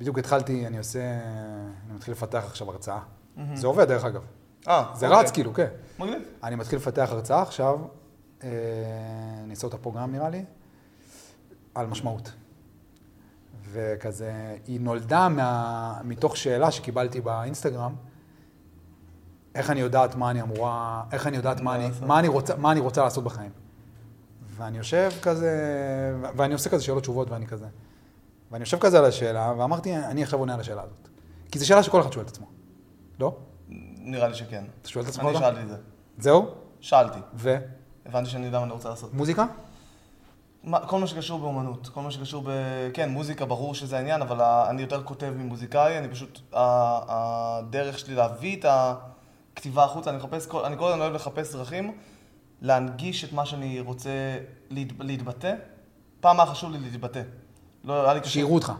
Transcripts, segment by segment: בדיוק התחלתי, אני עושה, אני מתחיל לפתח עכשיו הרצאה. זה עובד, דרך אגב. אה, זה Mm-hmm. אוקיי. רץ כאילו, כן. מגניב. אני מתחיל לפתח הרצאה עכשיו, אה, אני אעשה אותה פה גם נראה לי, על משמעות. וכזה, היא נולדה מה, מתוך שאלה שקיבלתי באינסטגרם, איך אני יודעת מה אני אמורה, איך אני יודעת מה, מה אני, לעשות. מה, אני רוצה, מה אני רוצה לעשות בחיים. ואני יושב כזה, ו- ואני עושה כזה שאלות תשובות ואני כזה. ואני יושב כזה על השאלה, ואמרתי, אני עכשיו עונה על השאלה הזאת. כי זו שאלה שכל אחד שואל את עצמו. לא? נראה לי שכן. אתה שואל את עצמך אני גם? שאלתי את זה. זהו? שאלתי. ומוזיקה? הבנתי שאני יודע מה אני רוצה לעשות. מה- כל מה שקשור באומנות, כל מה שקשור ב... כן, מוזיקה, ברור שזה העניין, אבל ה- אני יותר כותב ממוזיקאי, אני פשוט... ה- הדרך שלי להביא את הכתיבה החוצה, אני מחפש... כל- אני כל הזמן אוהב לחפש דרכים להנגיש את מה שאני רוצה להת- להתבטא. פעם היה חשוב לי להתבטא. לא היה לי קשה. שיראו אותך.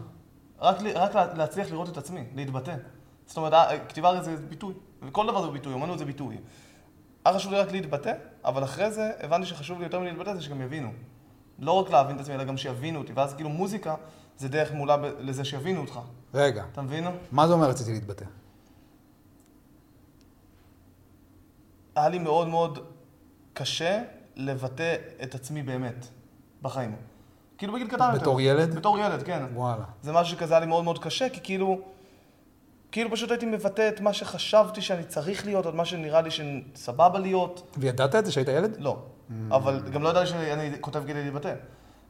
רק, לי- רק לה- להצליח לראות את עצמי, להתבטא. זאת אומרת, אה, כתיבה הרי זה ביטוי, וכל דבר זה ביטוי, אומנות זה ביטוי. היה חשוב לי רק להתבטא, אבל אחרי זה הבנתי שחשוב לי יותר מלהתבטא זה שגם יבינו. לא רק להבין את עצמי, אלא גם שיבינו אותי, ואז כאילו מוזיקה זה דרך מעולה ב- לזה שיבינו אותך. רגע, אתה מבין? מה זה אומר רציתי להתבטא? היה לי מאוד מאוד קשה לבטא את עצמי באמת, בחיים. כאילו בגיל קטן יותר. בתור ילד? בתור ילד, כן. וואלה. זה משהו שכזה היה לי מאוד מאוד קשה, כי כאילו, כאילו פשוט הייתי מבטא את מה שחשבתי שאני צריך להיות, את מה שנראה לי שסבבה להיות. וידעת את זה שהיית ילד? לא. אבל גם לא ידעתי שאני כותב כדי להתבטא.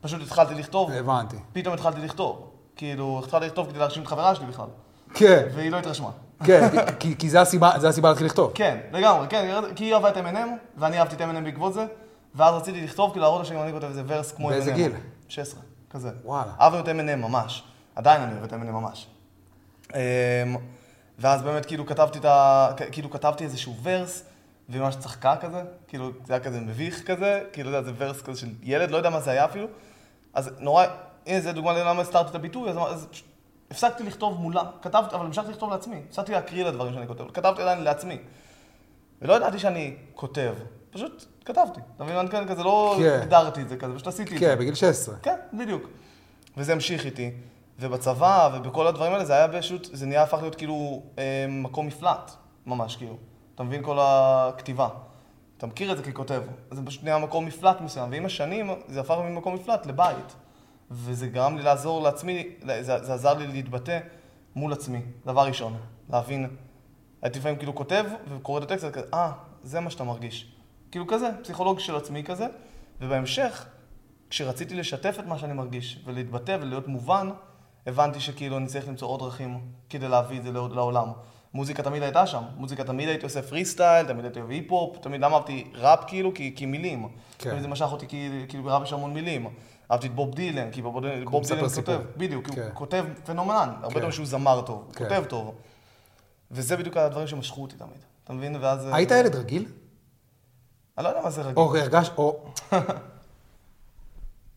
פשוט התחלתי לכתוב, הבנתי. פתאום התחלתי לכתוב. כאילו, התחלתי לכתוב כדי להרשים את חברה שלי בכלל, כן, והיא לא התרשמה. כן, כי- כי זה הסיבה זה הסיבה להתחיל לכתוב. כן, לגמרי, כן, כי היא אהבה את M&M, ואני אהבתי את M&M בעקבות זה, ואז רציתי לכתוב, כאילו להראות לה שגם אני כותב איזה ורס כמו M&M. באיזה גיל? 16, כזה. וואלה. אהבנו את M&M ממש, עדיין אני אוהב את M&M ממש. אמ, ואז באמת כאילו כתבתי את ה... כ- כאילו כתבתי איזשהו ורס, והיא ממש צחקה כזה, כאילו זה היה כזה מביך כזה, כאילו אתה יודע, זה ורס כזה של ילד, לא יודע מה זה היה אפילו. אז נורא, הנה זה דוגמה למה הסתרתי את הביטוי, אז, אז פשוט הפסקתי לכתוב מולה, כתבתי, אבל המשכתי לכתוב לעצמי, הפסקתי להקריא לדברים שאני כותב, כתבתי עדיין לעצמי. ולא ידעתי שאני כותב, פשוט כתבתי. אתה מבין? אני כזה לא כן. הגדרתי את זה כזה, פשוט עשיתי את זה. כן, בגיל 16. כן, בדיוק. וזה המשיך איתי. ובצבא ובכל הדברים האלה, זה היה פשוט, זה נהיה הפך להיות כאילו אה, מקום מפלט, ממש כאילו. אתה מבין כל הכתיבה. אתה מכיר את זה ככותב. זה פשוט נהיה מקום מפלט מסוים, ועם השנים זה הפך ממקום מפלט לבית. וזה גרם לי לעזור לעצמי, זה, זה עזר לי להתבטא מול עצמי, דבר ראשון, להבין. הייתי לפעמים כאילו כותב וקורא את הטקסט, וכזה, אה, זה מה שאתה מרגיש. כאילו כזה, פסיכולוג של עצמי כזה, ובהמשך, כשרציתי לשתף את מה שאני מרגיש, ולהתבטא ולהיות מובן, הבנתי שכאילו אני צריך למצוא עוד דרכים כדי להביא את זה לעוד- לעולם. מוזיקה תמיד הייתה שם, מוזיקה תמיד הייתי עושה פרי סטייל, תמיד הייתי אוהב היפ-הופ, תמיד למה אהבתי ראפ כאילו? כי, כי מילים. כן. כן. זה משך אותי כי כאילו בראפ יש המון מילים. אהבתי את בוב דילן, כי בוב דילן בוב מספר דילן סיפור. כותב, בדיוק, כי הוא כן. כותב פנומנן, הרבה יותר שהוא זמר טוב, כן. כותב טוב. וזה בדיוק הדברים שמשכו אותי תמיד, אתה מבין? ואז... היית ילד רגיל? אני לא יודע מה זה רגיל. או הרגש, או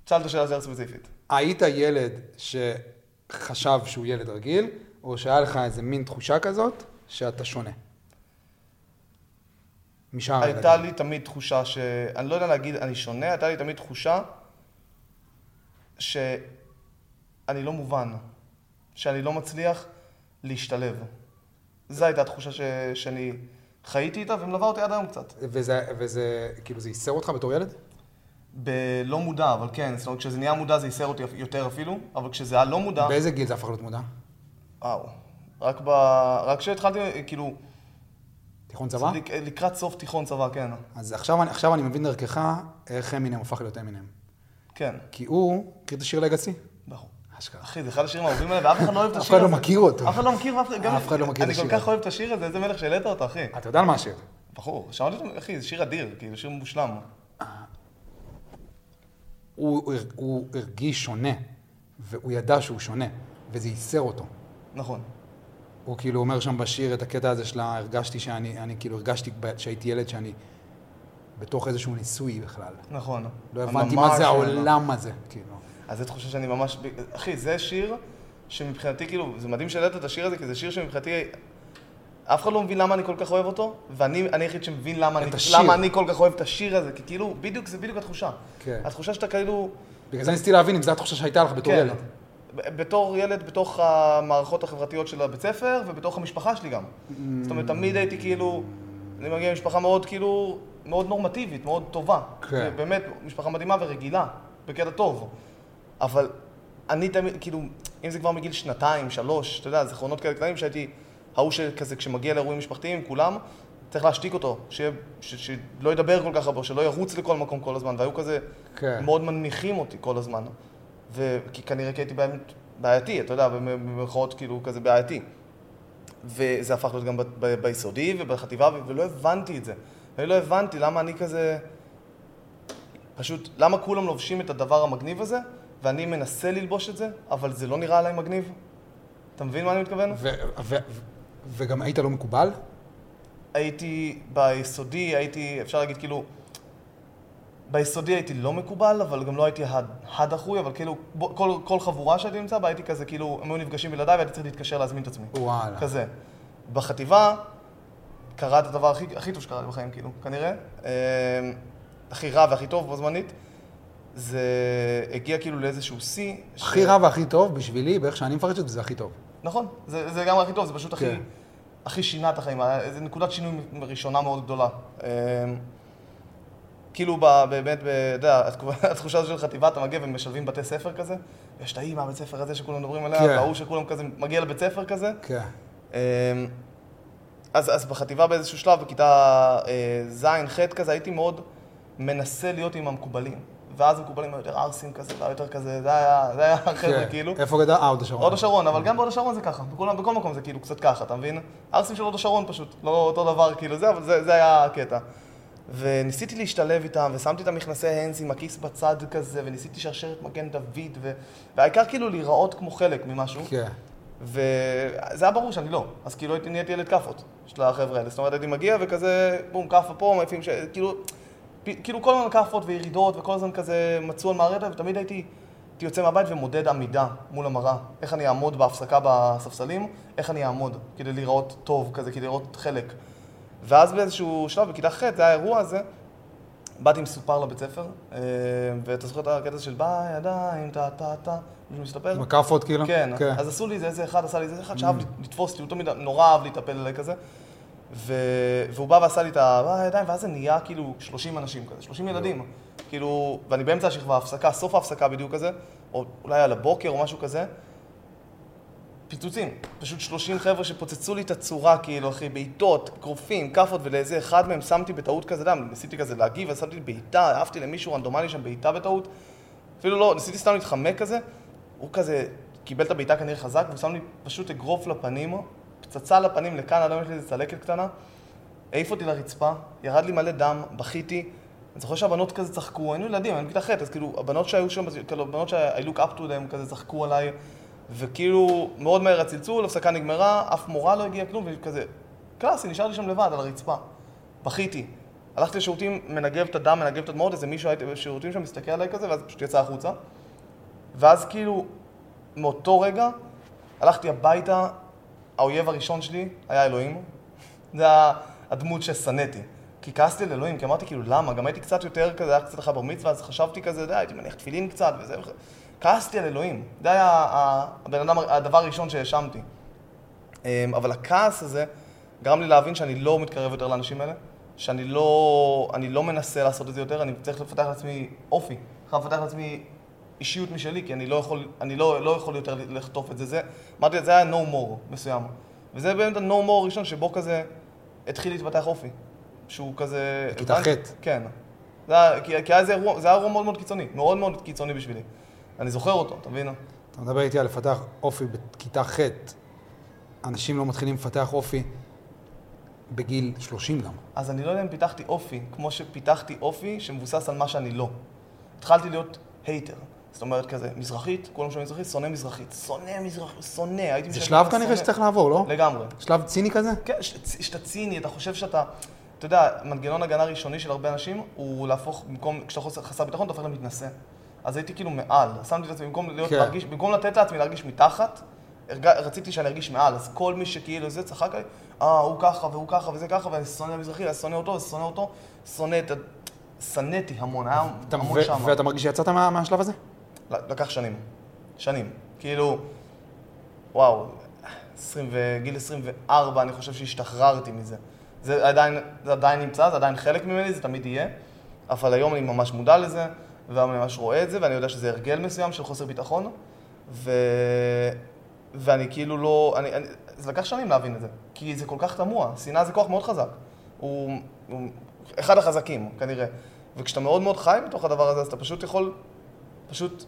שאלת שאלה יותר ספציפית. היית ילד שחשב שהוא ילד רגיל, או שהיה לך איזה מין תחושה כזאת שאתה שונה? משאר הילדים. הייתה לי תמיד תחושה ש... אני לא יודע להגיד אני שונה, הייתה לי תמיד תחושה שאני לא מובן, שאני לא מצליח להשתלב. זו הייתה התחושה ש... שאני חייתי איתה ומלווה אותי עד היום קצת. וזה, וזה, כאילו, זה ייסר אותך בתור ילד? בלא מודע, אבל כן, זאת אומרת, כשזה נהיה מודע זה ייסר אותי יותר אפילו, אבל כשזה היה לא מודע... באיזה גיל זה הפך להיות מודע? וואו. רק ב... רק כשהתחלתי, כאילו... תיכון צבא? לק... לקראת סוף תיכון צבא, כן. אז עכשיו, אני- עכשיו אני מבין דרכך איך אמינם הפך להיות אמינם. כן. כי הוא, מכיר את השיר לגאסי? נכון. אשכרה. אחי, זה אחד השירים האהובים האלה, ואף אחד לא אוהב את אף השיר אחד הזה. לא מכיר אותו. אף אחד לא מכיר, ואף אחד... גם- אף אחד לא מכיר את השיר אני כל כך הזה. אוהב את השיר הזה, איזה מלך שהעלית אותו, אחי. אתה יודע על מה השיר? בחור, שמעתי אותו, אחי, זה שיר אדיר, כאילו, שיר מושלם. הוא, הוא, הוא הרגיש שונה, והוא ידע שהוא שונה, וזה ייסר אותו. נכון. הוא כאילו אומר שם בשיר את הקטע הזה של ה- הרגשתי שאני, אני כאילו הרגשתי ב- שהייתי ילד שאני בתוך איזשהו ניסוי בכלל. נכון. לא הבנתי ממש מה זה לא העולם הזה, כאילו. אז זו תחושה שאני ממש... אחי, זה שיר שמבחינתי, כאילו, זה מדהים שהעלית את השיר הזה, כי זה שיר שמבחינתי... אף אחד לא מבין למה אני כל כך אוהב אותו, ואני אני היחיד שמבין למה את אני, השיר. למה אני כל כך אוהב את השיר הזה, כי כאילו, בדיוק, זה בדיוק התחושה. כן. התחושה שאתה כאילו... בגלל זה ניסיתי להבין אם זו התחושה שהייתה לך בתור כן. ילד. ב- בתור ילד, בתוך המערכות החברתיות של הבית ספר, ובתוך המשפחה שלי גם. זאת Mm. אומרת, תמיד הייתי כאילו, אני מגיע ממשפחה מאוד כאילו, מאוד נורמטיבית, מאוד טובה. כן. באמת, משפחה מדהימה ורגילה, בקטע טוב. אבל אני תמיד, כאילו, אם זה כבר מגיל שנתיים, שלוש, אתה יודע, זיכרונות כאלה קטנים שהייתי, ההוא שכזה, כשמגיע לאירועים משפחתיים, כולם, צריך להשתיק אותו, שיהיה- ש- שלא ידבר כל כך הרבה, שלא ירוץ לכל מקום כל הזמן, והיו כזה, כן. מאוד מנמיכים אותי כל הזמן. וכי כנראה כי הייתי באמת בעייתי, אתה יודע, במירכאות כאילו כזה בעייתי. וזה הפך להיות גם ב- ב- ביסודי ובחטיבה, ו- ולא הבנתי את זה. אני לא הבנתי למה אני כזה... פשוט, למה כולם לובשים את הדבר המגניב הזה, ואני מנסה ללבוש את זה, אבל זה לא נראה עליי מגניב? אתה מבין מה אני מתכוון? ו- ו- ו- וגם היית לא מקובל? הייתי ביסודי, הייתי, אפשר להגיד כאילו, ביסודי הייתי לא מקובל, אבל גם לא הייתי הד- הדחוי, אבל כאילו, בו- כל, כל חבורה שהייתי נמצא בה, הייתי כזה, כאילו, הם היו נפגשים בלעדיי והייתי צריך להתקשר להזמין את עצמי. וואלה. כזה. בחטיבה, קרה את הדבר הכי, הכי טוב שקרה לי בחיים, כאילו, כנראה. אה, הכי רע והכי טוב בו זמנית. זה הגיע כאילו לאיזשהו שיא. ש- הכי רע והכי טוב בשבילי, באיך שאני מפרש את זה, זה הכי טוב. נכון, זה, זה גם הכי טוב, זה פשוט הכי, כן. הכי שינה את החיים, זו נקודת שינוי ראשונה מאוד גדולה. אמ, כאילו ב- באמת, ב- אתה יודע, התקו- התחושה הזו של חטיבה, אתה מגיע ומשלבים בתי ספר כזה, יש את ההיא מהבית ספר הזה שכולם מדברים עליה, כן. וההוא שכולם כזה מגיע לבית ספר כזה. כן. אמ, אז, אז בחטיבה באיזשהו שלב, בכיתה אה, ז', ח' כזה, הייתי מאוד מנסה להיות עם המקובלים. ואז המקובלים היו יותר ערסים כזה, והיו יותר כזה, זה היה, זה היה החבר'ה, כן. כאילו. איפה גדל? אה, הוד השרון. הוד השרון, אבל גם בהוד השרון זה ככה, בכולם, בכל מקום זה כאילו קצת ככה, אתה מבין? ערסים של הוד השרון פשוט, לא אותו דבר כאילו זה, אבל זה, זה היה הקטע. וניסיתי להשתלב איתם, ושמתי את המכנסי הנס עם הכיס בצד כזה, וניסיתי שרשרת מגן דוד, ו... והעיקר כאילו להיראות כמו חלק ממשהו, כן. וזה היה ברור שאני לא, אז כאילו הייתי נהייתי ילד כאפות של החבר'ה האלה, זאת אומרת הייתי מגיע וכזה, בום, כאפה פה, מעיפים ש... כאילו, פ- כאילו כל הזמן כאפות וירידות, וכל הזמן כזה מצאו על מערכת, ותמיד הייתי, הייתי יוצא מהבית ומודד עמידה מול המראה, איך אני אעמוד בהפסקה בספסלים, איך אני אעמוד, כדי להיראות טוב כזה, כדי להיראות חלק. ואז באיזשהו שלב, בכיתה ח', זה היה האירוע הזה, באתי עם סופר לבית ספר, אה, ואתה זוכר את הקטע של ביי, ידיים, טה, טה, טה, מישהו מסתפר? מכאפות כאילו? כן, כן, אז עשו לי איזה איזה אחד, עשה לי איזה אחד שאהב לתפוס אותי, הוא תמיד נורא אהב להתאפל עליי כזה. ו... והוא בא ועשה לי את הידיים, ואז זה נהיה כאילו 30 אנשים כזה, 30 ילדים. כאילו, ואני באמצע השכבה, הפסקה, סוף ההפסקה בדיוק כזה, או אולי על הבוקר או משהו כזה. פיצוצים, פשוט 30 חבר'ה שפוצצו לי את הצורה, כאילו, אחי, בעיטות, כרופים, כאפות, ולאיזה אחד מהם שמתי בטעות כזה דם, ניסיתי כזה להגיב, אז שמתי בעיטה, העפתי למישהו רנדומלי שם בעיטה בטעות, אפילו לא, ניסיתי סתם להתחמק כזה, הוא כזה קיבל את הבעיטה כנראה חזק, והוא שם לי פשוט אגרוף לפנים, פצצה לפנים לכאן, עד היום יש לי איזה צלקת קטנה, העיף אותי לרצפה, ירד לי מלא דם, בכיתי. אני זוכר שהבנות כזה צחקו, היינו ילדים, היינו בכיתה ח', אז כאילו, הבנות שהיו שם, אז כאילו, הבנות שה-I look up to them כזה צחקו עליי, וכאילו, מאוד מהר הצלצול, הפסקה נגמרה, אף מורה לא הגיעה, כלום, וכזה, קלאסי, נשארתי שם לבד על הרצפה. בכיתי. הלכתי לשירותים, מנגב את הדם, מנגב את הדמעות, איזה מישהו הייתי בשירותים שם, מסתכל עליי כזה, ואז פשוט יצא החוצה. ואז כאילו, מאותו רגע, הלכתי הביתה, האויב הראשון שלי היה אלוהים. זה היה הדמות ששנאתי. כי כעסתי על אלוהים, כי אמרתי כאילו, למה? גם הייתי קצת יותר כזה, היה קצת אחרי בר מצווה, אז חשבתי כזה, אתה יודע, הייתי מניח תפילין קצת וזה. וכ- כעסתי על אלוהים. זה היה ה- הבן אדם, הדבר הראשון שהאשמתי. אמ, אבל הכעס הזה גרם לי להבין שאני לא מתקרב יותר לאנשים האלה, שאני לא, אני לא מנסה לעשות את זה יותר, אני צריך לפתח לעצמי אופי, חייב לפתח לעצמי אישיות משלי, כי אני לא יכול, אני לא, לא יכול יותר לחטוף את זה. זה, אמרתי, זה היה no more מסוים. וזה באמת ה-no more הראשון שבו כזה התחיל להתפתח אופי. שהוא כזה... בכיתה ח'. כן. זה היה, כי, כי היה זה אירוע, זה היה אירוע מאוד מאוד קיצוני, מאוד מאוד קיצוני בשבילי. אני זוכר אותו, אתה מבין? אתה מדבר איתי על לפתח אופי בכיתה ח', אנשים לא מתחילים לפתח אופי בגיל 30 גם. אז אני לא יודע אם פיתחתי אופי, כמו שפיתחתי אופי שמבוסס על מה שאני לא. התחלתי להיות הייטר. זאת אומרת כזה, מזרחית, כולם שומעים מזרחית, שונא מזרחית. שונא מזרחית, שונא, הייתי זה משנה, שלב שונא. כנראה שצריך לעבור, לא? לגמרי. שלב ציני כזה? כן, ש- שאתה ציני, אתה חושב שאתה... אתה יודע, מנגנון הגנה ראשוני של הרבה אנשים הוא להפוך, במקום, כשאתה חוסר- חסר ביטחון, אתה הופך למתנשא. אז הייתי כאילו מעל, שמתי את עצמי, במקום, להיות, כן. להרגיש, במקום לתת לעצמי להרגיש מתחת, הרג... רציתי שאני ארגיש מעל, אז כל מי שכאילו זה צחק עליי, אה, הוא ככה והוא ככה וזה ככה, ואני שונא מזרחי, אז שונא אותו, אז שונא אותו, שונא את ה... שנאתי המון, היה אתה- המון ו- שמה. ואתה מרגיש שיצאת מה- מהשלב הזה? לקח שנים. שנים. כאילו, וואו, 20 וגיל 24, אני חושב שהשתחררתי מזה. זה עדיין, זה עדיין נמצא, זה עדיין חלק ממני, זה תמיד יהיה, אבל היום אני ממש מודע לזה, והיום אני ממש רואה את זה, ואני יודע שזה הרגל מסוים של חוסר ביטחון, ו... ואני כאילו לא... אני, אני, זה לקח שנים להבין את זה, כי זה כל כך תמוה, שנאה זה כוח מאוד חזק. הוא, הוא אחד החזקים, כנראה. וכשאתה מאוד מאוד חי בתוך הדבר הזה, אז אתה פשוט יכול פשוט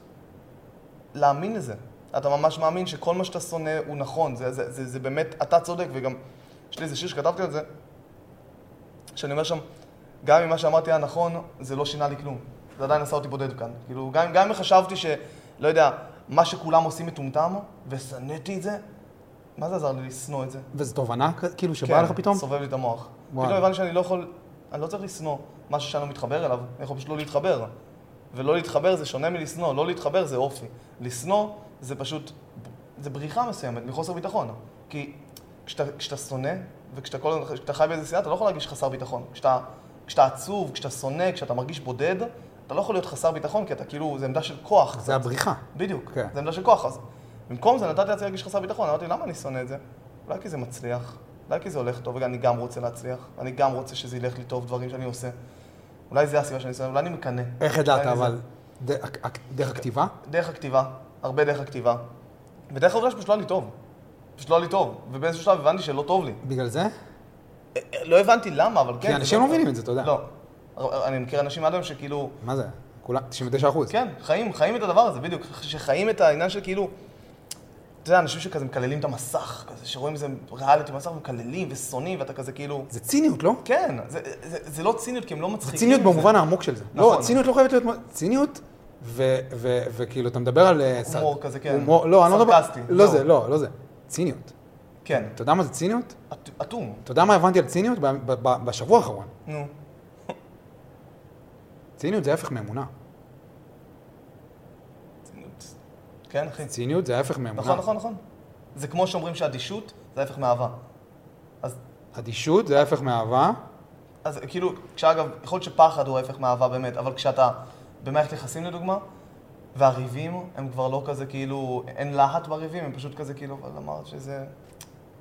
להאמין לזה. אתה ממש מאמין שכל מה שאתה שונא הוא נכון, זה, זה, זה, זה באמת, אתה צודק, וגם, יש לי איזה שיר שכתבתי על זה, שאני אומר שם, גם אם מה שאמרתי היה נכון, זה לא שינה לי כלום. זה עדיין עשה אותי בודד כאן. כאילו, גם, גם אם חשבתי ש... לא יודע, מה שכולם עושים מטומטם, ושנאתי את זה, מה זה עזר לי לשנוא את זה? וזו תובנה כ- כאילו שבאה כן, לך פתאום? סובב לי את המוח. וואי. פתאום הבנתי שאני לא יכול, אני לא צריך לשנוא משהו שאני לא מתחבר אליו, אני יכול פשוט לא להתחבר. ולא להתחבר זה שונה מלשנוא, לא להתחבר זה אופי. לשנוא זה פשוט, זה בריחה מסוימת מחוסר ביטחון. כי כשאתה, כשאתה שונא, וכשאתה כל, הזמן- כשאתה חי באיזה שנאה, אתה לא יכול להרגיש חסר ביטחון. כשאתה, כשאתה עצוב, כשאתה שונא, כשאתה מרגיש בודד, אתה לא יכול להיות חסר ביטחון, כי אתה כאילו, זה עמדה של כוח. זה הבריחה. בדיוק, כן. כן. זה עמדה של כוח. אז במקום זה נתתי לעצמי להרגיש חסר ביטחון, אמרתי, למה אני שונא את זה? אולי כי זה מצליח, אולי כי זה הולך טוב, ואני גם רוצה להצליח, אני גם רוצה שזה ילך לי טוב, דברים שאני עושה. אולי זה הסיבה שאני שונא, אולי אני מקנא. איך ידעת אולי אני אבל? ד- הק- הק- דרך הכתיבה? זה. דרך הכתיבה, הרבה דרך הכתיבה. ודרך העובדה שפשוט לא היה לי טוב. פשוט לא היה לי טוב, ובאיזשהו שלב הבנתי שלא טוב לי. בגלל זה? אה, אה, לא הבנתי למה, אבל כן. כי זה אנשים לא מבינים את זה, אתה יודע. לא. הר- אני מכיר אנשים עד היום שכאילו, מה זה? כולם, 99 אחוז. כן, חיים, חיים את הדבר הזה, בדיוק. שחיים את העניין של כאילו, אתה יודע, אנשים שכזה מקללים את המסך, כזה, שרואים איזה ריאליטי מסך ומקללים ושונאים, ואתה כזה כאילו... זה ציניות, לא? כן, זה, זה, זה לא ציניות, כי הם לא זה מצחיקים. ציניות מזה. במובן העמוק של זה. נכון. לא, ציניות לא חייבת להיות... מ- ציניות, ו- ו- וכאילו, אתה מדבר על... אה, ס- הומור כזה, כן. הומור- לא, אני לא מדבר... סרקסטי, לא זהו. זה, לא, לא זה. ציניות. כן, אתה יודע מה זה ציניות? אט- אטום. אתה יודע מה הבנתי על ציניות? ב- ב- ב- בשבוע האחרון. נו, ציניות זה ההפך מאמונה. ציניות. כן, אחי. ציניות זה ההפך מאמונה. נכון, נכון, נכון. זה כמו שאומרים שאדישות זה ההפך מאהבה. אז, אדישות זה ההפך מאהבה. אז כאילו, כשאגב, יכול להיות שפחד הוא ההפך מאהבה באמת, אבל כשאתה במערכת יחסים לדוגמה, והריבים הם כבר לא כזה כאילו, אין להט בריבים, הם פשוט כזה כאילו, אבל אמרת שזה...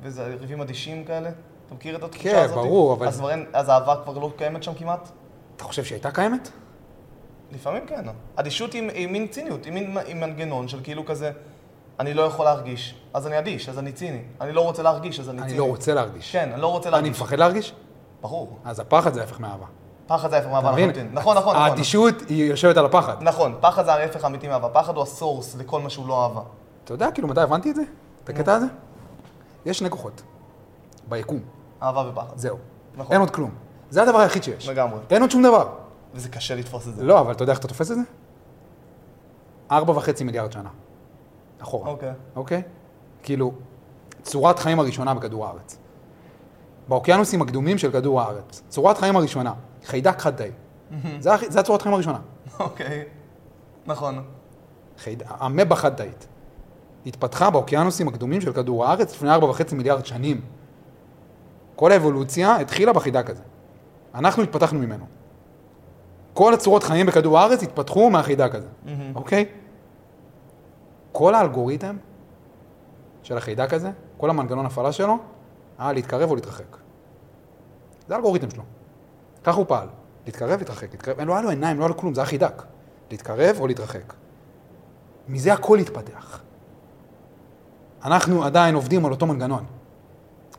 וזה ריבים אדישים כאלה? אתה מכיר את התחושה כן, הזאת? ברור, אבל- אז, כבר אין, אז אהבה כבר לא קיימת שם כמעט? אתה חושב שהיא הייתה קיימת? לפעמים כן. אדישות היא, היא מין ציניות, היא מין היא מנגנון של כאילו כזה, אני לא יכול להרגיש, אז אני אדיש, אז אני ציני. אני לא רוצה להרגיש, אז אני, אני ציני. לא רוצה להרגיש. כן, אני לא רוצה אני להרגיש. מפחד להרגיש? ברור. אז הפחד זה ההפך מאהבה. פחד זה ההפך אתה מהאהבה מבין? לחלוטין. נכון, נכון, נכון. האדישות היא יושבת על הפחד. נכון, פחד זה ההפך האמיתי מאהבה. פחד הוא הסורס לכל מה שהוא לא אהבה. אתה יודע כאילו מתי הבנתי את זה? את הקטע הזה? יש שני כוחות. ביקום. אהבה ופחד. זהו. נכון. אין עוד כלום. זה הדבר היחיד שיש. לגמרי. אין עוד שום דבר. וזה קשה לתפוס את זה. לא, אבל אתה יודע איך אתה תופס את זה? ארבע וחצי מיליארד שנה. אחורה. אוקיי. אוקיי? כאילו, צורת חיים הראשונה בכדור הארץ. באוקיינוסים הקדומים של כדור הארץ. צורת חיים הראשונה. חיידק חד תאי. זה, הכי- זה הצורת חיים הראשונה. אוקיי. נכון. חייד... המבה חד תאית. התפתחה באוקיינוסים הקדומים של כדור הארץ לפני ארבע וחצי מיליארד שנים. כל האבולוציה התחילה בחיידק הזה. אנחנו התפתחנו ממנו. כל הצורות חיים בכדור הארץ התפתחו מהחיידק הזה, מהמם. אוקיי? כל האלגוריתם של החיידק הזה, כל המנגנון הפעלה שלו, היה להתקרב או להתרחק. זה האלגוריתם שלו. ככה הוא פעל. להתקרב, להתרחק, להתקרב. לא היה לו עיניים, לא היה לו כלום, זה היה חיידק. להתקרב או להתרחק. מזה הכל התפתח. אנחנו עדיין עובדים על אותו מנגנון.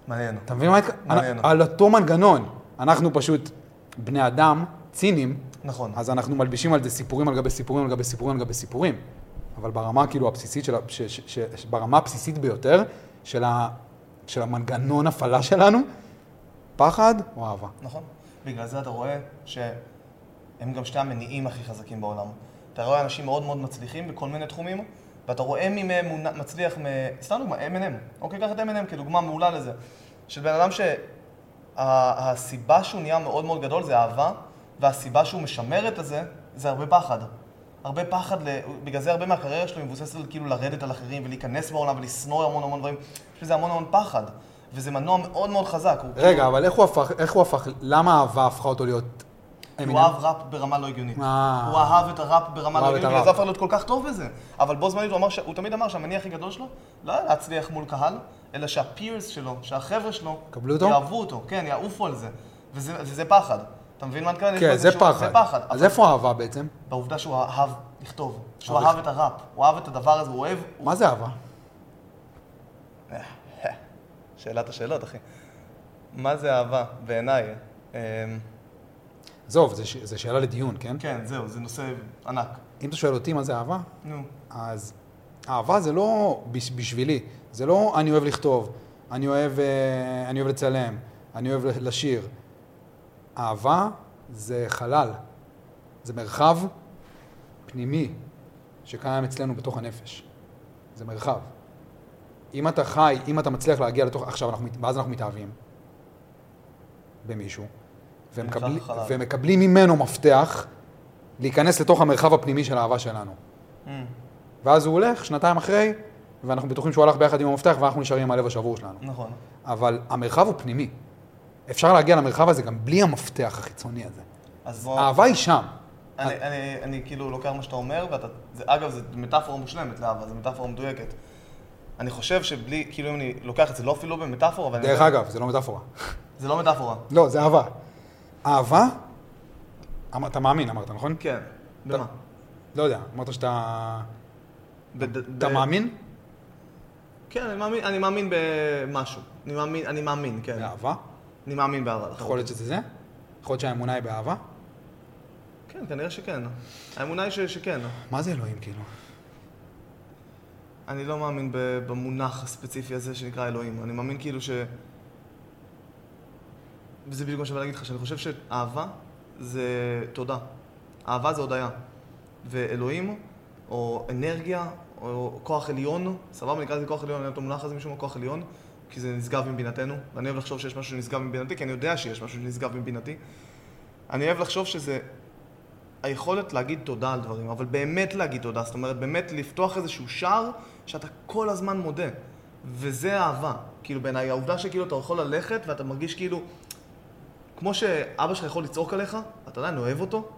מעניין. אתה מבין מה התק... מעניין. על אותו מנגנון. אנחנו פשוט בני אדם ציניים, נכון. אז אנחנו מלבישים על זה סיפורים על גבי סיפורים על גבי סיפורים על גבי סיפורים. אבל ברמה כאילו הבסיסית של ה... ש... ש... ש... ש... ברמה הבסיסית ביותר של, ה... של המנגנון הפעלה שלנו, פחד או אהבה. נכון. בגלל זה אתה רואה שהם גם שני המניעים הכי חזקים בעולם. אתה רואה אנשים מאוד מאוד מצליחים בכל מיני תחומים, ואתה רואה מי מהם הוא נ- מצליח, מ... סתם דוגמה, M&M. אוקיי, קח את M&M כדוגמה מעולה לזה. של בן אדם שהסיבה שהוא נהיה מאוד מאוד גדול זה אהבה, והסיבה שהוא משמר את זה, זה הרבה פחד. הרבה פחד, ל... בגלל זה הרבה מהקריירה שלו היא מבוססת על כאילו לרדת על אחרים ולהיכנס בעולם ולשנוא המון המון דברים. יש בזה המון המון פחד, וזה מנוע מאוד מאוד חזק. הוא אה, רגע, אבל איך הוא הפך, איך הוא הפך, למה אהבה הפכה אותו להיות כי הוא אמינם? אהב ראפ ברמה לא הגיונית. אה. הוא אהב את הראפ ברמה הוא לא אהב את הגיונית, הראפ. בגלל זה הפך להיות כל כך טוב בזה. אבל בו זמנית הוא אמר ש- הוא תמיד אמר שהמניע הכי גדול שלו, לא היה להצליח מול קהל, אלא שהפירס שלו, שהחבר'ה שלו, קבלו אותו? יאהבו אותו, כן, יעופו על זה. וזה וזה פחד. אתה מבין מה אני מתכוון? יש פה כן, זה איזשהו- פחד. זה פחד. אז איפה האהבה בעצם? בעובדה שהוא אהב לכתוב, שהוא אהב אהב את הראפ, הוא אהב את הדבר הזה, הוא אוהב... מה זה אהבה? שאלת השאלות, אחי. מה זה אהבה בעיניי? אמ, עזוב, זה ש- זה שאלה לדיון, כן? כן, זהו, זה נושא ענק. אם אתה שואל אותי מה זה אהבה, נו. אז אהבה זה לא בש- בשבילי, זה לא אני אוהב לכתוב, אני אוהב, אה, אני אוהב לצלם, אני אוהב לשיר. אהבה זה חלל, זה מרחב פנימי שקיים אצלנו בתוך הנפש. זה מרחב. אם אתה חי, אם אתה מצליח להגיע לתוך, עכשיו אנחנו, מת- ואז אנחנו מתאהבים במישהו, ומקבל, מרחב חלל. ומקבלים ממנו מפתח להיכנס לתוך המרחב הפנימי של האהבה שלנו. אמ, ואז הוא הולך שנתיים אחרי, ואנחנו בטוחים שהוא הלך ביחד עם המפתח, ואנחנו נשארים עם הלב השבור שלנו. נכון. אבל המרחב הוא פנימי. אפשר להגיע למרחב הזה גם בלי המפתח החיצוני הזה. אז בוא... האהבה היא שם. אני, אני, אני כאילו לוקח מה שאתה אומר, ואתה... זה, אגב, זו מטאפורה מושלמת לאהבה, זו מטאפורה מדויקת. אני חושב שבלי, כאילו אם אני לוקח את זה, לא אפילו במטאפורה, אבל... אני- דרך אגב, זה לא מטאפורה. זה לא מטאפורה. לא, זה אהבה. אהבה, אמר- אתה מאמין אמרת, נכון? כן. אתה- במה? לא יודע, אמרת שאתה... בד- אתה ב- מאמין? כן, אני מאמין, אני מאמין במשהו. אני מאמין, אני מאמין, כן. באהבה? אני מאמין באהבה. לחלוטין. יכול להיות שזה זה? יכול להיות שהאמונה היא באהבה? כן, כנראה שכן. האמונה היא ש, שכן. מה זה אלוהים, כאילו? אני לא מאמין ב- במונח הספציפי הזה שנקרא אלוהים. אני מאמין כאילו ש... וזה בדיוק מה שאני להגיד לך, שאני חושב שאהבה זה תודה. אהבה זה הודיה. ואלוהים, או אנרגיה, או כוח עליון, סבבה, נקרא לזה כוח עליון, אני אוהב את המונח הזה משום מה, כוח עליון, כי זה נשגב מבינתנו. ואני אוהב לחשוב שיש משהו שנשגב מבינתי, כי אני יודע שיש משהו שנשגב מבינתי. אני אוהב לחשוב שזה היכולת להגיד תודה על דברים, אבל באמת להגיד תודה, זאת אומרת, באמת לפתוח איזשהו שער שאתה כל הזמן מודה. וזה אהבה, כאילו בעיניי, העובדה שכאילו אתה יכול ללכת ואתה מרגיש כאילו, כמו שאבא שלך יכול לצעוק עליך, אתה עדיין אוהב אותו,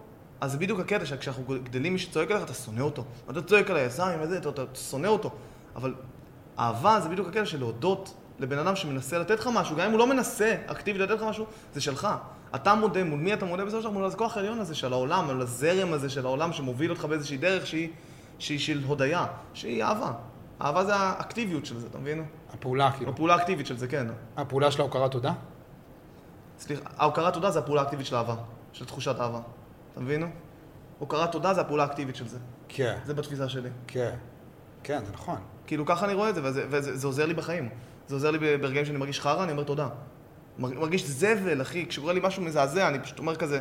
אז זה בדיוק הקטע שכשאנחנו גדלים, מי שצועק עליך, אתה שונא אותו. אתה צועק על היזם, וזה, אתה, אתה שונא אותו. אבל אהבה זה בדיוק הקטע של להודות לבן אדם שמנסה לתת לך משהו, גם אם הוא לא מנסה אקטיבית לתת לך משהו, זה שלך. אתה מודה, מול מי אתה מודה בסופו של דבר? מול הכוח העליון הזה של העולם, מול הזרם הזה של העולם שמוביל אותך באיזושהי דרך שהיא, שהיא של הודיה, שהיא אהבה. אהבה זה האקטיביות של זה, אתה מבין? הפעולה, כאילו. הפעולה האקטיבית של זה, כן. הפעולה של ההוקרת תודה? סליחה, ההוקרת תודה זה הפעולה האקטיבית של אהבה, של תחושת אהבה. אתה מבין? הוקרת תודה זה הפעולה האקטיבית של זה. כן, זה בתפיסה שלי. כן. כן, זה נכון. כאילו ככה אני רואה את זה, וזה, וזה זה עוזר לי בחיים. זה עוזר לי ברגעים שאני מרגיש חרא, אני אומר תודה. מר- מרגיש זבל, אחי, כשקורה לי משהו מזעזע, אני פשוט אומר כזה,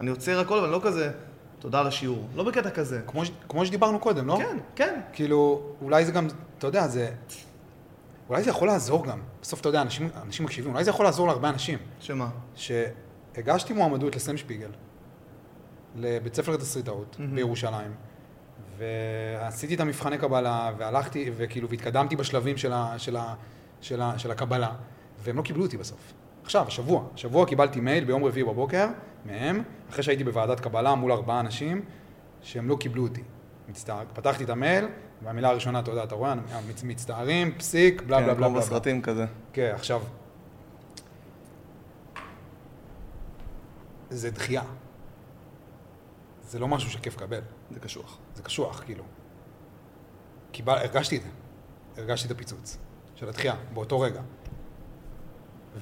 אני עוצר הכל, ואני לא כזה, תודה על השיעור. לא בקטע כזה. כמו ש- כמו שדיברנו קודם, לא? כן, כן. כאילו, אולי זה גם, אתה יודע, זה... אולי זה יכול לעזור גם. בסוף, אתה יודע, אנשים, אנשים מקשיבים, אולי זה יכול לעזור להרבה אנשים. שמה? שהגשתי מועמדות לסם שפיגל, לבית ספר לתסריטאות מהמם. בירושלים, ועשיתי את המבחני קבלה, והלכתי, וכאילו, והתקדמתי בשלבים של, ה, של, ה, של, ה, של הקבלה, והם לא קיבלו אותי בסוף. עכשיו, השבוע, השבוע קיבלתי מייל ביום רביעי בבוקר מהם, אחרי שהייתי בוועדת קבלה מול ארבעה אנשים, שהם לא קיבלו אותי. מצטער. פתחתי את המייל, והמילה הראשונה, אתה יודע, אתה רואה, מצ- מצטערים, פסיק, בלה בלה בלה בלה. בלה. כזה. כן, עכשיו... זה דחייה. זה לא משהו שכיף לקבל, זה קשוח. זה קשוח, כאילו. קיבל, הרגשתי את זה. הרגשתי את הפיצוץ של הדחייה, באותו רגע.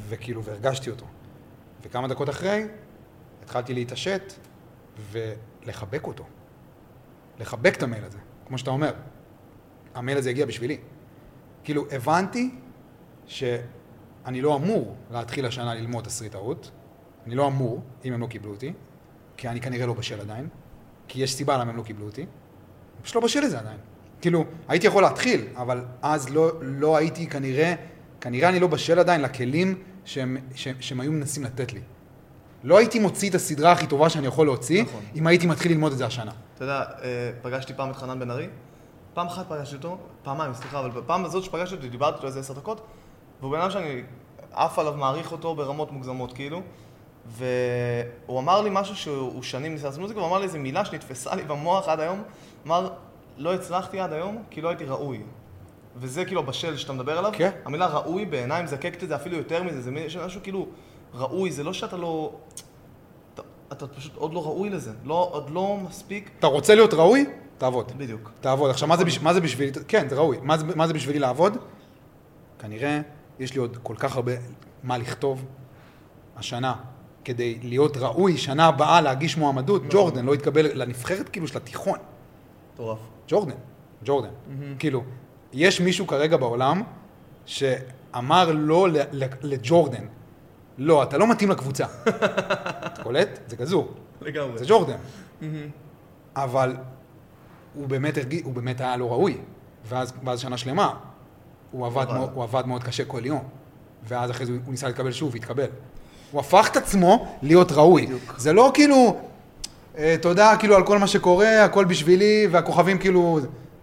וכאילו, והרגשתי אותו. וכמה דקות אחרי, התחלתי להתעשת ולחבק אותו. לחבק את המייל הזה, כמו שאתה אומר. המייל הזה הגיע בשבילי. כאילו, הבנתי שאני לא אמור להתחיל השנה ללמוד תסריטאות. אני לא אמור, אם הם לא קיבלו אותי, כי אני כנראה לא בשל עדיין, כי יש סיבה למה הם לא קיבלו אותי. אני פשוט לא בשל לזה עדיין. כאילו, הייתי יכול להתחיל, אבל אז לא, לא הייתי כנראה, כנראה אני לא בשל עדיין לכלים שהם, שהם, שהם היו מנסים לתת לי. לא הייתי מוציא את הסדרה הכי טובה שאני יכול להוציא, נכון. אם הייתי מתחיל ללמוד את זה השנה. אתה יודע, אה, פגשתי פעם את חנן בן ארי, פעם אחת פגשתי אותו, פעמיים, סליחה, אבל בפעם הזאת שפגשתי אותו, דיברתי איתו איזה עשר דקות, והוא בן אדם שאני עף עליו, מעריך אותו ברמות מוגזמות, כאילו, והוא אמר לי משהו שהוא שנים ניסה לעשות מוזיקה, והוא אמר לי איזו מילה שנתפסה לי במוח עד היום. אמר, לא הצלחתי עד היום כי לא הייתי ראוי. וזה כאילו הבשל שאתה מדבר עליו. כן. המילה ראוי בעיניי מזקקת את זה אפילו יותר מזה, זה מין- יש משהו כאילו ראוי, זה לא שאתה לא... אתה, אתה פשוט עוד לא ראוי לזה, לא, עוד לא מספיק. אתה רוצה להיות ראוי? תעבוד. בדיוק. תעבוד. עכשיו, מה זה, בש... מה זה בשבילי? כן, זה ראוי. מה זה, מה זה בשבילי לעבוד? כנראה יש לי עוד כל כך הרבה מה לכתוב השנה, כדי להיות ראוי, שנה הבאה להגיש מועמדות. ג'ורדן לא התקבל לנבחרת כאילו של התיכון. מטורף. ג'ורדן, ג'ורדן. Mm-hmm. כאילו, יש מישהו כרגע בעולם שאמר לא ל- ל- לג'ורדן. לא, אתה לא מתאים לקבוצה. אתה קולט? זה גזור. לגמרי. זה ג'ורדן. אבל הוא באמת הרגיש, הוא באמת היה לא ראוי. ואז, ואז שנה שלמה, הוא עבד, אבל- מאוד, הוא עבד מאוד קשה כל יום. ואז אחרי זה הוא הוא ניסה להתקבל שוב, והתקבל. הוא הפך את עצמו להיות ראוי. בדיוק. זה לא כאילו, אה, תודה כאילו על כל מה שקורה, הכל בשבילי, והכוכבים כאילו...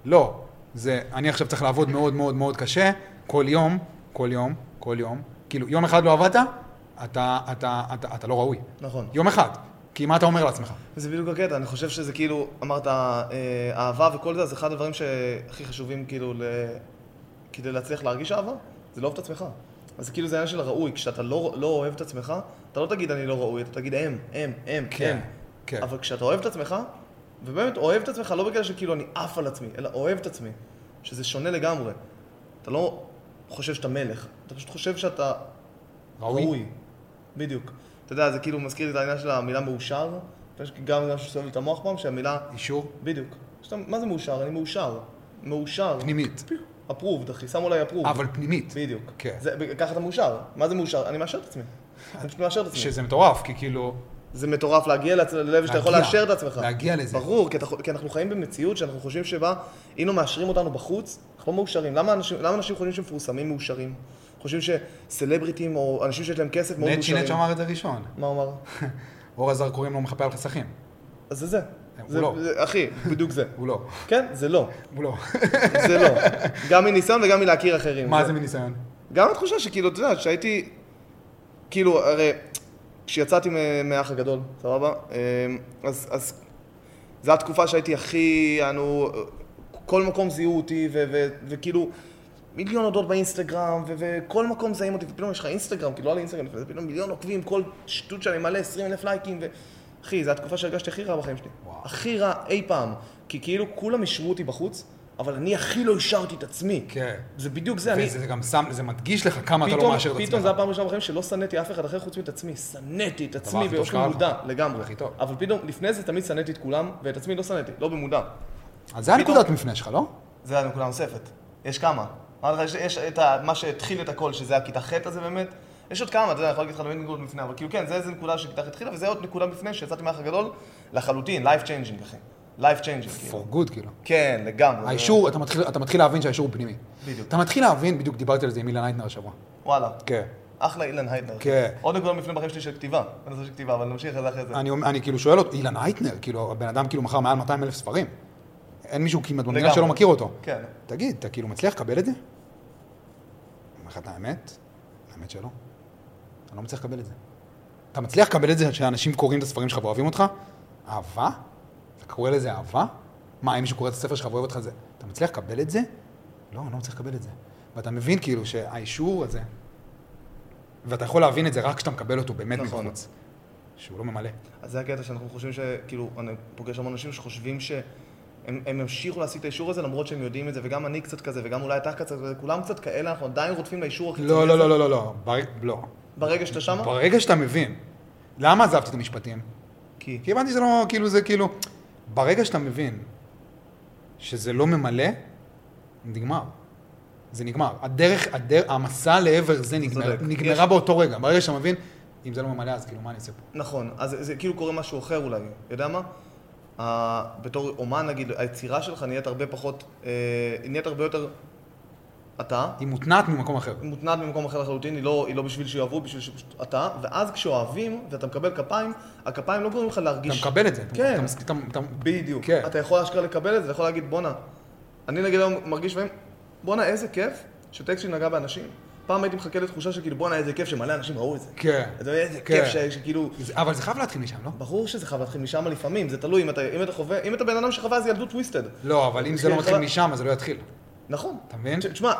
לא. זה, אני עכשיו צריך לעבוד מאוד מאוד מאוד קשה, כל יום, כל יום, כל יום. כאילו, יום אחד לא עבדת, אתה, אתה, אתה, אתה לא ראוי. נכון. יום אחד. כי מה אתה אומר לעצמך? זה בדיוק הקטע, אני חושב שזה כאילו, אמרת, אה, אהבה וכל זה, אז אחד הדברים שהכי חשובים כאילו ל... כדי להצליח להרגיש אהבה, זה לאהוב את עצמך. אז כאילו זה עניין של ראוי, כשאתה לא, לא אוהב את עצמך, אתה לא תגיד אני לא ראוי, אתה תגיד הם, הם, הם, כן, הם. כן. אבל כשאתה אוהב את עצמך, ובאמת אוהב את עצמך לא בגלל שכאילו אני עף על עצמי, אלא אוהב את עצמי, שזה שונה לגמרי. אתה לא חושב שאתה מלך, אתה פשוט חושב שאתה ראוי. ראוי. בדיוק. אתה יודע, זה כאילו מזכיר לי את העניין של המילה מאושר. יש גם משהו שסובב לי את המוח פעם, שהמילה... אישור? בדיוק. שאתה, מה זה מאושר? אני מאושר. מאושר. פנימית. approved, אחי, שמו עליי approved. אבל פנימית. בדיוק. כן. זה, ככה אתה מאושר. מה זה מאושר? אני מאשר את עצמי. אני פשוט מאשר את עצמי. שזה מטורף, כי כאילו, זה מטורף להגיע לעצ- ללב שאתה יכול להגיע. לאשר את עצמך. להגיע לזה. ברור, כי, אתה, חו- כי אנחנו חיים במציאות שאנחנו חושבים שבה, אם לא מאשרים אותנו בחוץ, אנחנו לא מאושרים. למה אנשים, למה אנשים חושבים שמפורסמים מאושרים? חושבים שסלבריטים או אנשים שיש להם כסף מאוד נצ'י מאושרים. נצ' אמר את זה ראשון. מה הוא אמר? אור הזרקורים לא מחפה על חסכים. אז זה זה. הוא זה, לא. זה. אחי, בדיוק זה. הוא לא. כן, זה לא. הוא לא. זה לא. גם מניסיון וגם מלהכיר אחרים. מה זה מניסיון? גם התחושה שכאילו, אתה יודע, שהייתי... כאילו, הרי כשיצאתי מ- מהאח הגדול, סבבה? אמ, אז, אז זו התקופה שהייתי הכי, אנו, כל מקום זיהו אותי, ו, ו, וכאילו, מיליון הודות באינסטגרם, ו, וכל מקום זהים אותי, ופתאום יש לך אינסטגרם, כאילו לא היה לי אינסטגרם, לפני זה, פתאום מיליון עוקבים, כל שטות שאני מלא 20 אלף לייקים, ו... אחי, זו התקופה שהרגשתי הכי רע בחיים שלי. וואו. הכי רע אי פעם. כי כאילו כולם אישרו אותי בחוץ, אבל אני הכי לא אישרתי את עצמי. כן. זה בדיוק זה, אני... וזה גם שם, זה מדגיש לך כמה אתה פתאום, לא מאשר את עצמך. פתאום זה הפעם הראשונה בחיים שלא שנאתי אף אחד אחר חוץ מאת עצמי, שנאתי את עצמי הכי טוב באופן שקרה לך. מודע לגמרי. הכי טוב. אבל פתאום, לפני זה תמיד שנאתי את כולם, ואת עצמי לא שנאתי, לא במודע. אז זה הנקודת מפנה שלך, לא? זה הנקודה הנוספת. יש כמה. אמרתי לך, יש, יש את ה, מה שהתחיל את הכל, שזה הכיתה ח' הזה באמת. יש עוד כמה, אתה יודע, אני יכול להגיד לך תמיד נקודות מפנה, אבל כאילו כן, זה איזה נקודה שכיתה ח' התחילה, וזה עוד נקודה מפנה שיצאתי מהאח הגדול, לחלוטין, life changing אחי. life changing. כאילו. for good, כאילו. כן, לגמרי. האישור, אתה מתחיל- אתה מתחיל להבין שהאישור הוא פנימי. בדיוק. אתה מתחיל להבין, בדיוק דיברתי על זה עם אילן הייטנר השבוע. וואלה. כן. אחלה אילן הייטנר. כן. עוד נקודה מפנה בחיים שלי של כתיבה. בנושא של כתיבה, אבל נמשיך על זה אחרי זה. אני, אני כאילו שואל אותו, אילן הייטנר, כאילו, הבן אדם כאילו מכר מעל 200 אלף ספרים. אין מישהו כמעט במדינה לגמרי. שלא מכיר אותו. כן. תגיד, אתה כאילו מצליח לקבל את זה? אני אומר לך את האמת, האמת שלא. אני לא מצליח לקבל את זה. אתה מצליח לקבל את זה שאנשים קוראים את הספרים שלך ואוהבים אותך? אהבה? אתה קורא לזה אהבה? מה, אם מישהו קורא את הספר שלך ואוהב אותך זה... אתה מצליח לקבל את זה? לא, אני לא מצליח לקבל את זה. ואתה מבין כאילו שהאישור הזה, ואתה יכול להבין את זה רק כשאתה מקבל אותו באמת נכון. מבחוץ. שהוא לא ממלא. אז זה הקטע שאנחנו חושבים ש... כאילו, אני פוגש המון אנשים שחושבים שהם הם ימשיכו להשיג את האישור הזה למרות שהם יודעים את זה, וגם אני קצת כזה, וגם אולי אתה קצת כזה, כולם קצת כאלה, אנחנו עדיין רודפים לאישור החיצוני לא, הזה. לא, לא, לא, לא, לא, ברג- לא. ברגע שאתה שמה? ברגע שאתה מבין, למה עזבתי את המשפטים? כי... כי הבנתי שזה לא, כאילו, זה כאילו, ברגע שאתה מבין שזה לא ממלא, נגמר. זה נגמר. הדרך, הדר, המסע לעבר זה נגמר, צודק. נגמרה יש- באותו רגע. ברגע שאתה מבין, אם זה לא ממלא, אז כאילו, מה אני אעשה פה? נכון, אז זה כאילו קורה משהו אחר אולי, יודע מה? Uh, בתור אומן נגיד, היצירה שלך נהיית הרבה פחות, uh, נהיית הרבה יותר אתה, היא מותנעת ממקום אחר. היא מותנעת במקום אחר לחלוטין, היא לא, היא לא בשביל שיאהבו, בשביל שפשוט אתה, ואז כשאוהבים ואתה מקבל כפיים, הכפיים לא גורמים לך אתה להרגיש... מקבל את זה. אתה- כן. אתה מס- אתה- אתה- בדיוק. כן. כן. אתה יכול אשכרה לקבל את זה, אתה יכול להגיד, בואנה, אני נגיד היום מרגיש לפעמים, בואנה, איזה כיף שטקסטים נגע באנשים. פעם הייתי מחכה לתחושה שכאילו בואנה איזה כיף שמלא אנשים ראו את זה. כן. אתה יודע איזה כן. כיף ש- שכאילו... זה- אבל זה חייב להתחיל משם, לא? ברור שזה חייב להתחיל משם לפעמים, זה תלוי אם אתה, אם אתה חווה, אם אתה בן אדם שחווה אז ילדות טוויסטד. לא, אבל אם זה לא כן, מתחיל אבל- משם, אז זה לא יתחיל. נכון. אתה מבין? ת- תשמע,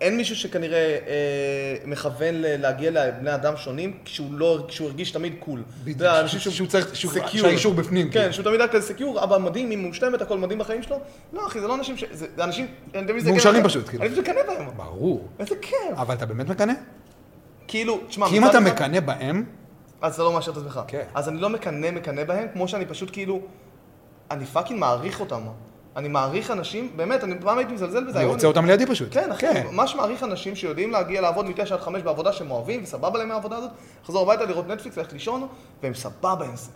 אין מישהו שכנראה אה, מכוון ל- להגיע לבני אדם שונים כשהוא לא, כשהוא הרגיש תמיד קול. בדיוק, אתה יודע, שהוא- אנשים שהוא צריך- שהוא- secure. שהאישור בפנים, כן, כאילו. שהוא תמיד היה כזה סקיור, אבא מדהים, היא מושלמת, הכל מדהים בחיים שלו. לא, אחי, זה לא אנשים ש... זה זה אנשים... אני תמיד מסתכל מאושרים עליהם, פשוט, כאילו. אני פשוט מקנא בהם. ברור. איזה כיף. אבל אתה באמת מקנא? כאילו, תשמע, כי אם מצד אתה אחד- מקנא בהם, אז אתה לא מאשר את עצמך. כן. אז אני לא מקנא מקנא בהם, כמו שאני פשוט כאילו... אני פאקינג מעריך אותם. אני מעריך אנשים, באמת, אני פעם הייתי מזלזל בזה. אני היום רוצה אותם לידי פשוט. כן, אחי, אני ממש מעריך אנשים שיודעים להגיע לעבוד מ-9 עד 5 בעבודה שהם אוהבים, וסבבה להם מהעבודה הזאת, לחזור הביתה, לראות נטפליקס, ללכת לישון, והם סבבה עם זה.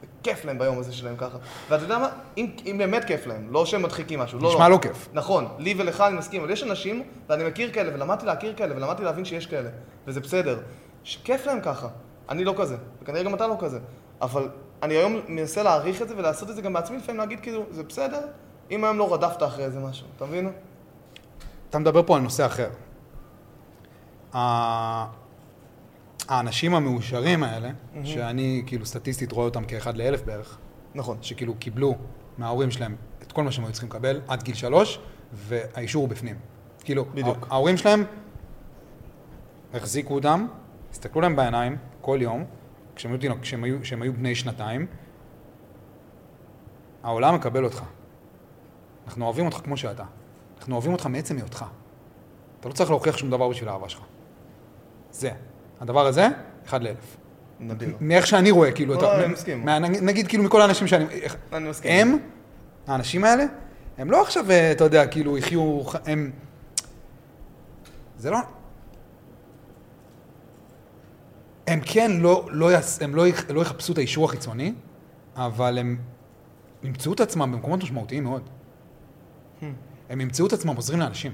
זה כיף להם ביום הזה שלהם ככה. ואתה יודע מה? אם, אם באמת כיף להם, לא שהם מדחיקים משהו. לא, נשמע לא כיף. נכון, לי ולך אני מסכים, אבל יש אנשים, ואני מכיר כאלה, ולמדתי להכיר כאלה, ולמדתי להבין שיש כאלה, וזה בסדר. שכיף להם ככה. אני לא כזה, וכנראה גם אתה לא כזה. אבל אני היום מנסה להעריך את זה ולעשות את זה גם בעצמי, לפעמים להגיד כאילו, זה בסדר, אם היום לא רדפת אחרי איזה משהו, אתה מבין? אתה מדבר פה על נושא אחר. ה- האנשים המאושרים האלה, שאני כאילו סטטיסטית רואה אותם כאחד לאלף בערך, נכון. שכאילו קיבלו מההורים שלהם את כל מה שהם היו צריכים לקבל עד גיל שלוש, והאישור הוא בפנים. כאילו, בדיוק. הה- ההורים שלהם החזיקו אותם, הסתכלו להם בעיניים כל יום, כשהם היו, תינוק- כשהם היו, כשהם היו בני שנתיים, העולם מקבל אותך. אנחנו אוהבים אותך כמו שאתה. אנחנו אוהבים אותך מעצם היותך. אתה לא צריך להוכיח שום דבר בשביל האהבה שלך. זה. הדבר הזה, אחד לאלף. נדיר. מאיך שאני רואה, כאילו, לא, אתה... אני מסכים. מה- נגיד- נגיד, כאילו, מכל האנשים שאני... איך- אני מסכים. הם, האנשים האלה, הם לא עכשיו, אה, אתה יודע, כאילו, יחיו... ח- הם... זה לא... הם כן לא, לא, יס, הם לא, יח- לא יחפשו את האישור החיצוני, אבל הם ימצאו את עצמם במקומות משמעותיים מאוד. Hmm. הם ימצאו את עצמם עוזרים לאנשים.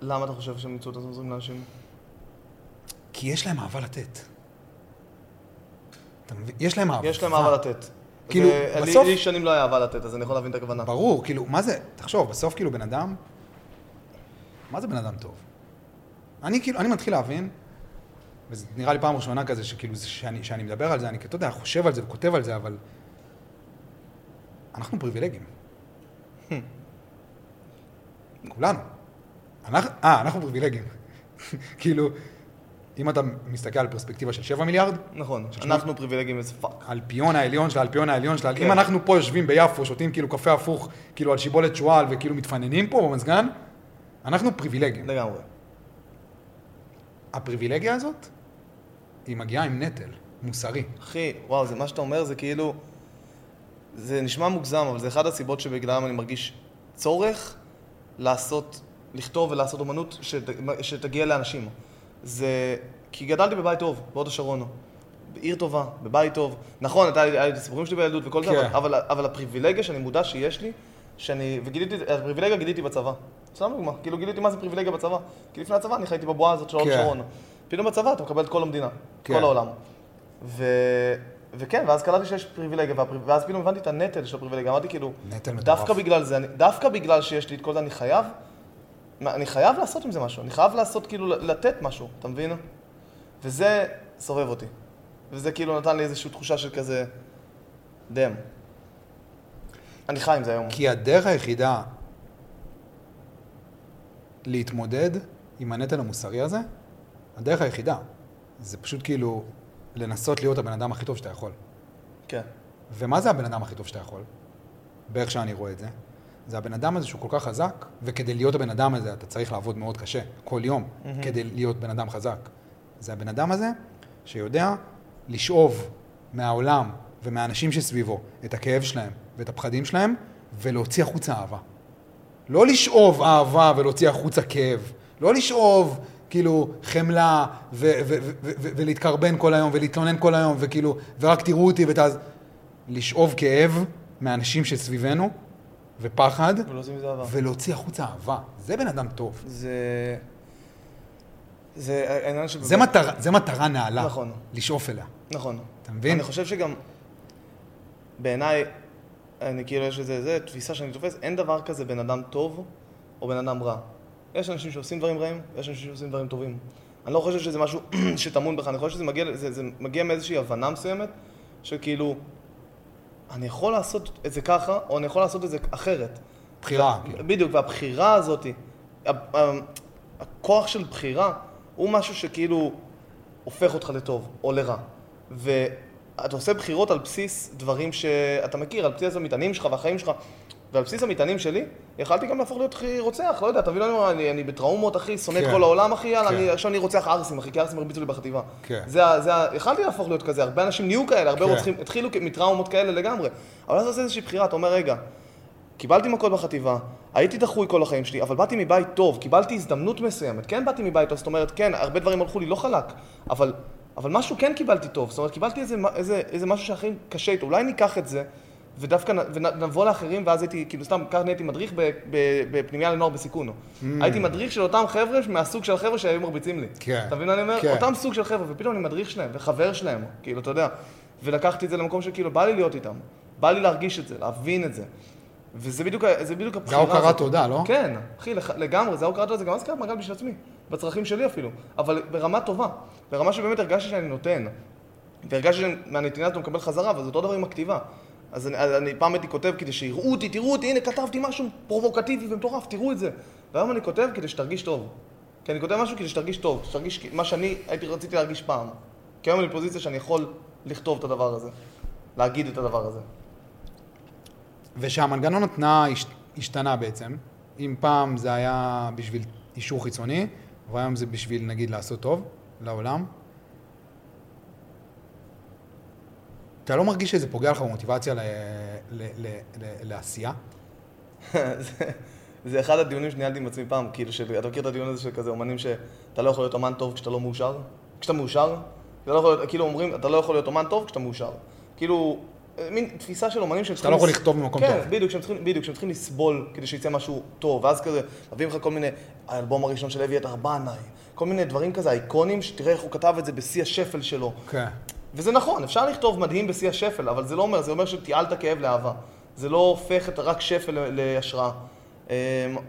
למה אתה חושב שהם ימצאו את עצמם עוזרים לאנשים? כי יש להם אהבה לתת. אתה מבין? יש להם אהבה. יש להם אהבה לתת. אה, כאילו, זה- לי- בסוף- לי שנים לא היה אהבה לתת, אז אני יכול להבין את הכוונה. ברור, כאילו, מה זה, תחשוב, בסוף כאילו בן אדם, מה זה בן אדם טוב? אני כאילו, אני מתחיל להבין, וזה נראה לי פעם ראשונה כזה, שכאילו, זה שאני, שאני מדבר על זה, אני אתה יודע, חושב על זה וכותב על זה, אבל... אנחנו פריבילגים. כולנו. אנחנו, אה, אנחנו פריבילגים. כאילו, אם אתה מסתכל על פרספקטיבה של 7 מיליארד, נכון, ששמע- אנחנו פריבילגיים איזה פאק. האלפיון העליון של האלפיון העליון של האלפיון. כן. אם אנחנו פה יושבים ביפו, שותים כאילו קפה הפוך, כאילו על שיבולת שועל וכאילו מתפננים פה במזגן, אנחנו פריבילגים. לגמרי. הפריבילגיה הזאת, היא מגיעה עם נטל מוסרי. אחי, וואו, זה מה שאתה אומר, זה כאילו... זה נשמע מוגזם, אבל זה אחת הסיבות שבגללם אני מרגיש צורך לעשות, לכתוב ולעשות אומנות שת, שתגיע לאנשים. זה... כי גדלתי בבית טוב, בהוד השרון. בעיר טובה, בבית טוב. נכון, אתה, היה לי את הסיפורים שלי בילדות וכל כן. זה, אבל, אבל, אבל הפריבילגיה שאני מודע שיש לי, שאני... וגיליתי, הפריבילגיה גיליתי בצבא. סתם דוגמה, כאילו גיליתי מה זה פריבילגיה בצבא. כי לפני הצבא אני חייתי בבועה הזאת של הוד כן. השרון. פתאום בצבא אתה מקבל את כל המדינה, את כן. כל העולם. ו... וכן, ואז קלטתי שיש פריבילגיה, והפר- ואז פתאום הבנתי את הנטל של הפריבילגיה, אמרתי כאילו, נטל מטורף. דווקא בגלל זה, אני, דווקא בגלל שיש לי את כל זה, אני חייב, מה, אני חייב לעשות עם זה משהו, אני חייב לעשות כאילו, ל- לתת משהו, אתה מבין? וזה סובב אותי. וזה כאילו נתן לי איזושהי תחושה של כזה, דאם. אני חי עם זה היום. כי הדרך היחידה להתמודד עם הנטל המוסרי הזה, הדרך היחידה, זה פשוט כאילו לנסות להיות הבן אדם הכי טוב שאתה יכול. כן. ומה זה הבן אדם הכי טוב שאתה יכול? באיך שאני רואה את זה. זה הבן אדם הזה שהוא כל כך חזק, וכדי להיות הבן אדם הזה אתה צריך לעבוד מאוד קשה, כל יום, mm-hmm. כדי להיות בן אדם חזק. זה הבן אדם הזה שיודע לשאוב מהעולם ומהאנשים שסביבו את הכאב שלהם ואת הפחדים שלהם, ולהוציא החוצה אהבה. לא לשאוב אהבה ולהוציא החוצה כאב. לא לשאוב, כאילו, חמלה, ו- ו- ו- ו- ו- ולהתקרבן כל היום, ולהתלונן כל היום, וכאילו, ורק תראו אותי ותאז... לשאוב כאב מהאנשים שסביבנו, ופחד, ולא עושים מזה אהבה. ולהוציא החוצה אהבה. זה בן אדם טוב. זה... זה העניין של... זה מטרה, זה מטרה נעלה. נכון. לשאוף אליה. נכון. אתה מבין? אני חושב שגם, בעיניי, אני כאילו, יש איזה, זה, תפיסה שאני תופס, אין דבר כזה בן אדם טוב או בן אדם רע. יש אנשים שעושים דברים רעים, ויש אנשים שעושים דברים טובים. אני לא חושב שזה משהו שטמון בך, אני חושב שזה מגיע, זה, זה מגיע מאיזושהי הבנה מסוימת, שכאילו, אני יכול לעשות את זה ככה, או אני יכול לעשות את זה אחרת. נכון. בחירה, כאילו. בדיוק, והבחירה הזאת, ה- ה- הכוח של בחירה, הוא משהו שכאילו הופך אותך לטוב או לרע. ואתה עושה בחירות על בסיס דברים שאתה מכיר, על בסיס המטענים שלך והחיים שלך. ועל בסיס המטענים שלי, יכלתי גם להפוך להיות אחי רוצח, לא יודע, תבין, אני, אני, אני בטראומות, אחי, שונא כן. את כל העולם, אחי, יאללה, כן. אני, עכשיו אני רוצח ערסים, אחי, כי ערסים הרביצו לי בחטיבה. כן. זה, ה- זה, ה- יכלתי להפוך להיות כזה, הרבה אנשים נהיו כאלה, הרבה כן. רוצחים, התחילו כ- מטראומות כאלה לגמרי. אבל אז אתה עושה איזושהי בחירה, אתה אומר, רגע, קיבלתי מכות בחטיבה, הייתי דחוי כל החיים שלי, אבל באתי מבית טוב, קיבלתי הזדמנות מסוימת, כן באתי מבית טוב, זאת אומרת, כן, הרבה דברים הלכו לי לא חלק, אבל, אבל משהו כן קיבלתי טוב, זאת אומרת, קיבלתי איזה, איזה, איזה משהו שהכי קשה איתו, אולי ניקח את זה, ודווקא נ- ונ- נבוא לאחרים, ואז הייתי, כאילו סתם, ככה נהייתי מדריך ב- ב- בפנימייה לנוער בסיכון. הייתי מדריך של אותם חבר'ה, מהסוג של החבר'ה שהיו מרביצים לי. כן. אתה מבין מה אני אומר? כן. אותם סוג של חבר'ה, ופתאום אני מדריך שלהם, וחבר שלהם, כאילו, אתה יודע. ולקחתי את זה למקום שכאילו, בא לי להיות איתם, בא לי להרגיש את זה, להבין את זה. וזה בדיוק, ה- זה בדיוק הבחירה הוקרת הזאת. תודה, לא? כן, אחי, לח- לגמרי, זה ההוקרת תודה, זה גם הזכרת מעגל בשביל עצמי, בצרכים שלי אפילו, אבל ברמה טובה, ברמה שבאמת הרגשתי שאני נותן. והרגשתי שמהנתינה הזאת הוא מקבל חזרה, אבל זה אותו דבר עם הכתיבה. אז אני, אז אני פעם הייתי כותב כדי שיראו אותי, תראו אותי, הנה כתבתי משהו פרובוקטיבי ומטורף, תראו את זה. והיום אני כותב כדי שתרגיש טוב. כי אני כותב משהו כדי שתרגיש טוב, שתרגיש כ- מה שאני הייתי רציתי להרגיש פעם. כי היום אני בפוזיציה שאני יכול לכתוב את הדבר הזה, להגיד את הדבר הזה. ושהמנגנון התנעה הש- השתנה בעצם. אם פעם זה היה בשביל אישור חיצוני, והיום זה בשביל, נגיד, לעשות טוב לעולם. אתה לא מרגיש שזה פוגע לך במוטיבציה ל- ל- ל- ל- לעשייה? זה- זה אחד הדיונים שניהלתי עם עצמי פעם, כאילו, של- אתה מכיר את הדיון הזה של כזה אומנים שאתה לא יכול להיות אומן טוב כשאתה לא מאושר? כשאתה מאושר? אתה לא יכול להיות, כאילו אומרים, אתה לא יכול להיות אומן טוב כשאתה מאושר. כאילו, אה, מין תפיסה של אומנים שהם שאתה לא יכול לס- לכתוב במקום כן, טוב. בדיוק, שהם צריכים, בדיוק, שהם צריכים לסבול כדי שיצא משהו טוב, ואז כזה, מביאים לך כל מיני, האלבום הראשון של אביתר בנאי, כל מיני דברים כזה, אייקונים, שתראה איך הוא כתב את זה בשיא השפל שלו. כן. וזה נכון, אפשר לכתוב מדהים בשיא השפל, אבל זה לא אומר, זה אומר שתיעלת כאב לאהבה. זה לא הופך את רק שפל ל- להשראה. אמ,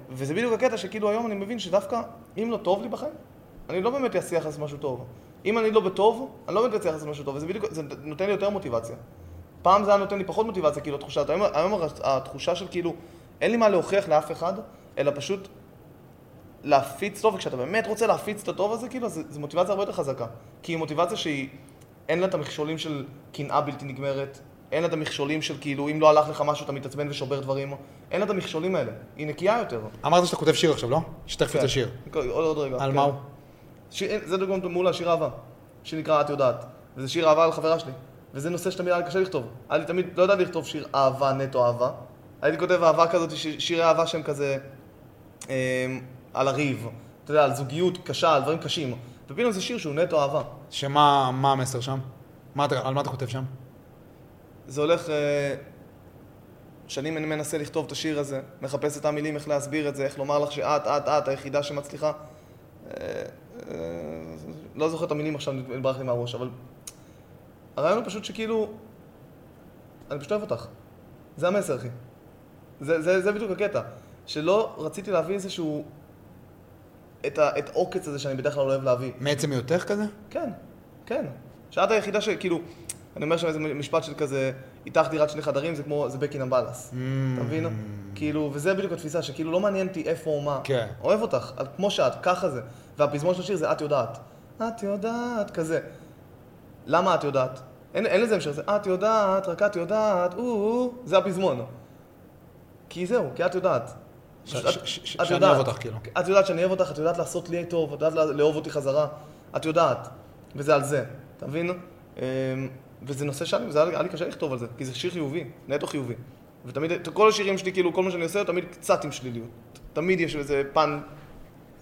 וזה בדיוק הקטע שכאילו היום אני מבין שדווקא אם לא טוב לי בחיים, אני לא באמת אצליח לעשות משהו טוב. אם אני לא בטוב, אני לא באמת אצליח לעשות משהו טוב, וזה בדיוק, זה נותן לי יותר מוטיבציה. פעם זה היה נותן לי פחות מוטיבציה, כאילו התחושה, הזאת. היום, היום הר- התחושה של כאילו, אין לי מה להוכיח לאף אחד, אלא פשוט להפיץ טוב, וכשאתה באמת רוצה להפיץ את הטוב הזה, כאילו, זו מוטיבציה הרבה יותר חזקה. כי היא מוטיבציה שהיא, אין לה את המכשולים של קנאה בלתי נגמרת, אין לה את המכשולים של כאילו, אם לא הלך לך משהו, אתה מתעצבן ושובר דברים, אין לה את המכשולים האלה, היא נקייה יותר. אמרת שאתה כותב שיר עכשיו, לא? שתכף יוצא שיר. עוד, עוד רגע. על כן. מה הוא? שיר, זה דוגמא מעולה, שיר אהבה, שנקרא את יודעת. וזה שיר אהבה על חברה שלי. וזה נושא שתמיד היה לי קשה לכתוב. היה לי תמיד, לא ידעתי לכתוב שיר אהבה, נטו אהבה. הייתי כותב אהבה כזאת, ש- שירי אהבה שהם כזה... אה, על הריב, אתה יודע, על זוגיות קשה, על דברים קשים. ופתאום זה שיר שהוא נטו אהבה. שמה מה המסר שם? מה אתה- על מה אתה כותב שם? זה הולך... אה, שנים אני מנסה לכתוב את השיר הזה, מחפש את המילים, איך להסביר את זה, איך לומר לך שאת, את, את היחידה שמצליחה. אה, אה, לא זוכר את המילים עכשיו, נברח לי מהראש, אבל... הרעיון הוא פשוט שכאילו... אני פשוט אוהב אותך. זה המסר, אחי. זה, זה, זה בדיוק הקטע. שלא רציתי להביא איזשהו... את, ה, את העוקץ הזה שאני בדרך כלל לא אוהב להביא. מעצם היותך כזה? כן, כן. שאת היחידה שכאילו, אני אומר שם איזה משפט של כזה, איתך דירת שני חדרים, זה כמו, זה בקי נמבלס. אתה מבין? לא? כאילו, וזה בדיוק התפיסה, שכאילו לא מעניין אותי איפה או מה. Mm, כן. אוהב אותך, את- כמו שאת, ככה זה. והפזמון של השיר זה את יודעת. את יודעת, כזה. למה את יודעת? אין, אין לזה המשך, זה את יודעת, רק את יודעת, או, זה הפזמון. כי זהו, כי את יודעת. ש- את- ש- ש- את שאני יודעת. אוהב אותך, כאילו. את יודעת שאני אוהב אותך, את יודעת לעשות לי טוב, את יודעת לא- לאהוב אותי חזרה, את יודעת, וזה על זה, אתה מבין? אמ, וזה נושא שאני, זה היה לי- היה לי קשה לכתוב על זה, כי זה שיר חיובי, נטו חיובי. ותמיד, את כל השירים שלי, כאילו, כל מה שאני עושה, הוא תמיד קצת עם שליליות. תמיד יש איזה פן,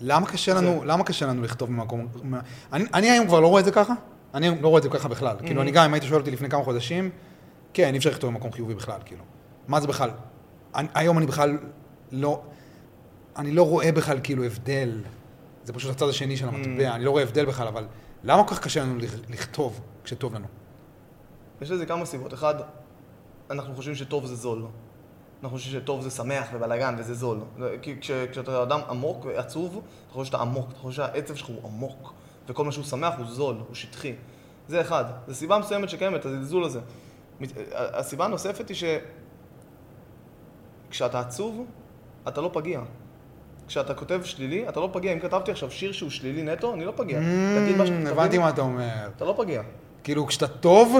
למה קשה זה- לנו, למה קשה לנו לכתוב ממקום... מה- אני, אני היום כבר לא רואה את זה ככה, אני היום לא רואה את זה ככה בכלל. כאילו, אני גם, אם היית שואל אותי לפני כמה חודשים, כן, אי אפשר לכתוב ממקום חיובי בכלל, כאילו. מה זה בכלל? אני, היום אני בכלל לא... אני לא רואה בכלל כאילו הבדל. זה פשוט הצד השני של המטבע, אני לא רואה הבדל בכלל, אבל למה כל כך קשה לנו לכ- לכתוב כשטוב לנו? יש לזה כמה סיבות. אחד, אנחנו חושבים שטוב זה זול. אנחנו חושבים שטוב זה שמח ובלאגן וזה זול. זה- כי כש, כשאתה אדם עמוק ועצוב, אתה חושב שאתה עמוק, אתה חושב שהעצב שלך הוא עמוק, וכל מה שהוא שמח הוא זול, הוא שטחי. זה אחד. זו סיבה מסוימת שקיימת, הזלזול הזה. מת- ה- הסיבה הנוספת היא שכשאתה עצוב, אתה לא פגיע. כשאתה כותב שלילי, אתה לא פגיע. אם כתבתי עכשיו שיר שהוא שלילי נטו, אני לא פגיע. תגיד מה ש- Mm, תבין- הבנתי מה אתה אומר. אתה לא פגיע. כאילו, כשאתה טוב,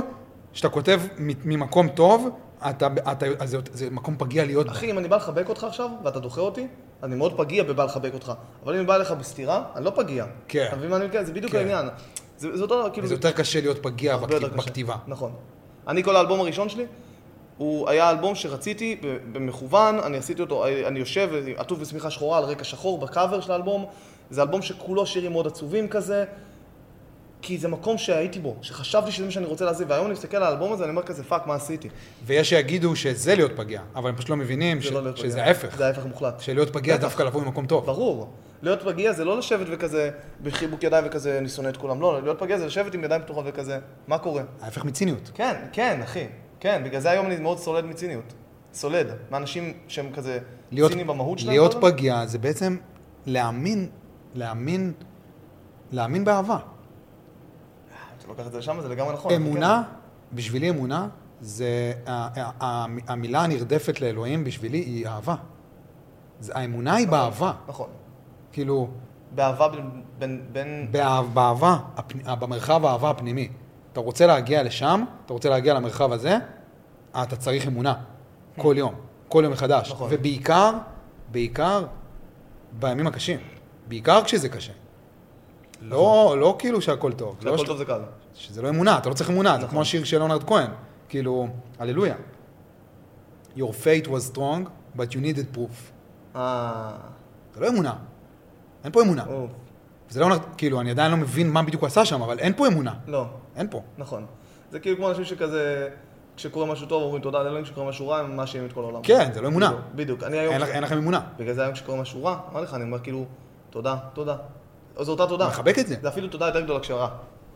כשאתה כותב מ- ממקום טוב, אתה, אתה, אז זה, זה מקום פגיע להיות בו. אחי, אם אני בא לחבק אותך עכשיו, ואתה דוחה אותי, אני מאוד פגיע בבא לחבק אותך. אבל אם אני בא אליך בסתירה, אני לא פגיע. כן. אתה מבין מה אני מתכוון? זה בדיוק כן. העניין. זה זה אותו דבר, כאילו... זה יותר קשה להיות פגיע הרבה בכת- יותר קשה. בכתיבה. נכון. אני, כל האלבום הראשון שלי, הוא היה אלבום שרציתי ב- במכוון, אני עשיתי אותו, אה, אני יושב עטוף בשמיכה שחורה על רקע שחור בקאבר של האלבום. זה אלבום שכולו שירים מאוד עצובים כזה, כי זה מקום שהייתי בו, שחשבתי שזה מה שאני רוצה להזיב, והיום אני מסתכל על האלבום הזה, אני אומר כזה, פאק, מה עשיתי? ויש שיגידו שזה להיות פגיע, אבל הם פשוט לא מבינים ש- זה לא להיות שזה פגיע. ההפך. זה ההפך מוחלט. שלהיות פגיע בטח. דווקא לבוא ממקום טוב. ברור. להיות פגיע זה לא לשבת וכזה בחיבוק ידיים וכזה אני שונא את כולם. לא, להיות פגיע זה לשבת עם ידיים פתוחות וכזה, מה קורה? ההפך מציניות. כן, כן, אחי. כן, בגלל זה היום אני מאוד סולד מציניות. סולד. מאנשים שהם כזה להיות, ציניים במהות שלהם. לא? להיות כל הזמן. פגיע זה בעצם להאמין, להאמין, להאמין באהבה. אתה לוקח את זה לשם, זה לגמרי נכון. אמונה, בשבילי אמונה, זה ה- ה- ה- המילה הנרדפת לאלוהים בשבילי היא אהבה. זה- האמונה היא באהבה. כן. נכון. כאילו, באהבה בין... בין, בין... באהב- באהבה, הפני- אה, במרחב האהבה הפנימי. אתה רוצה להגיע לשם, אתה רוצה להגיע למרחב הזה, אתה צריך אמונה. כל יום, כל יום מחדש. נכון. ובעיקר, בעיקר, בימים הקשים. בעיקר כשזה קשה. לא, לא כאילו שהכל טוב. לא שהכל ש- נכון. טוב זה קל. שזה לא אמונה, אתה לא צריך אמונה, זה נכון. כמו השיר של ליאונרד כהן, כאילו, הללויה. Your fate was strong, but you needed proof. אה... זה לא אמונה. אין פה אמונה. אוף. זה ליאונרד, כאילו, אני עדיין לא מבין מה בדיוק הוא עשה שם, אבל אין פה אמונה. לא. אין פה. נכון. זה כאילו כמו אנשים שכזה... כשקורה משהו טוב אומרים תודה לאלוהים, כשקורה משהו רע הם מאשימים את כל העולם. כן, זה לא אמונה. בדיוק, בדיוק. אני היום... אין לכ- אין לכם אמונה. בגלל זה היום כשקורה משהו רע, אמר לך, אני אומר כאילו, תודה, תודה. זו אותה תודה. מחבק את זה. זה אפילו תודה יותר גדולה כשרע.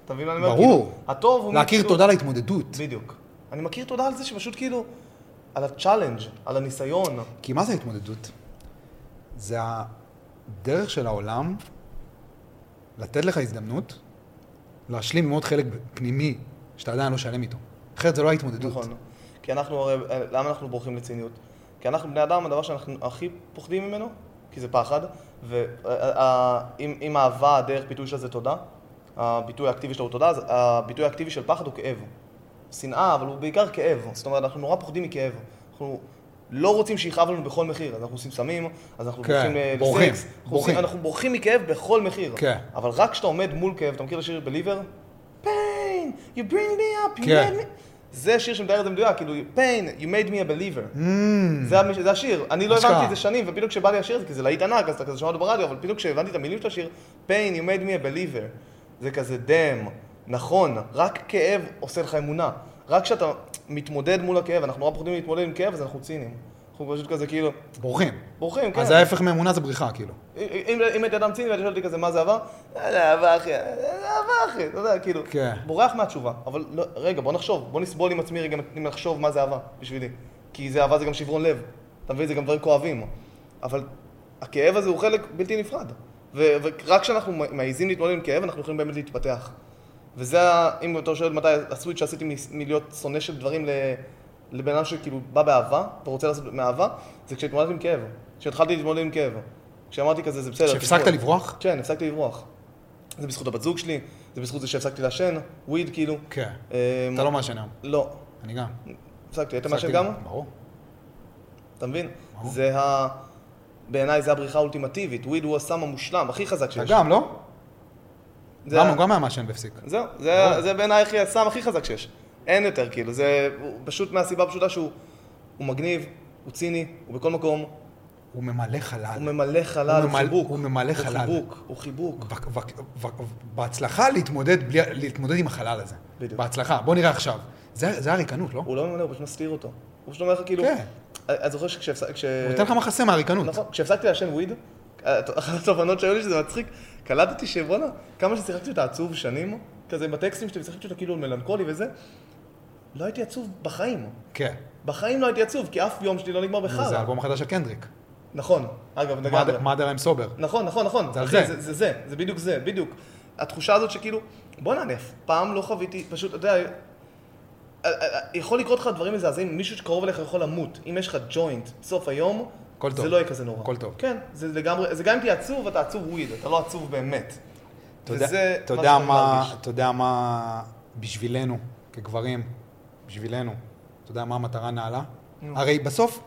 אתה מבין מה אני אומר? ברור. כאילו, הטוב הוא... להכיר כאילו- תודה להתמודדות. בדיוק. אני מכיר תודה על זה שפשוט כאילו, על הצ'אלנג', על הניסיון. כי מה זה התמודדות? זה הדרך של העולם לתת לך הזדמנות להשלים עם עוד חלק פנימי שאתה עדיין לא שלם איתו. אחרת זה לא ההתמודדות. נכון. כי אנחנו הרי, למה אנחנו בורחים לציניות? כי אנחנו בני אדם, הדבר שאנחנו הכי פוחדים ממנו, כי זה פחד, אה, ואם אהבה, הדרך ביטוי שלה זה תודה, הביטוי האקטיבי שלה הוא תודה, אז הביטוי האקטיבי של פחד הוא כאב. שנאה, אבל הוא בעיקר כאב. זאת אומרת, אנחנו נורא פוחדים מכאב. אנחנו לא רוצים שיכאב לנו בכל מחיר, אז אנחנו עושים סמים, אז אנחנו כן, בורחים ל- בורחים, לסקס. אנחנו בורחים. עושים- אנחנו בורחים מכאב בכל מחיר. כן. אבל רק כשאתה עומד מול כאב, אתה מכיר את השיר בליבר? pain, you bring me up, you כן. made me... זה שיר שמתאר את זה מדויק, כאילו, pain, you made me a believer. Mm, זה, המש... זה השיר, אני לא אשכרה. הבנתי את זה שנים, ופתאום כשבא לי השיר הזה, כי זה להיט ענק, אז אתה כזה שומע אותו ברדיו, אבל פתאום כשהבנתי את המילים של השיר, pain, you made me a believer. זה כזה דם, נכון, רק כאב עושה לך אמונה. רק כשאתה מתמודד מול הכאב, אנחנו נורא פוחדים להתמודד עם כאב, אז אנחנו ציניים. אנחנו פשוט כזה כאילו, בורחים. בורחים, כן. אז ההפך מאמונה זה בריחה, כאילו. אם, אם הייתי אדם ציני והיית שואל אותי כזה מה זה עבר, "אה, זה אהבה אחי, אה, זה אהבה אחי, אתה יודע, כאילו, כן. בורח מהתשובה, אבל לא, רגע, בוא נחשוב, בוא נסבול עם עצמי רגע אם נחשוב מה זה אהבה בשבילי, כי זה אהבה זה גם שברון לב, אתה מבין, זה גם דברים כואבים, אבל הכאב הזה הוא חלק בלתי נפרד, ו- ורק כשאנחנו מ- מעיזים להתמודד עם כאב, אנחנו יכולים באמת להתפתח, וזה, ה- אם אתה שואל מתי הסוויץ' שעשיתי מ- מלהיות שונא של דברים ל... לבן אדם שכאילו בא באהבה, ורוצה לעשות מאהבה, זה כשהתמודדתי עם כאב. כשהתחלתי להתמודד עם כאב. כשאמרתי כזה, זה בסדר. כשהפסקת תסבול." לברוח? כן, הפסקתי לברוח. זה בזכות הבת זוג שלי, זה בזכות זה שהפסקתי לעשן, וויד כאילו. כן. אמ, אתה לא מעשן היום. לא, אני גם. הפסקתי. היית הפסקתי מעשן גם? ברור. אתה מבין? ברור. זה ה... בעיניי זה הבריחה האולטימטיבית. וויד הוא הסם המושלם, הכי חזק אתה שיש. גם, לא? זה למה? ה- הוא גם היה מעשן והפסיק. זהו, זה, זה בעיניי הכי- הסם הכי חזק שיש. אין יותר, כאילו, זה הוא פשוט מהסיבה הפשוטה שהוא הוא מגניב, הוא ציני, הוא בכל מקום, הוא ממלא הוא חלל. ממלא חלל, הוא הוא ממל- חיבוק. הוא ממלא חלל. הוא חיבוק, הוא חיבוק. ו- ו- ו- בהצלחה להתמודד בלי- להתמודד עם החלל הזה. בדיוק. בהצלחה. בוא נראה עכשיו. זה זה הריקנות, לא? הוא לא ממלא, הוא פשוט מסתיר אותו. הוא פשוט אומר לך כאילו... כן. אני אני זוכר שכשהפסק... כש... הוא נותן לך מחסה מהריקנות. נכון, כשהפסקתי לעשן וויד, אחת התובנות שהיו לי שזה מצחיק, קלטתי שבואנה, כמה ששיחקתי אותה עצוב שנים, כזה בטקסטים שלי, ושיחקתי אותה כאילו מלנכולי וזה, לא הייתי עצוב בחיים. כן. בחיים לא הייתי עצוב, כי אף יום שלי לא נגמר נו, זה בחרא. האלבום החדש של קנדריק. נכון, אגב, לגמרי. מאדר I'm sober. נכון, נכון, נכון. זה על אחי, זה. זה, זה זה, זה בדיוק זה, בדיוק. התחושה הזאת שכאילו, בוא נענף, פעם לא חוויתי, פשוט, אתה יודע, אה, אה, יכול לקרות לך דברים מזעזעים, מישהו שקרוב אליך יכול למות. אם יש לך ג'וינט בסוף היום, הכל זה טוב. לא יהיה כזה נורא. הכל טוב. כן, זה לגמרי, זה גם אם תהיה עצוב, אתה עצוב וויד, אתה לא עצוב באמת. אתה יודע- וזה אתה מה יודע שאני מה, מרגיש. אתה יודע מה בשבילנו, כגברים, בשבילנו, אתה יודע מה המטרה נעלה? נו. הרי בסוף,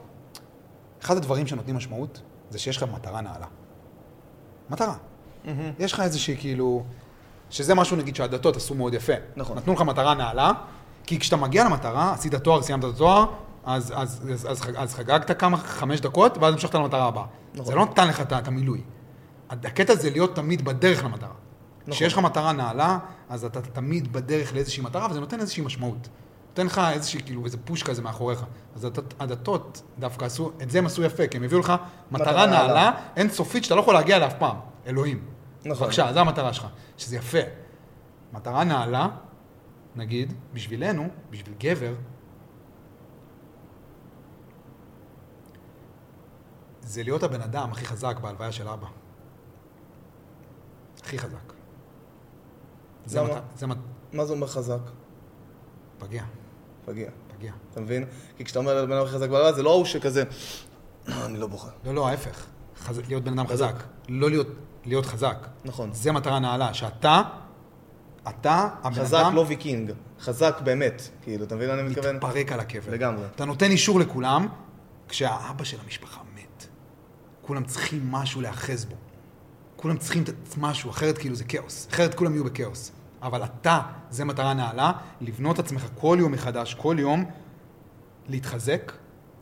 אחד הדברים שנותנים משמעות, זה שיש לך מטרה נעלה. מטרה. מהמם. יש לך איזושהי כאילו, שזה משהו נגיד שהדתות עשו מאוד יפה. נכון. נתנו לך מטרה נעלה, כי כשאתה מגיע למטרה, עשית תואר, סיימת את התואר, אז, אז, אז, אז, חג- אז חגגת כמה, חמש דקות, ואז המשכת למטרה הבאה. נכון. זה לא נתן לך את ה- את המילוי. הקטע זה להיות תמיד בדרך למטרה. נכון. כשיש לך מטרה נעלה, אז אתה תמיד בדרך לאיזושהי מטרה, וזה נותן איזושהי משמעות. נותן לך איזושהי, כאילו, איזה פוש כזה מאחוריך. אז הדת- הדתות דווקא עשו, את זה הם עשו יפה, כי הם הביאו לך מטרה מטרה נעלה, נעלה. אינסופית, שאתה לא יכול להגיע אליה אף פעם. אלוהים. נכון. בבקשה, זו המטרה שלך, שזה יפה. מטרה נעלה, נגיד, בשבילנו, בשביל גבר, זה להיות הבן אדם הכי חזק בהלוויה של אבא. הכי חזק. זה למה? מת- זה מת... מה זה אומר חזק? פגיע, פגיע. פגיע. אתה מבין? כי כשאתה אומר לבן אדם הכי חזק בעולם, זה לא ההוא שכזה, "אה, אני לא בוחר. לא, לא, ההפך. חז... להיות בן אדם חזק. לא להיות, להיות חזק. נכון. זה מטרה נעלה, שאתה, אתה, הבן חזק אדם, לא ויקינג, חזק באמת. כאילו, אתה מבין מה אני מתכוון? מתפרק על הקבר. לגמרי. אתה נותן אישור לכולם, כשהאבא של המשפחה מת. כולם צריכים משהו להיאחז בו. כולם צריכים את- משהו, אחרת כאילו זה כאוס. אחרת כולם יהיו בכאוס. אבל אתה, זה מטרה נעלה, לבנות את עצמך כל יום מחדש, כל יום, להתחזק,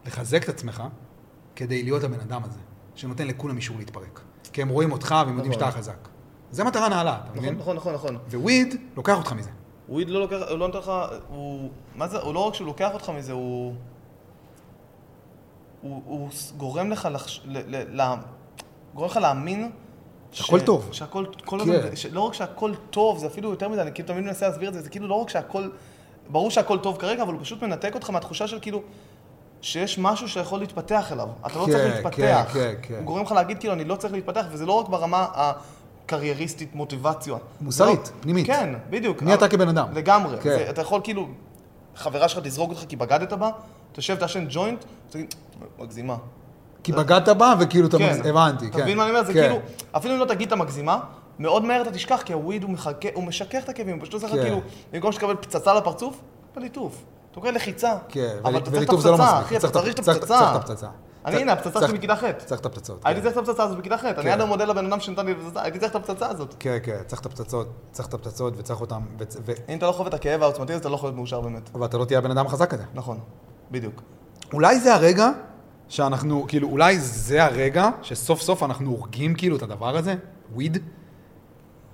לחזק את עצמך, כדי להיות הבן אדם הזה, שנותן לכולם אישור להתפרק. כי הם רואים אותך והם יודעים נכון. שאתה החזק. זה מטרה נעלה, אתה נכון, מבין? נכון, נכון, נכון. וויד לוקח אותך מזה. וויד לא לוקח, הוא לא נותן לך, הוא, מה זה, הוא לא רק שהוא לוקח אותך מזה, הוא, הוא, הוא ס- גורם לך לחש... ל, ל, ל, גורם לך להאמין שהכל טוב. שהכל, כל כן. הזמן, ש- לא רק שהכל טוב, זה אפילו יותר מדי, אני כאילו תמיד מנסה להסביר את זה, זה כאילו לא רק שהכל, ברור שהכל טוב כרגע, אבל הוא פשוט מנתק אותך מהתחושה של כאילו, שיש משהו שיכול להתפתח אליו. אתה לא כן, צריך להתפתח. כן, כן, כן. הוא גורם לך להגיד כאילו, אני לא צריך להתפתח, וזה לא רק ברמה הקרייריסטית מוטיבציה. מוסרית, לא- פנימית. כן, בדיוק. מי אתה כבן אדם? לגמרי. כן. זה, אתה יכול כאילו, חברה שלך תזרוק אותך כי בגדת בה, תשב, תעשן ג'וינט, תגיד, מגזימה. כי בגדת בה, וכאילו אתה... כן. מגז- הבנתי, כן. אתה מבין מה אני אומר? זה כן. כאילו, אפילו אם לא תגיד את המגזימה, מאוד מהר אתה תשכח, כי הוויד הוא מחכה, הוא משכך את הכאבים, הוא פשוט עושה לך כן. כאילו, במקום שתקבל פצצה לפרצוף, בליטוף. אתה מקבל לחיצה. כן, אבל ול- אתה צריך את וליטוף זה לא הפצצה, מספיק. אחי, אתה צריך את- צריך את צריך- הפצצה. צריך את הפצצה. אני, צריך- הנה, הפצצה צריך- שלי בכיתה ח'. צריך את הפצצות. הייתי כן. צריך את הפצצה הזאת בכיתה ח', אני כן. עד היום מודה לבן אדם שנתן לי את הפצצה, הייתי צריך את הפצצה הזאת. כן, כן, צריך את הפצצות, צריך את הפצצות וצריך אותן, וצ- ו- אם אתה לא חווה את הכאב העוצמתי הזה, אתה לא יכול להיות מאושר באמת. ואתה לא תהיה הבן אדם החזק הזה. נכון, בדיוק. אולי זה הרגע שאנחנו, כאילו, אולי זה הרגע שסוף סוף אנחנו הורגים כאילו את הדבר הזה, וויד.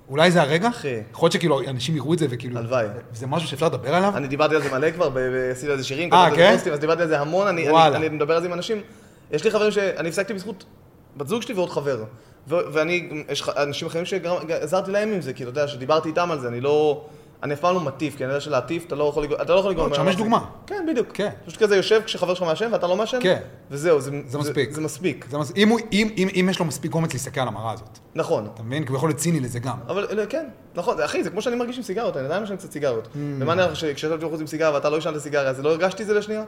אולי זה הרגע? אחי. יכול להיות שכאילו אנשים יראו את זה וכאילו... הלוואי. זה משהו שאפשר לדבר עליו? אני דיברתי על זה מלא כבר, ב- ב- עשיתי על זה שירים, אה, כתבתי על זה כן? פוסטים, אז דיברתי על זה המון, אני- אני וואלה. אני מדבר על זה עם אנשים. יש לי חברים שאני הפסקתי בזכות בת זוג שלי ועוד חבר. ו- ואני, יש ח- אנשים אחרים שעזרתי להם עם זה, כאילו, אתה יודע, שדיברתי איתם על זה, אני לא... אני אף פעם לא מטיף, כי אני יודע שלהטיף, אתה לא יכול לגרום... אתה לא יכול לגרום... לא, תשמש לבן אדם דוגמה. להפסיק. כן, בדיוק. כן. פשוט כזה יושב כשחבר שלך מעשן ואתה לא מעשן, כן. וזהו, זה זה מספיק. זה מספיק, זה מס- אם הוא- אם- אם אם יש לו מספיק אומץ להסתכל על המראה הזאת, נכון. אתה מבין? כי הוא יכול להיות ציני לזה גם. אבל אלה, כן, נכון, זה- אחי, זה כמו שאני מרגיש עם סיגריות, אני עדיין משלם קצת סיגריות. Mm. ומה נראה לך שכשישבתי בחוץ עם סיגריה ואתה לא עישנת סיגריה, אז לא הרגשתי את זה לשנייה?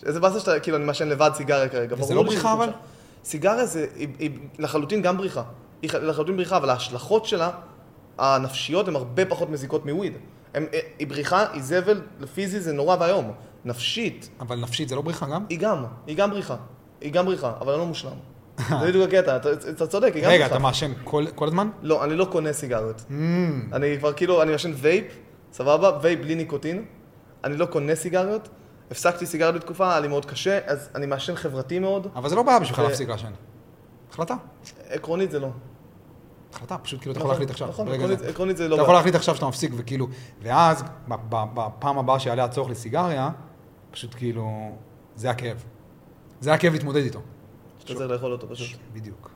ש- איזה באסה שאתה, כאילו, אני מעשן לבד סיגריה כרגע. וזה ברור לא לי שזה בריחה, אבל? תחושה. סיגריה זה, היא היא לחלוטין גם בריחה. היא ח- לחלוטין בריחה, אבל ההשלכות שלה, הנפשיות, הן הרבה פחות מזיקות מוויד. הם- אה, היא בריחה, היא זבל, פיזי זה נורא ואיום. נפשית, אבל נפשית זה לא בריחה גם? היא גם, היא גם בריחה. היא גם בריחה, אבל אני לא מושלם. זה בדיוק הקטע, אתה- אתה צודק, היא גם בריחה. רגע, אתה מעשן כל כל הזמן? לא, אני לא קונה סיגריות. אני כבר כאילו, אני מעשן וייפ, סבבה? וייפ בלי ניקוטין. אני לא קונה סיגריות. הפסקתי סיגריות בתקופה, היה לי מאוד קשה, אז אני מעשן חברתי מאוד. אבל זה לא בעיה בשבילך זה- להפסיק לעשן. החלטה. עקרונית זה לא. החלטה, פשוט כאילו אתה נכון, יכול להחליט עכשיו. נכון, ברגע עקרונית- זה. עקרונית זה לא אתה בעיה. יכול להחליט עכשיו שאתה מפסיק, וכאילו, ואז, ב- ב- בפעם הבאה שיעלה הצורך לסיגריה, פשוט כאילו, זה הכאב. זה הכאב להתמודד איתו. שאתה צריך לאכול אותו פשוט. בדיוק.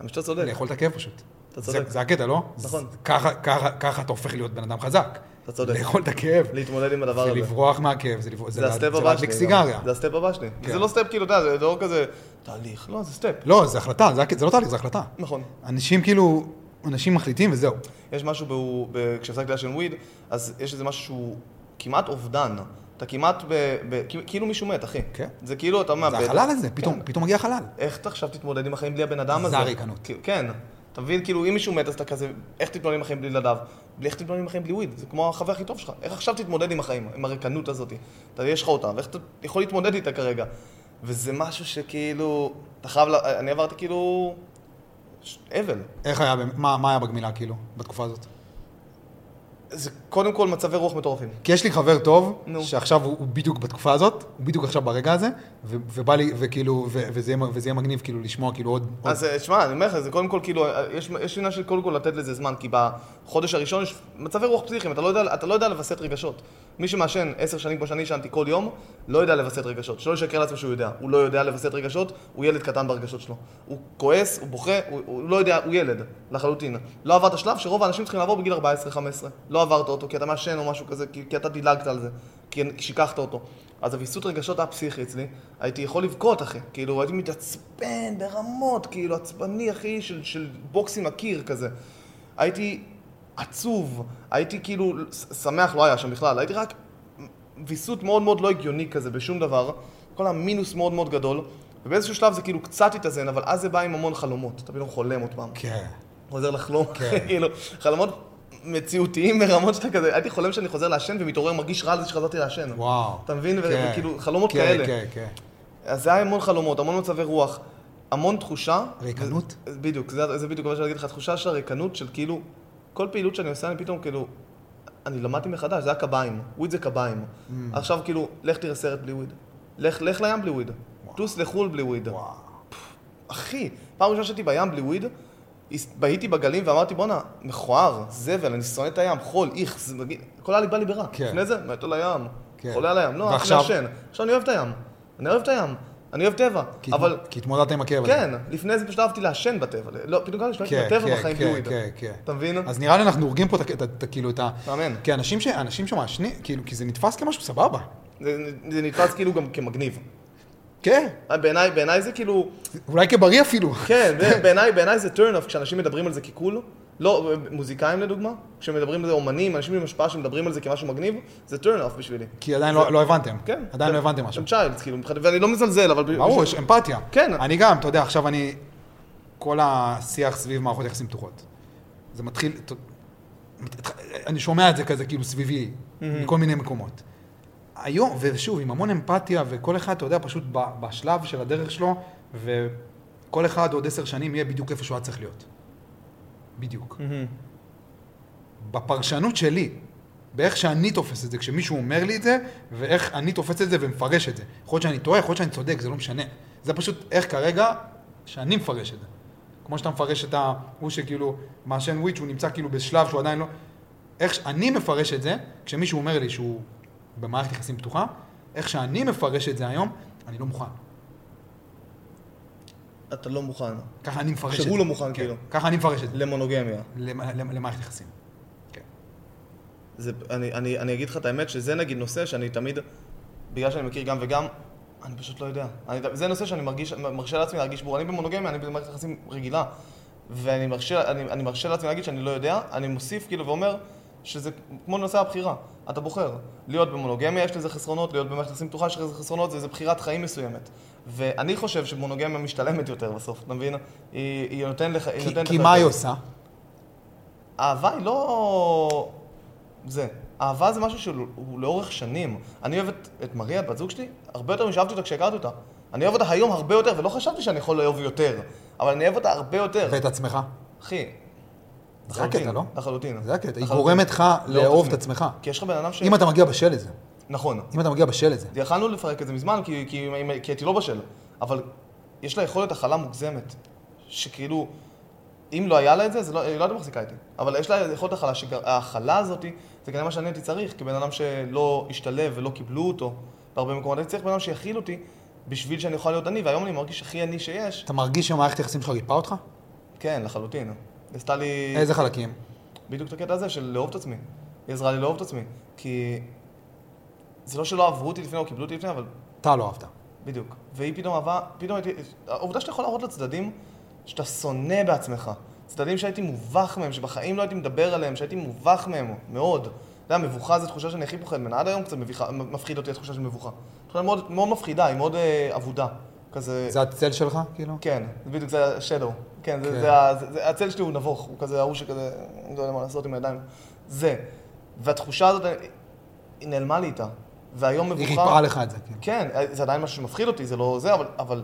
אבל שאתה צודק, לאכול את הכאב פשוט. אתה אתה זה, צודק. זה הקטע, לא? נכון. זה- ככה, ככה, ככה אתה הופך להיות בן אדם חזק. אתה צודק. לאכול את הכאב. להתמודד עם הדבר זה הזה. לברוח מהכאב, זה לברוח... זה הסטפ הבא שלי. להדליק גם. סיגריה. זה הסטפ הבא שלי. כן. זה לא סטפ כאילו, אתה יודע, זה לא כזה תהליך, לא, זה סטפ. לא, זה החלטה, זה, הק- זה לא תהליך, זה החלטה. נכון. אנשים כאילו, אנשים מחליטים וזהו. יש משהו, ב- ב- כשהפסקתי לעשן וויד, אז יש איזה משהו שהוא כמעט אובדן. אתה כמעט, ב, ב, כאילו- כאילו מישהו מת, אחי. כן. זה כאילו, אתה מאבד. כן. זה החלל הזה, פתאום, פתאום מגיע החלל. איך אתה עכשיו תתמודד עם החיים בלי הבן אדם זה הזה? הריקנות. כאילו, כן. אתה מבין, כאילו, אם מישהו מת, אז אתה כזה, איך תתמודד עם החיים בלי ילדיו? בלי איך תתמודד עם החיים בלי וויד? זה כמו החבר הכי טוב שלך. איך עכשיו תתמודד עם החיים, עם הריקנות הזאת? אתה, יש לך אותה, ואיך אתה יכול להתמודד איתה כרגע? וזה משהו שכאילו, אתה חייב, לה- אני עברתי כאילו, ש- אבל. איך היה, באמת- מה, מה היה בגמילה כאילו, בתקופה הזאת? זה קודם כל מצבי רוח מטורפים. כי יש לי חבר טוב, נו. שעכשיו הוא, הוא בדיוק בתקופה הזאת, הוא בדיוק עכשיו ברגע הזה, ו, ובא לי, וכאילו, ו, וזה, יהיה, מ- וזה יהיה מגניב כאילו לשמוע כאילו עוד... עוד- אז אה, שמע, אני אומר לך, זה קודם כל כאילו, אה, יש יש עניין של קודם כל לתת לזה זמן, כי בחודש הראשון יש מצבי רוח פסיכיים, אתה לא יודע, אתה לא יודע לווסת רגשות. מי שמעשן עשר שנים כמו שאני עשנתי כל יום, לא יודע לווסת רגשות. שלא ישקר לעצמו שהוא יודע. הוא לא יודע לווסת רגשות, הוא ילד קטן ברגשות שלו. הוא כועס, הוא בוכה, הוא, הוא לא יודע, הוא ילד, לחלוטין. לא עבר את השלב שרוב האנשים צריכים לעבור בגיל 14-15. לא עברת אותו כי אתה מעשן או משהו כזה, כי, כי אתה דילגת על זה, כי שיקחת אותו. אז הוויסות רגשות היה פסיכי אצלי, הייתי יכול לבכות אחי, כאילו הייתי מתעצבן ברמות, כאילו עצבני אחי של, של בוקסים לקיר כזה. הייתי עצוב, הייתי כאילו, ש- שמח לא היה שם בכלל, הייתי רק ויסות מאוד מאוד לא הגיוני כזה בשום דבר, כל המינוס מאוד מאוד גדול, ובאיזשהו שלב זה כאילו קצת התאזן, אבל אז זה בא עם המון חלומות, אתה פתאום חולם עוד פעם. כן. חוזר לחלום, כן. כאילו, חלומות מציאותיים ברמות שאתה כזה, הייתי חולם שאני חוזר לעשן ומתעורר מרגיש רע על זה שחזרתי לעשן. וואו. אתה מבין? ו- כן. וכאילו, חלומות כן, כאלה. כן, כן. אז זה היה המון חלומות, המון מצבי רוח, המון תחושה. ריקנות? זה- בדיוק, זה, זה בדיוק מה שאני אגיד לך, תחושה של הריקנות, של כאילו, כל פעילות שאני עושה, אני פתאום כאילו, אני למדתי מחדש, זה היה קביים, וויד זה קביים. עכשיו כאילו, לך תראה סרט בלי וויד. לך, לך לים בלי וויד. טוס לחו"ל בלי וויד. וואו. אחי, פעם ראשונה שהייתי בים בלי וויד, הס- בהיתי בגלים ואמרתי, בואנה, מכוער, זבל, אני שונא את הים, חול, איך, זה מגיע, הכל היה לי בא לי ברע. כן. לפני זה, מת על הים, כן. חולה על הים, לא, אני ועכשיו? מעשן. עכשיו אני אוהב את הים, אני אוהב את הים, אני אוהב טבע, כי אבל... התמ- כי התמודדת עם הכאב הזה. כן, לפני זה פשוט אהבתי לעשן בטבע, לא, פתאום גם השתמשתי כן, בטבע כן, בחיים כן, בלי וויד. כן, כן. אתה מבין? אז נראה לי אנחנו הורגים פה את ה- את ה- את ה- כאילו את ה... מאמן. כי אנשים ש- אנשים שמעשנים, כאילו, כי זה נתפס כמשהו סבבה. זה- זה נתפס כאילו גם כמגניב. אה, כן. בעיניי בעיניי זה כאילו, אולי כבריא אפילו. כן, ב- בעיניי בעיניי זה turn off כשאנשים מדברים על זה כקול. לא, מוזיקאים לדוגמה, כשמדברים על זה אומנים, אנשים עם השפעה שמדברים על זה כמשהו מגניב, זה turn off בשבילי. כי עדיין לא לא הבנתם. כן. עדיין לא הבנתם משהו. הם צ'יילדס, כאילו, מבחינת- ואני לא מזלזל, אבל... ברור, יש בשביל- אמפתיה. כן. אני גם, אתה יודע, עכשיו אני... כל השיח סביב מערכות יחסים פתוחות. זה מתחיל... אתה- אני שומע את זה כזה כאילו סביבי, מכל מיני מקומות. היום, ושוב, עם המון אמפתיה, וכל אחד, אתה יודע, פשוט ב- בשלב של הדרך שלו, וכל אחד עוד עשר שנים יהיה בדיוק איפה שהוא היה צריך להיות. בדיוק. מהמם. בפרשנות שלי, באיך שאני תופס את זה, כשמישהו אומר לי את זה, ואיך אני תופס את זה ומפרש את זה. יכול להיות שאני טועה, יכול להיות שאני צודק, זה לא משנה. זה פשוט איך כרגע שאני מפרש את זה. כמו שאתה מפרש את ה... הוא שכאילו מעשן וויץ', הוא נמצא כאילו בשלב שהוא עדיין לא... איך שאני מפרש את זה, כשמישהו אומר לי שהוא במערכת יחסים פתוחה, איך שאני מפרש את זה היום, אני לא מוכן. אתה לא מוכן ככה אני מפרש את זה. שהוא לא מוכן, כן. כאילו. אה, ככה אני מפרש את זה. למונוגמיה. למ- למ- למערכת יחסים. כן. זה, אני, אני, אני אגיד לך את האמת, שזה נגיד נושא שאני תמיד, בגלל שאני מכיר גם וגם, אני פשוט לא יודע. אני, זה נושא שאני מרגיש, מרשה לעצמי להרגיש בור. אני במונוגמיה, אני במערכת יחסים רגילה. ואני מרשה, אני, אני מרשה לעצמי להגיד שאני לא יודע, אני מוסיף כאילו ואומר שזה כמו נושא הבחירה. אתה בוחר. להיות במונוגמיה יש לזה חסרונות, להיות במערכת יחסים פתוחה יש לזה חסרונות, זה, זה בחירת חיים מסוימת. ואני חושב שמונוגמיה משתלמת יותר בסוף, אתה מבין? היא, היא נותנת לך... כי- נותנת כי לך מה היא יותר. עושה? אהבה היא לא... זה. אהבה זה משהו שהוא לאורך שנים. אני אוהב את, את מריה, בת זוג שלי, הרבה יותר משאהבתי אותה כשהכרתי אותה. אני אוהב אותה היום הרבה יותר, ולא חשבתי שאני יכול לאהוב יותר, אבל אני אוהב אותה הרבה יותר. ואת עצמך. אחי. זה הקטע, לחלוטין, לא? לחלוטין. זה הקטע, היא לחלוטין. גורמת לך לאהוב את עצמך. כי יש לך בן אדם ש... אם אתה מגיע בשל לזה, נכון. אם אתה מגיע בשל לזה. יכלנו לפרק את זה מזמן, כי, כי, כי הייתי לא בשל. אבל יש לה יכולת הכלה מוגזמת, שכאילו, אם לא היה לה את זה, זה לא, היא לא הייתה מחזיקה איתי. אבל יש לה יכולת הכלה, שההכלה הזאת, זה כנראה מה שאני הייתי צריך, כבן אדם שלא השתלב ולא קיבלו אותו בהרבה מקומות. הייתי צריך בן אדם שיכיל אותי בשביל שאני אוכל להיות אני, והיום אני מרגיש הכי אני שיש. אתה מרגיש שמערכת היחסים שלך ריפאה אותך? כן, לחלוטין. היא עשתה לי... איזה חלקים? בדיוק את הקטע הזה של לאהוב את עצמי. היא עזרה לי לאהוב את עצמי. כי זה לא שלא עברו אותי לפני או קיבלו אותי לפני, אבל אתה לא אהבת. בדיוק. והיא פתאום אהבה, פתאום הייתי... העובדה שאתה יכול להראות לצדדים שאתה שונא בעצמך. צדדים שהייתי מובך מהם, שבחיים לא הייתי מדבר עליהם, שהייתי מובך מהם מאוד. אתה יודע, מבוכה זו תחושה שאני הכי פוחד ממנה. עד היום קצת מביכה, מפחיד אותי התחושה של מבוכה. תחושה מאוד, מאוד מפחידה, היא מאוד אה, אבודה. כזה... זה הצל שלך, כאילו? כן, זה בדיוק, זה השדו. כן, זה, כן. זה, ה- זה, זה, הצל שלי הוא נבוך, הוא כזה ההוא שכזה, אני לא יודע מה לעשות עם הידיים. זה. והתחושה הזאת, היא נעלמה לי איתה. והיום מבוכה... היא ריפאה לך את זה, כאילו. כן, זה עדיין משהו שמפחיד אותי, זה לא זה, אבל, אבל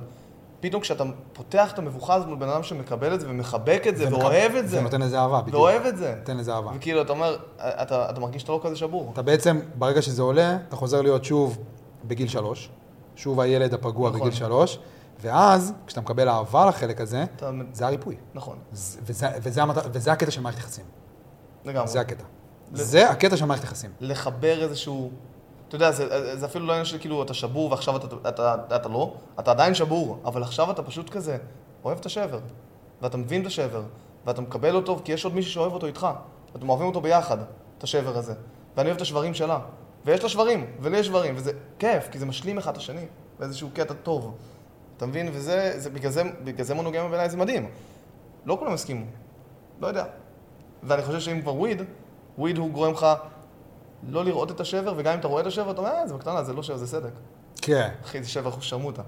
פתאום כשאתה פותח את המבוכה הזאת מול בן אדם שמקבל את זה ומחבק את זה ואוהב את זה, זה נותן לזה אהבה, בדיוק. ואוהב את זה. נותן לזה אהבה. וכאילו, אתה אומר, אתה, אתה מרגיש שאתה לא כזה שבור. אתה בעצם, ברגע שזה עולה, אתה חוזר להיות שוב בגיל שלוש. שוב הילד הפגוע נכון. בגיל שלוש. ואז, כשאתה מקבל אהבה לחלק הזה, אתה... זה הריפוי. נכון, זה- וזה, וזה, המט- וזה הקטע של מערכת יחסים. לגמרי. זה הקטע. ל- זה הקטע של מערכת יחסים. לחבר איזשהו... אתה יודע, זה, זה אפילו לא עניין של כאילו, אתה שבור ועכשיו אתה, אתה, אתה, אתה לא, אתה עדיין שבור, אבל עכשיו אתה פשוט כזה אוהב את השבר, ואתה מבין את השבר, ואתה מקבל אותו, כי יש עוד מישהו שאוהב אותו איתך. אתם אוהבים אותו ביחד, את השבר הזה. ואני אוהב את השברים שלה. ויש לה שברים, ולי יש שברים, וזה כיף, כי זה משלים אחד את השני, באיזשהו קטע טוב. אתה מבין? וזה, זה, בגלל זה, בגלל זה מונוגמיה בעיניי זה מדהים. לא כולם הסכימו, לא יודע. ואני חושב שאם כבר וויד, וויד הוא גורם לך לא לראות את השבר, וגם אם אתה רואה את השבר, אתה אומר, אה, זה בקטנה, זה לא שבר, זה סדק. כן. אחי, זה שבר שרמוטה.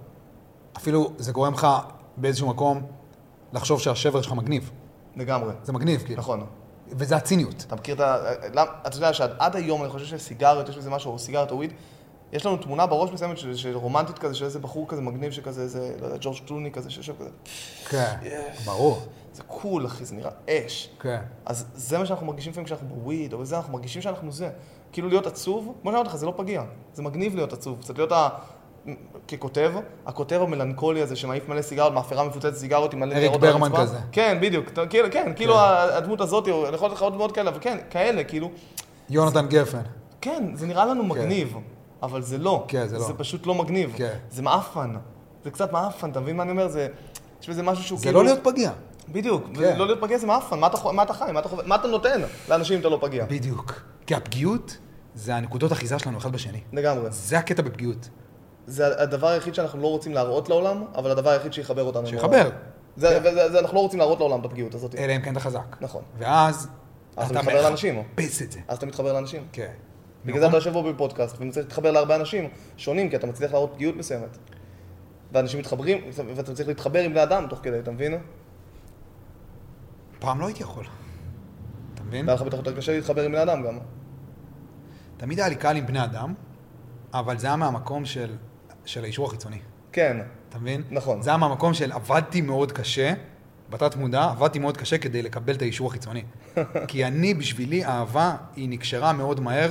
אפילו זה גורם לך באיזשהו מקום לחשוב שהשבר שלך מגניב. לגמרי. זה מגניב, כאילו. נכון. וזה הציניות. אתה מכיר את ה... למ- אתה יודע שעד עד היום אני חושב שסיגריות, יש בזה משהו, או סיגרת או וויד, יש לנו תמונה בראש מסוימת של, של רומנטית כזה, של איזה בחור כזה מגניב שכזה, איזה, לא יודע, ג'ורג' קלוני כזה, שיושב כזה. כן. ברור. זה קול, אחי, זה נראה אש. כן. אז זה מה שאנחנו מרגישים לפעמים כשאנחנו בוויד, או בזה, אנחנו מרגישים שאנחנו זה. כאילו להיות עצוב, כמו שאמרתי לך, זה לא פגיע. זה מגניב להיות עצוב. קצת להיות ה... ככותב, הכותב המלנכולי הזה שמעיף מלא סיגרות, מאפרה מפוצצת סיגרות עם מלא אריק ניירות על ברמן הרצפה. כזה. כן, בדיוק. אתה- כאילו, כן, כאילו הדמות הזאת, או אני יכול לתת לך עוד דמות כאלה, אבל כן, כאלה, כאילו, יונתן גפן. כן, זה נראה לנו מגניב, אבל זה לא. כן, זה לא. זה פשוט לא מגניב. כן. זה מעפן. זה קצת מעפן, אתה מבין מה אני אומר? זה... יש בזה משהו שהוא כאילו- זה לא להיות פגיע. בדיוק, כן. כן. לא להיות פגיע זה מעפן, מה אתה, חו- מה אתה חי, מה אתה, חו- מה אתה נותן לאנשים אם אתה לא פגיע? בדיוק. כי הפגיעות זה הנקודות אחיזה שלנו אחד בשני. לגמרי. זה הקטע בפגיעות. זה הדבר היחיד שאנחנו לא רוצים להראות לעולם, אבל הדבר היחיד שיחבר אותנו. שיחבר. כן. לעולם. זה, וזה, זה, אנחנו לא רוצים להראות לעולם את הפגיעות הזאת. אלא אם כן אתה חזק. נכון. ואז אז אתה מתחבר לאנשים. מחפש את זה. אז אתה מתחבר לאנשים. כן. בגלל זה אתה יושב פה בפודקאסט, ומצליח להתחבר להרבה אנשים שונים, כי אתה מצליח להראות פגיעות מסוימת. ואנשים מתחברים, ואתה מצליח להתחבר עם בני אדם תוך כדי, אתה מבין? כן. פעם לא הייתי יכול. אתה מבין? והיה לך בטח יותר קשה להתחבר עם בני אדם גם. תמיד היה לי קל עם בני אדם, אבל זה היה מהמקום של של האישור החיצוני. כן, אתה מבין? נכון. זה היה מהמקום של עבדתי מאוד קשה, בתת מודע, עבדתי מאוד קשה כדי לקבל את האישור החיצוני. כי אני, בשבילי, אהבה, היא נקשרה מאוד מהר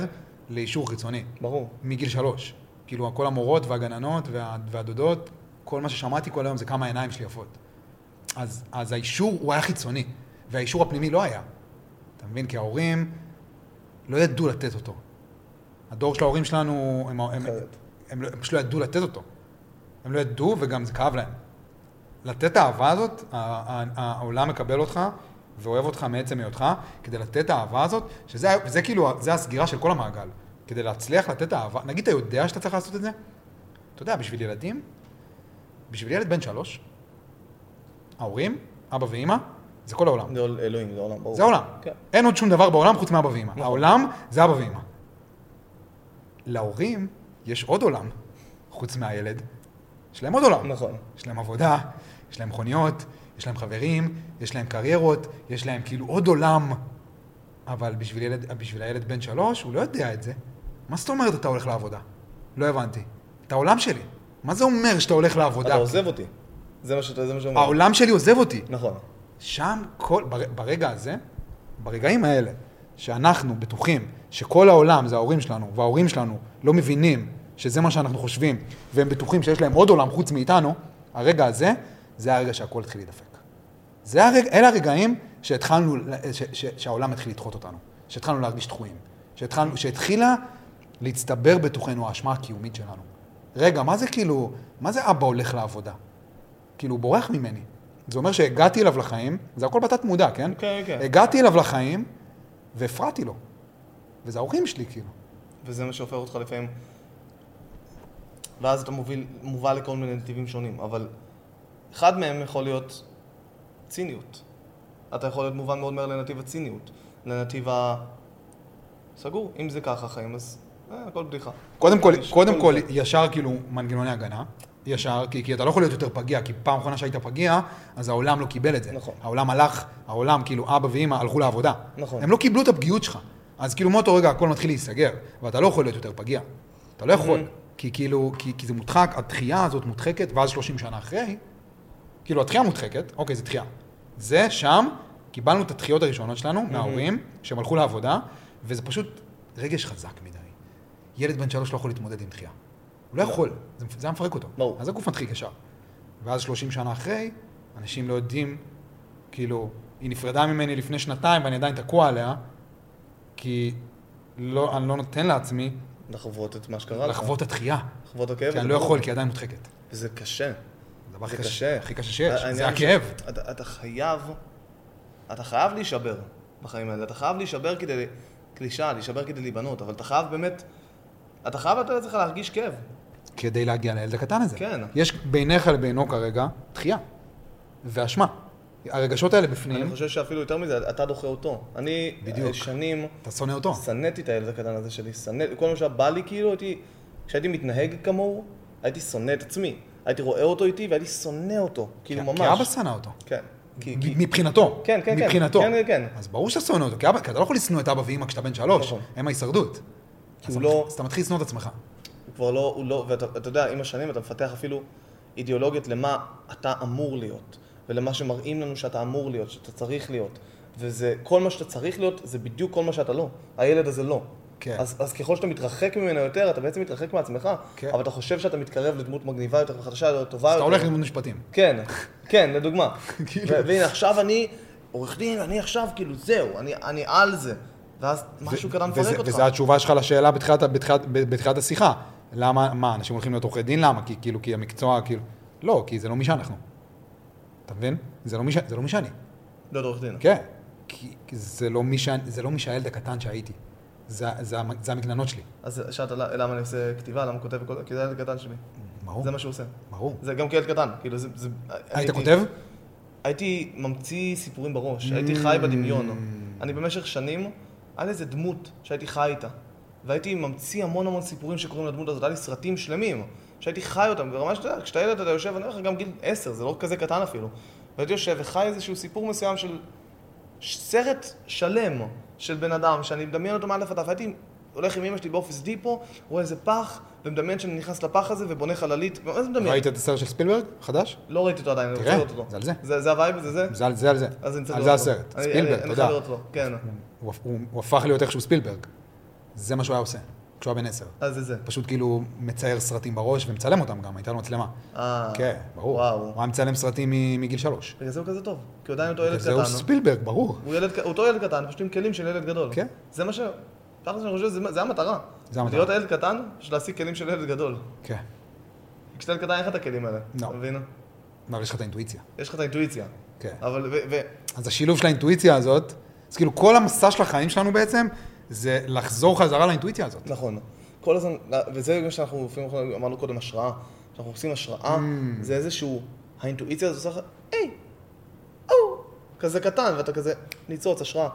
לאישור חיצוני. ברור. מגיל שלוש. כאילו, כל המורות והגננות וה, והדודות, כל מה ששמעתי כל היום זה כמה העיניים שלי יפות. אז, אז האישור הוא היה חיצוני, והאישור הפנימי לא היה. אתה מבין? כי ההורים לא ידעו לתת אותו. הדור של ההורים שלנו, הם, הם, הם, אחרת. הם, לא- הם פשוט לא ידעו לתת אותו. הם לא ידעו וגם זה כאב להם. לתת את האהבה הזאת, ה- ה- העולם מקבל אותך ואוהב אותך מעצם היותך, כדי לתת את האהבה הזאת, שזה זה כאילו, זה הסגירה של כל המעגל. כדי להצליח לתת את האהבה, נגיד אתה יודע שאתה צריך לעשות את זה? אתה יודע, בשביל ילדים, בשביל ילד בן שלוש, ההורים, אבא ואימא, זה כל העולם. זה עול- אלוהים, זה עולם, ברור. זה העולם. כן. אין עוד שום דבר בעולם חוץ מאבא ואמא. נכון. העולם זה אבא ואמא. להורים יש עוד עולם חוץ מהילד. יש להם עוד עולם. נכון. יש להם עבודה, יש להם מכוניות, יש להם חברים, יש להם קריירות, יש להם כאילו עוד עולם. אבל בשביל, ילד, בשביל הילד בן שלוש, הוא לא יודע את זה. מה זאת אומרת אתה הולך לעבודה? לא הבנתי. את העולם שלי. מה זה אומר שאתה הולך לעבודה? אתה עוזב אותי. זה מה שאתה, זה מה שאומר. העולם שלי עוזב אותי. נכון. שם כל, בר- ברגע הזה, ברגעים האלה, שאנחנו בטוחים שכל העולם זה ההורים שלנו, וההורים שלנו לא מבינים שזה מה שאנחנו חושבים, והם בטוחים שיש להם עוד עולם חוץ מאיתנו, הרגע הזה, זה הרגע שהכל התחיל להידפק. זה הרג... אלה הרגעים שהתחלנו, ל- ש... ש... שהעולם התחיל לדחות אותנו, שהתחלנו להרגיש דחויים, שהתחלנו... שהתחילה להצטבר בתוכנו האשמה הקיומית שלנו. רגע, מה זה כאילו, מה זה אבא הולך לעבודה? כאילו, הוא בורח ממני. זה אומר שהגעתי אליו לחיים, זה הכל בתת מודע, כן? כן, כן. הגעתי אליו לחיים והפרעתי לו. וזה ההורים שלי, כאילו. וזה מה שהופך אותך לפעמים. ואז אתה מוביל, מובל לכל מיני נתיבים שונים, אבל אחד מהם יכול להיות ציניות. אתה יכול להיות מובן מאוד מהר לנתיב הציניות, לנתיב ה... סגור, אם זה ככה חיים, אז אה, הכל בדיחה. קודם כל, יש- קודם הכל כל, בדיחה. ישר כאילו מנגנוני הגנה. ישר, כי, כי אתה לא יכול להיות יותר פגיע, כי פעם אחרונה שהיית פגיע, אז העולם לא קיבל את זה. נכון. העולם הלך, העולם, כאילו, אבא ואימא הלכו לעבודה. נכון. הם לא קיבלו את הפגיעות שלך. אז כאילו מאותו רגע הכל מתחיל להיסגר, ואתה לא יכול להיות יותר פגיע. אתה לא יכול, Mm-hmm. כי כאילו, כי, כי זה מודחק, הדחייה הזאת מודחקת, ואז 30 שנה אחרי, כאילו התחייה מודחקת, אוקיי, זה דחייה. זה, שם, קיבלנו את הדחיות הראשונות שלנו, Mm-hmm. מההורים, שהם הלכו לעבודה, וזה פשוט רגש חזק מדי. ילד בן שלוש לא יכול להתמודד עם דחייה. הוא לא יכול, זה, מפ- זה היה מפרק אותו. ברור. אז הגוף מתחיל ישר. ואז 30 שנה אחרי, אנשים לא יודעים, כאילו, היא נפרדה ממני לפני שנתיים ואני עדיין תקוע עליה, כי לא, אני לא נותן לעצמי לחוות את מה שקרה לך. לחוות את הדחייה. לחוות הכאב. כי אני הזה. לא יכול, כי היא עדיין מודחקת. וזה קשה. זה הדבר הכי זה קשה- קשה. אה, הכי קשה שיש, זה העניין הכאב. אתה, אתה חייב, אתה חייב להישבר בחיים האלה. אתה חייב להישבר כדי, קלישה, להישבר כדי להיבנות, אבל אתה חייב באמת, אתה חייב לתת לעצמך להרגיש כאב. כדי להגיע לילד הקטן הזה. כן. יש בינך לבינו כרגע דחייה ואשמה. הרגשות האלה בפנים, אני חושב שאפילו יותר מזה, אתה דוחה אותו. אני בדיוק. בדיוק. שנים אתה שונא אותו. שנאתי את הילד הקטן הזה שלי, שנאתי, כל מה שהיה בא לי כאילו, הייתי, כשהייתי מתנהג כמוהו, הייתי שונא את עצמי. הייתי רואה אותו איתי והייתי שונא אותו, כאילו כי- ממש. כי אבא שנא אותו. כן. כי, כי... מ- מבחינתו. כן, כן, כן. מבחינתו. כן, כן, כן. אז ברור שאתה שונא אותו, כי אבא- כי אתה לא יכול לשנוא את אבא ואימא כשאתה בן שלוש. נכון. הם ההישרדות. אז אתה לא- מתח- אז אתה מתחיל לשנוא את עצמך. הוא כבר לא, הוא לא, ואתה אתה יודע, עם השנים אתה מפתח אפילו אידיאולוגיות למה אתה אמור להיות, ולמה שמראים לנו שאתה אמור להיות, שאתה צריך להיות. וזה, כל מה שאתה צריך להיות, זה בדיוק כל מה שאתה לא. הילד הזה לא. כן. אז, אז ככל שאתה מתרחק ממנו יותר, אתה בעצם מתרחק מעצמך, כן. אבל אתה חושב שאתה מתקרב לדמות מגניבה יותר וחדשה יותר, טובה אז יותר. אתה הולך ללמוד משפטים. כן, כן, לדוגמה. כאילו. ו- והנה, עכשיו אני עורך דין, אני עכשיו, כאילו, זהו, אני, אני על זה. ואז משהו קטן וזה- מפרק אותך. וזו התשובה שלך לשאלה בתחילת, בתחילת, בתחילת השיחה. למה, מה, אנשים הולכים להיות עורכי דין? למה? כי כאילו, כי המקצוע, כאילו... לא, כי זה לא מי שאנחנו. אתה מבין? זה לא מי ש- זה לא מי שאני. להיות עורך דין. כן. כי כי זה לא מי שאני- זה לא מי שהילד הקטן שהייתי. זה- זה המ- זה המגננות שלי. אז שאלת לה- למה אני עושה כתיבה, למה אני כותב וכל זה, כי זה הילד קטן שלי. ברור. זה מה שהוא עושה. ברור. זה גם כילד קטן, כאילו זה... זה- היית הייתי- כותב? הייתי ממציא סיפורים Mm. בראש, הייתי חי בדמיון. אני במשך שנים, היה לי איזה דמות שהייתי חי איתה. והייתי ממציא המון המון סיפורים שקוראים לדמות הזאת, היה לי סרטים שלמים, שהייתי חי אותם, ברמה שאתה יודע, כשאתה ילד אתה יושב, אני אומר לך, גם גיל עשר, זה לא כזה קטן אפילו. והייתי יושב וחי איזשהו סיפור מסוים של ש- סרט שלם של בן אדם, שאני מדמיין אותו מאלף עד אף, הייתי הולך עם אמא שלי באופיס דיפו, רואה איזה פח, ומדמיין שאני נכנס לפח הזה ובונה חללית, מה זה מדמיין? ראית את הסרט של ספילברג? חדש? לא ראיתי אותו עדיין, אני רוצה תראה, לראות אותו. זה על זה. זה, זה הווייב, זה זה? זה על זה, על זה. אז אני צריך על לראות זה אותו. הסרט. אני- ספילברג, אני- אתה אני יודע. חייב לראות אותו, כן. הוא- הוא הוא הפך להיות איכשהו ספילברג. זה מה שהוא היה עושה, כשהוא היה בן עשר. אז זה זה. פשוט כאילו מצייר סרטים בראש ומצלם אותם גם, הייתה לו מצלמה. אה, כן, ברור. וואו. הוא היה מצלם סרטים מ- מגיל שלוש. בגלל זה הוא כזה טוב, כי הוא עדיין אותו ילד זה הוא קטן. לא? ספילברג, ברור. הוא ילד ק- הוא אותו ילד קטן, פשוט עם כלים של ילד גדול. כן. זה מה ש... תכל'ס אני חושב, זה- זה המטרה. זה המטרה. להיות ילד קטן, של להשיג כלים של ילד גדול. כן. כי כשאתה ילד קטן אין לך את הכלים האלה. לא. אתה מבין? אבל יש לך את האינטואיציה. יש לך את האינטואיציה. כן. אבל ו... ו- אז השילוב של האינטואיציה הזאת, אז כאילו כל המסע של החיים שלנו בעצם, זה לחזור חזרה לאינטואיציה הזאת. נכון. כל הזמן, וזה מה שאנחנו לפעמים אנחנו אמרנו קודם, השראה. כשאנחנו עושים השראה, Mm. זה איזשהו, האינטואיציה הזאת עושה לך, היי, או, כזה קטן, ואתה כזה ניצוץ, השראה.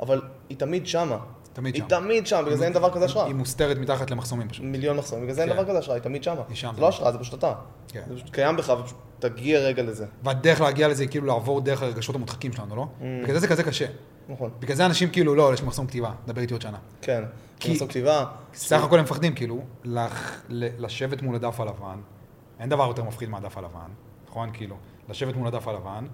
אבל היא תמיד שמה. תמיד היא שם. תמיד שם, בגלל זה אין דבר כזה השראה. היא מוסתרת מתחת למחסומים פשוט. מיליון מחסומים, בגלל זה אין כן. דבר כזה השראה, היא תמיד שמה. היא שם. זה לא השראה, זה פשוט אתה. כן. זה פשוט קיים בך, ופשוט תגיע רגע לזה. והדרך להגיע לזה היא כאילו לעבור דרך הרגשות המודחקים שלנו, לא? Mm. בגלל זה זה כזה קשה. נכון. בגלל זה אנשים כאילו, לא, יש לי מחסום כתיבה, דבר איתי עוד שנה. כן. כי- כי... לעשות כתיבה. סך הכל הם מפחדים, כאילו, לח... ל- לשבת מול הדף הלבן, אין דבר יותר מפחיד מהדף הלבן, נכון? כאילו, לשבת מול הדף הלבן,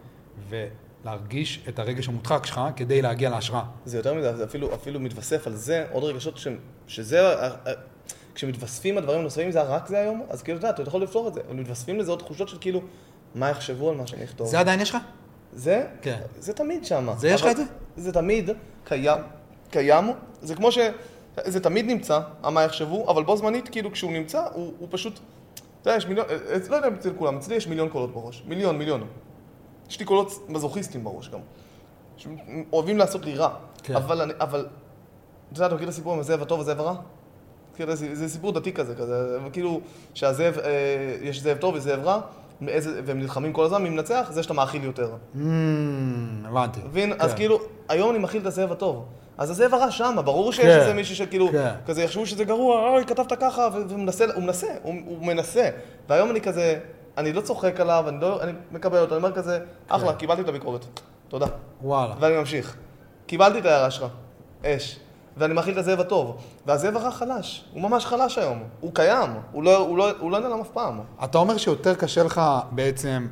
ולהרגיש את הרגש המודחק שלך כדי להגיע להשראה. זה יותר מזה, זה אפילו, אפילו מתווסף על זה עוד רגשות ש, שזה, ה- ה- ה- כשמתווספים הדברים הנוספים, זה היה רק זה היום, אז כאילו, אתה יודע, אתה יכול לפתור את זה, אבל מתווספים לזה עוד תחושות של כאילו, מה יחשבו על מה שאני אכתוב. זה עדיין יש לך? זה, כן. זה תמיד שם. זה יש לך את זה? זה תמיד קיים, קיים, זה כמו ש... זה תמיד נמצא, המה יחשבו, אבל בו זמנית, כאילו, כשהוא נמצא, הוא, הוא פשוט... אתה יודע, יש מיליון, אה, אה, לא יודע אם אצל כולם, אצלי יש מיליון קולות בראש. מיליון, מיליון. יש לי קולות מזוכיסטים בראש גם. שאוהבים לעשות לי רע. כן. אבל אני, אבל... אתה יודע, אתה מכיר את הסיפור עם הזאב הטוב והזאב הרע? מכיר את זה זה סיפור דתי כזה, כזה, כאילו, שהזאב, אה, יש זאב טוב וזאב רע, מאיזה, והם נלחמים כל הזמן, מי מנצח? זה שאתה מאכיל יותר. אמ, Mm, הבנתי. מבין? אז כן. כאילו, היום אני מכיל את הזאב הטוב. אז הזאב הרע שמה, ברור שיש כן. איזה מישהו שכאילו, כן. כזה יחשבו שזה גרוע, אוי, כתבת ככה, ו- ומנסה, הוא מנסה, הוא, הוא מנסה. והיום אני כזה, אני לא צוחק עליו, אני, לא, אני מקבל אותו, אני אומר כזה, כן. אחלה, קיבלתי את הביקורת, תודה. וואלה. ואני ממשיך. קיבלתי את ההערה שלך, אש. ואני מאכיל את הזאב הטוב. והזאב הרע חלש, הוא ממש חלש היום. הוא קיים, הוא לא, הוא לא, הוא לא נעלם אף פעם. אתה אומר שיותר קשה לך בעצם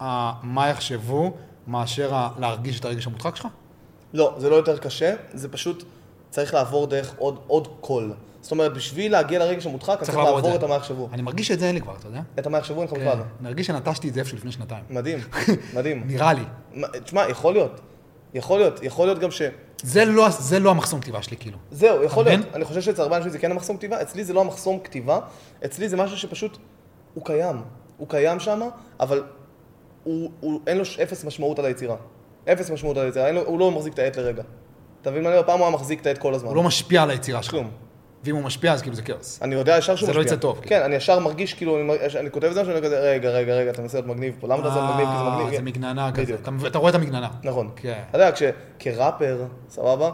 ה- מה יחשבו, מאשר ה- להרגיש את הרגש המודחק שלך? לא, זה לא יותר קשה, זה פשוט צריך לעבור דרך עוד, עוד קול. זאת אומרת, בשביל להגיע לרגש המודחק, אתה צריך לעבור את זה. המה יחשבו. אני מרגיש שאת זה אין לי כבר, Mm. אתה יודע? את המה יחשבו אין לך בכלל. כן. אני מרגיש שנטשתי את זה איפשהו לפני שנתיים. מדהים, מדהים. נראה לי. מה- תשמע, יכול להיות. יכול להיות, יכול להיות גם ש... זה לא- זה לא המחסום כתיבה שלי, כאילו. זהו, יכול אתה מבין? להיות. אני חושב שאצל הרבה אנשים זה כן המחסום כתיבה, אצלי זה לא המחסום כתיבה, אצלי זה משהו שפשוט, הוא קיים. הוא קיים שם, אבל הוא, הוא, אין לו ש- אפס משמעות על היצירה. אפס משמעות על היצירה, אין לו, הוא לא מחזיק את העט לרגע. אתה מבין מה אני אומר? פעם הוא היה מחזיק את העט כל הזמן. הוא לא משפיע על היצירה שלך. כלום. ואם הוא משפיע, אז כאילו זה כאוס. אני יודע ישר שהוא זה לא משפיע. יצא טוב, כן, כאילו. אני ישר מרגיש כאילו, אני, מרגיש- אני כותב את זה, ואני כזה, רגע, רגע, רגע, אתה מנסה להיות מגניב פה, למה אתה עושה מגניב? כי זה אה, מגניב. זה מגננה כזה. בדיוק. אתה מב- אתה רואה את המגננה. נכון. כן. אתה יודע, כש- כראפר, סבבה,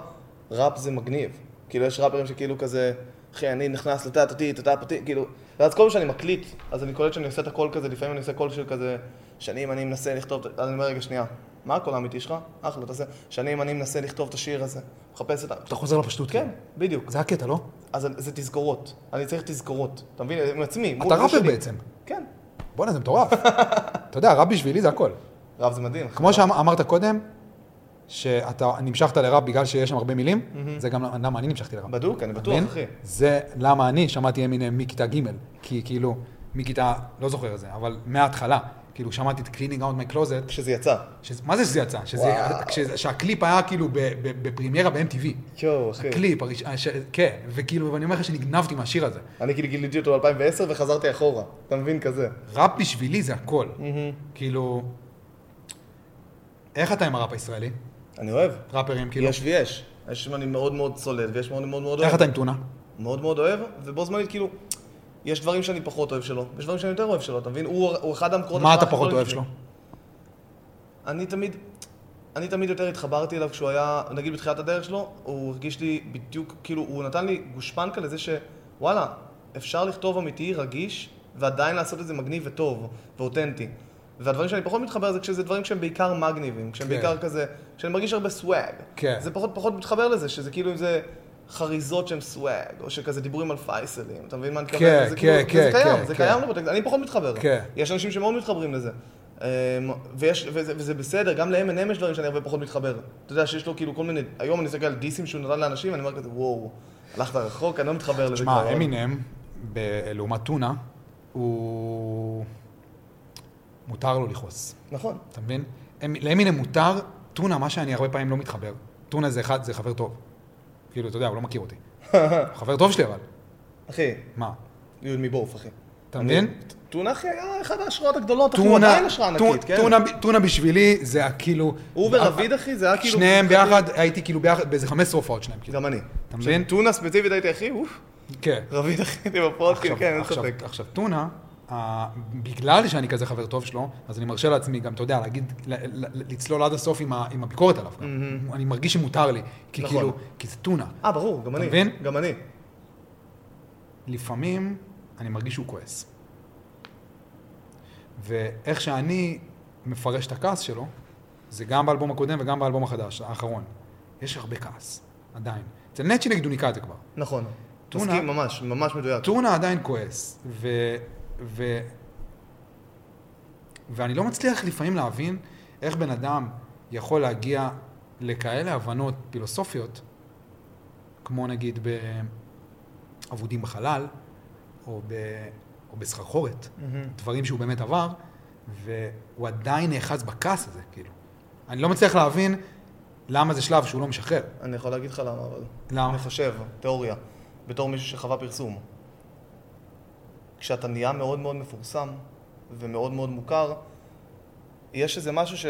ראפ זה מגניב. כאילו, יש ראפרים שכאילו כזה, אחי, אני נכנס לטה טטי, טה פטי, כאילו, ואז כל פעם שאני מקליט, אז אני קולט שאני עושה את הקול כזה, לפעמים אני עושה קול של כזה, שנים אני מנסה לכתוב, את- אז אני אומר, רגע, שנייה, מה הקול האמיתי שלך? אחלה, תעשה. שנים אני מנסה לכתוב את השיר הזה, מחפש את ה... אתה חוזר לפשטות. כאילו. כן, בדיוק. זה הקטע, לא? אז אני- זה תזכורות, אני צריך תזכורות, אתה מבין? עם עצמי. מול אתה הגוף ראפר שלי. בעצם. כן. בואנה, זה מטורף. אתה יודע, רב בשבילי זה הכל. רב זה מדהים. כמו שאמרת קודם, שאתה נמשכת לרב בגלל שיש שם הרבה מילים, זה גם למה אני נמשכתי לרב. בדוק, אני בטוח, מבין? אחי. זה למה אני שמעתי אמינם מכיתה ג', כי כאילו, מכיתה, לא זוכר את זה, אבל מההתחלה, כאילו שמעתי את Cleaning Out My Closet, כשזה יצא. שזה- מה זה שזה יצא? שזה- וואו. כן. כשזה- שהקליפ היה כאילו ב- ב- בפרימיירה ב-MTV. יואו, אחי. הקליפ, הראש- הש- כן, וכאילו, ואני אומר לך שנגנבתי מהשיר הזה. אני כאילו גיליתי אותו ב-2010 וחזרתי אחורה. אתה מבין? כזה. ראפ בשבילי זה הכל. כאילו, איך אתה עם הראפ הישראלי? אני אוהב. ראפרים, כאילו, יש ויש. יש שאני מאוד מאוד צולל, ויש מאוד מאוד מאוד איך אוהב. אתה עם טונה? מאוד מאוד אוהב, ובו זמנית כאילו, יש דברים שאני פחות אוהב שלו, יש דברים שאני יותר אוהב שלו, אתה מבין? הוא הוא אחד המקורות... מה ההשראה אתה הכי פחות גדולים אוהב שלי. שלו? אני תמיד, אני תמיד יותר התחברתי אליו כשהוא היה, נגיד בתחילת הדרך שלו, הוא הרגיש לי בדיוק, כאילו, הוא נתן לי גושפנקה לזה שוואלה, אפשר לכתוב אמיתי, רגיש, ועדיין לעשות את זה מגניב וטוב, ואותנטי. והדברים שאני פחות מתחבר זה כשזה דברים שהם בעיקר מגניבים, כשהם כן. בעיקר כזה, כשאני מרגיש הרבה סוואג. כן. זה פחות פחות מתחבר לזה, שזה כאילו אם זה חריזות שהן סוואג, או שכזה דיבורים על פייסלים, אתה מבין מה אני מתכוון? כן, זה כן, כאילו- כן, וזה קיים, כן, זה כן. קיים לפרוטקט, אני פחות מתחבר. כן. יש אנשים שמאוד מתחברים לזה. אמ, ויש, וזה, וזה בסדר, גם ל-M&M יש דברים שאני הרבה פחות מתחבר. אתה יודע שיש לו כאילו כל מיני, היום אני מסתכל על דיסים שהוא נתן לאנשים, אני אומר כזה, וואו, הלכת רחוק, אני לא מתחבר לזה כבר. תשמע, אמינם, ב- לעומת טונה, הוא... מותר לו לכעוס, נכון, אתה מבין? אמ- לאמינם מותר, טונה, מה שאני הרבה פעמים לא מתחבר. טונה זה אחד, זה חבר טוב. כאילו, אתה יודע, הוא לא מכיר אותי. הוא חבר טוב שלי, אבל. אחי, מה? יוד מבוף, אחי. אתה מבין? אני- טונה אחי היה אחת ההשראות הגדולות, אחי, הוא טונה, עדיין השראה ענקית, טונה- כן? טונה ב- טונה בשבילי זה היה כאילו... הוא ורביד אחי, זה היה כאילו... שניהם ביחד, הייתי כאילו ביחד, באיזה 15 הופעות שלהם. כאילו. גם אני. אתה מבין? טונה ספציפית הייתי אחי, אוף, כן. רביד אחי, הייתי בפרוט, עכשיו, אוקיי, כן, אין עכשיו, ספק. עכשיו, טונה, אה, בגלל שאני כזה חבר טוב שלו, אז אני מרשה לעצמי גם, אתה יודע, להגיד, ל- ל- לצלול עד הסוף עם ה- עם הביקורת עליו. גם. אני מרגיש שמותר לי, כי נכון. כאילו, כי זה טונה. אה, ברור, גם אתה אני. מבין? גם אני. לפעמים אני מרגיש שהוא כועס. ואיך שאני מפרש את הכעס שלו, זה גם באלבום הקודם וגם באלבום החדש, האחרון. יש הרבה כעס, עדיין. אצל נצ'י נגיד הוא ניקה את זה כבר. נכון. טונה- מסכים, ממש, ממש מדויק. טונה עדיין כועס, ו... ו... ואני לא מצליח לפעמים להבין איך בן אדם יכול להגיע לכאלה הבנות פילוסופיות, כמו נגיד באבודים בחלל, או, ב... או בסחרחורת, מהמם. דברים שהוא באמת עבר, והוא עדיין נאחז בכעס הזה, כאילו. אני לא מצליח להבין למה זה שלב שהוא לא משחרר. אני יכול להגיד לך למה, אבל... למה? אני חושב, תיאוריה, בתור מישהו שחווה פרסום. כשאתה נהיה מאוד מאוד מפורסם ומאוד מאוד מוכר, יש איזה משהו ש...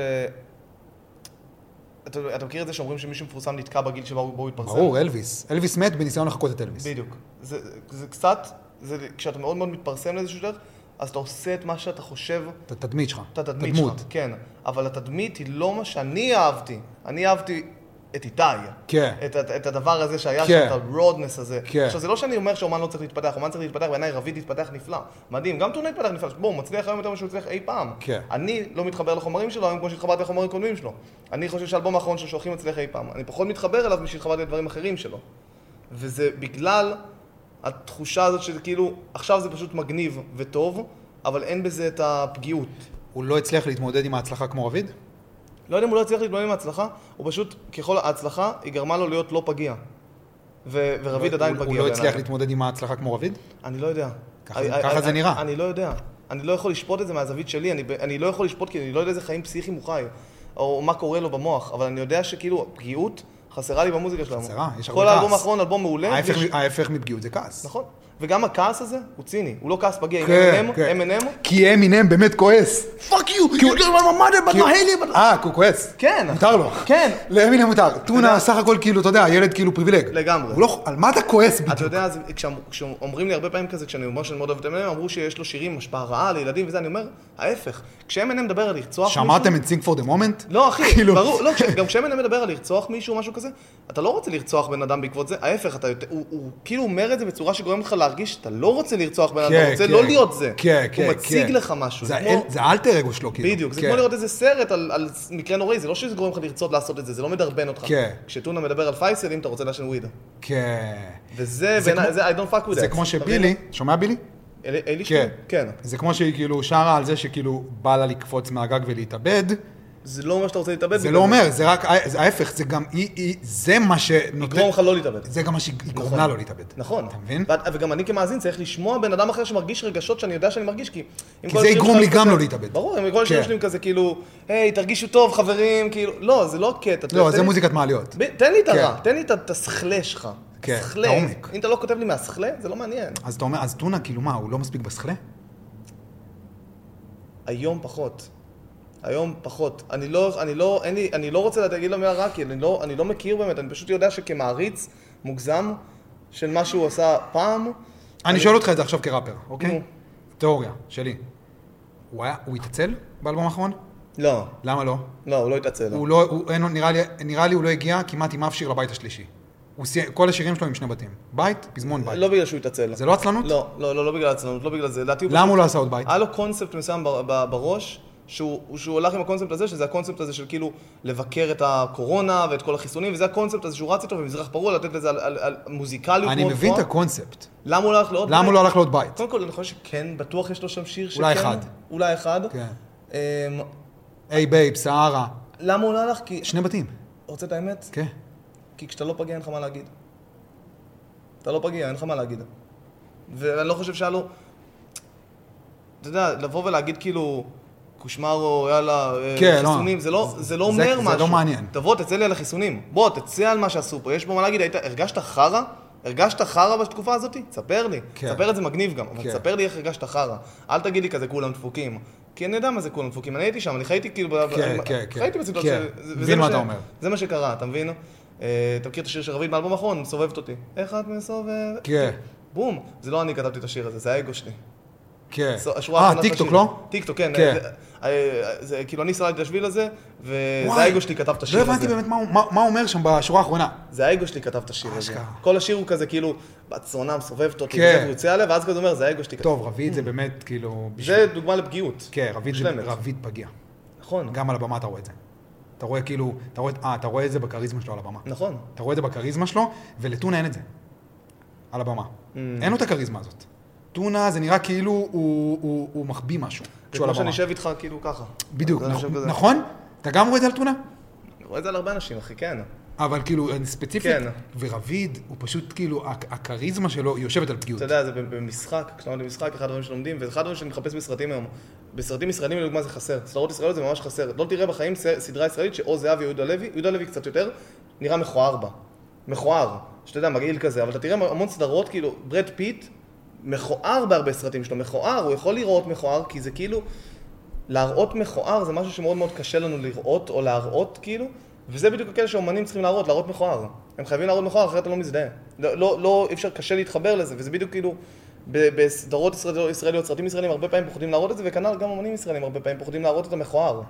אתה, אתה מכיר את זה שאומרים שמישהו מפורסם נתקע בגיל שבו הוא בו הוא התפרסם? ברור, אלוויס. אלוויס מת בניסיון לחקות את אלוויס. בדיוק. זה, זה, זה קצת, זה, כשאתה מאוד מאוד מתפרסם לאיזשהו דרך, אז אתה עושה את מה שאתה חושב, את התדמית שלך. את התדמית שלך. כן. אבל התדמית היא לא מה שאני אהבתי. אני אהבתי את איתי. כן. את, את, את הדבר הזה שהיה כן. שם, את הרודנס הזה. כן. עכשיו, זה לא שאני אומר שאומן לא צריך להתפתח, אומן צריך להתפתח, בעיניי רביד התפתח נפלא. מדהים, גם טונה התפתח נפלא. בואו, הוא מצליח היום יותר ממה שהוא הצליח אי פעם. כן. אני לא מתחבר לחומרים שלו היום כמו שהתחברתי לחומרים הקודמים שלו. אני חושב שהאלבום האחרון שלו שהכי מצליח אי פעם. אני פחות מתחבר אליו משהתחברתי לדברים אחרים שלו. וזה בגלל התחושה הזאת של כאילו, עכשיו זה פשוט מגניב וטוב, אבל אין בזה את הפגיעות. הוא לא הצליח להתמודד עם ההצלחה כמו רביד? לא יודע אם הוא לא הצליח להתמודד עם ההצלחה, הוא פשוט, ככל ההצלחה, היא גרמה לו להיות לא פגיע. ו- ורביד עדיין הוא- פגיע. הוא לא הצליח בעיניי. להתמודד עם ההצלחה כמו רביד? אני לא יודע. ככה- אני- ככה אני- זה נראה. אני לא יודע. אני לא יכול לשפוט את זה מהזווית שלי, אני, ב- אני לא יכול לשפוט כי אני לא יודע איזה חיים פסיכיים הוא חי, או מה קורה לו במוח, אבל אני יודע שכאילו, פגיעות חסרה לי במוזיקה שלנו. חסרה, יש הרבה כל האלבום כעס. אה, האחרון, אלבום מעולה. ההפך- ויש- ההפך מפגיעות זה כעס. לא, נכון. וגם הכעס הזה הוא ציני, הוא לא כעס פגיע. כן, עם M&M, כן. M&M, כי אמינם באמת כועס. פאק יו, you don't want my mother, but my heli, but- אה, כי הוא כועס. כן. מותר לו. כן. לאמינם מותר. טונה, סך הכל כאילו, אתה יודע, ילד כאילו פריבילג. לגמרי. הוא לא- על מה אתה כועס אתה בדיוק? יודע, אז כשאמ- כשאומרים לי הרבה פעמים כזה, כשאני אומר שאני מאוד אוהב את M&M, אמרו שיש לו שירים, השפעה רעה לילדים וזה, אני אומר, ההפך. כש-M&M מדבר על לרצוח מישהו... שמעתם את סינק פור דה מומנט? לא, אחי, כאילו- ברור, לא, כש- גם כשמנה מדבר על לרצוח מישהו או משהו כזה, אתה לא רוצה לרצוח בן אדם בעקבות זה, ההפך, אתה יותר, הוא, הוא כאילו אומר את זה בצורה שגורמת לך להרגיש שאתה לא רוצה לרצוח בן אדם, כן, אתה רוצה כן. לא להיות זה. כן, כן, הוא מציג כן. לך משהו, זה זה האל- כמו... זה האלטר אגו שלו, כאילו. בדיוק, זה כן. כמו לראות איזה סרט על, על מקרה נוראי, זה לא שזה גורם לך לרצות לעשות את זה, זה לא מדרבן אותך. כן. כשטונה מדבר על פייסל, אם אתה רוצה לעשן ווידה. כן. וזה, זה בעיניי, כמו- זה I don't fuck with that. זה כמו שבילי, שומע בילי? אל, כן. אלי שלי? כן. זה כמו שהיא כאילו שרה על זה שכאילו בא לה לקפוץ מהגג ולהתאבד. זה לא אומר שאתה רוצה להתאבד. זה בגלל לא אומר, זה רק, זה ההפך, זה גם, היא- היא- זה מה שנותן, יגרום לך לא להתאבד. זה גם מה שהיא נכון. גורמה לו להתאבד. נכון. אתה מבין? ואת- וגם אני כמאזין צריך לשמוע בן אדם אחר שמרגיש רגשות שאני יודע שאני מרגיש, כי... כי אם כל זה השירים יגרום לי שלך גם כזה- לא להתאבד. ברור, אם כל השירים כן. שלי הם כזה כאילו, היי, תרגישו טוב, חברים, כאילו... לא, זה לא קטע. תן לא, לי- זה מוזיקת מעליות. ב- תן לי את כן. הרע, תן לי את- את הסכלה שלך. כן, הסכלה. העומק. אם אתה לא כותב לי מהסכלה, זה לא מעניין. אז אתה אומר, אז טונה, כאילו מה, הוא לא מספיק בסכלה? היום פחות. היום פחות. אני לא, אני לא, אין לי, אני לא רוצה להגיד לו מילה רע, כי אני לא, אני לא מכיר באמת, אני פשוט יודע שכמעריץ מוגזם של מה שהוא עשה פעם, אני שואל אותך את זה עכשיו כראפר, נו. אוקיי? תיאוריה, שלי. הוא היה, הוא התעצל באלבום האחרון? לא, למה לא? לא, הוא לא התעצל. לא. הוא לא, הוא, אין, לו- נראה, לי, נראה לי הוא לא הגיע כמעט עם אף שיר לבית השלישי. הוא סי... כל השירים שלו עם שני בתים. בית, פזמון בית. לא בגלל שהוא התעצל. זה לא עצלנות? לא, לא, לא, לא בגלל עצלנות, לא בגלל זה. לדעתי הוא... למה פשוט- הוא לא עשה עוד בית? היה לו קונספט מסוים ב- ב- בראש, שהוא, שהוא הלך עם הקונספט הזה, שזה הקונספט הזה של כאילו לבקר את הקורונה ואת כל החיסונים, וזה הקונספט הזה שהוא רץ איתו במזרח פרוע, לתת לזה על, על, על מוזיקליות אני מאוד מבין את גבוהה. הקונספט. למה הוא לא הלך לעוד... למה הוא בית? לא הלך לעוד בית? קודם כל, אני חושב שכן, בטוח יש לו שם שיר שכן... אולי אחד. אולי אחד. כן. אמ, היי בייב, סהרה. למה הוא לא הלך? כי... שני בתים. רוצה את האמת? כן. כי כשאתה לא פגיע אין לך מה להגיד. אתה לא פגיע, אין לך מה להגיד. ואני לא חושב שהיה לו... אתה יודע, לבוא ולהגיד כאילו, קושמרו, יאללה, אה, כן, לא. חיסונים, זה לא, זה לא זה- אומר זה משהו. לא מעניין. תבוא, תצא לי על החיסונים. בוא, תצא על מה שעשו פה. יש פה מה להגיד, היית, הרגשת חרא? הרגשת חרא בתקופה הזאת? תספר לי. כן. תספר את זה מגניב גם, אבל כן. תספר לי איך הרגשת חרא. אל תגיד לי כזה כולם דפוקים. כי אני יודע מה זה כולם דפוקים, אני הייתי שם, אני חייתי כאילו... ב- כן, כן, כן. חייתי בסיטואציה כן. ש- וזה מבין מה ש- אתה אומר. זה מה שקרה, אתה מבין? אה, אתה מכיר את השיר של רביד באלבום האחרון, מסובבת אותי. איך את מסובבת? כן. בום. זה לא אני כתבתי את השיר הזה, זה האגו שלי. כן. זו השורה אה, האחרונה של טיקטוק, השיר. לא? טיקטוק, כן. כן. אה, זה- אה, זה כאילו אני סללתי את השביל הזה, וזה וואי, האגו שלי אה, כתב את השיר הזה. לא הבנתי באמת מה הוא- מה- מה הוא אומר שם בשורה האחרונה. זה האגו שלי כתב את השיר הזה. אשכרה. כל השיר הוא כזה כאילו, בת זונה מסובבת אותי, כן. וזה, והוא יוצא עליה, ואז כזה אומר, זה האגו שלי כתב. טוב, רביד זה באמת כאילו... בשביל- זה דוגמה לפגיעות. כן, רביד זה מושלמת. רביד פגיע. נכון, גם על הבמה אתה רואה את זה. אתה רואה כאילו, אתה רואה, אה, אתה רואה את זה בכריזמה שלו על הבמה. נכון. אתה רואה את זה בכריזמה שלו, ולטונה אין את זה. על הבמה. Mm. אין לו את הכריזמה הזאת. טונה זה נראה כאילו הוא- הוא הוא מחביא משהו. זה שהוא על כמו שאני הבמה. אשב איתך כאילו ככה. בדיוק, אז אני יושב נכ- כזה. נכון? אתה גם רואה את זה על טונה? אני רואה את זה על הרבה אנשים, אחי, כן. אבל כאילו, אני ספציפית, כן. ורביד, הוא פשוט כאילו, הכ- הכריזמה שלו היא יושבת על פגיעות. אתה יודע, זה במשחק, כשאתה לומד במשחק, אחד הדברים שלומדים, וזה אחד הדברים שאני מחפש בסרטים היום. בסרטים ישראלים לדוגמה זה חסר, סדרות ישראליות זה ממש חסר. לא תראה בחיים ס- סדרה ישראלית שאו זהבי או יהודה לוי, יהודה לוי קצת יותר, נראה מכוער בה. מכוער, שאתה יודע, מגעיל כזה, אבל אתה תראה המון סדרות, כאילו, ברד פיט, מכוער בהרבה סרטים שלו, מכוער, הוא יכול להיראות מכוער, כי זה כאילו, להראות מכוער זה משהו שמאוד מאוד קשה לנו לראות או להראות כאילו, וזה בדיוק הקטע שאומנים צריכים להראות, להראות מכוער. הם חייבים להראות מכוער, אחרת אתה לא מזדהה. לא, לא, לא אי אפשר, קשה להתחבר לזה, וזה בדיוק כאילו, ב- בסדרות ישראל- ישראליות, סרטים ישראלים הרבה פעמים פוחדים להראות את זה, וכנ"ל גם אומנים ישראלים הרבה פעמים פוחדים להראות את המכוער.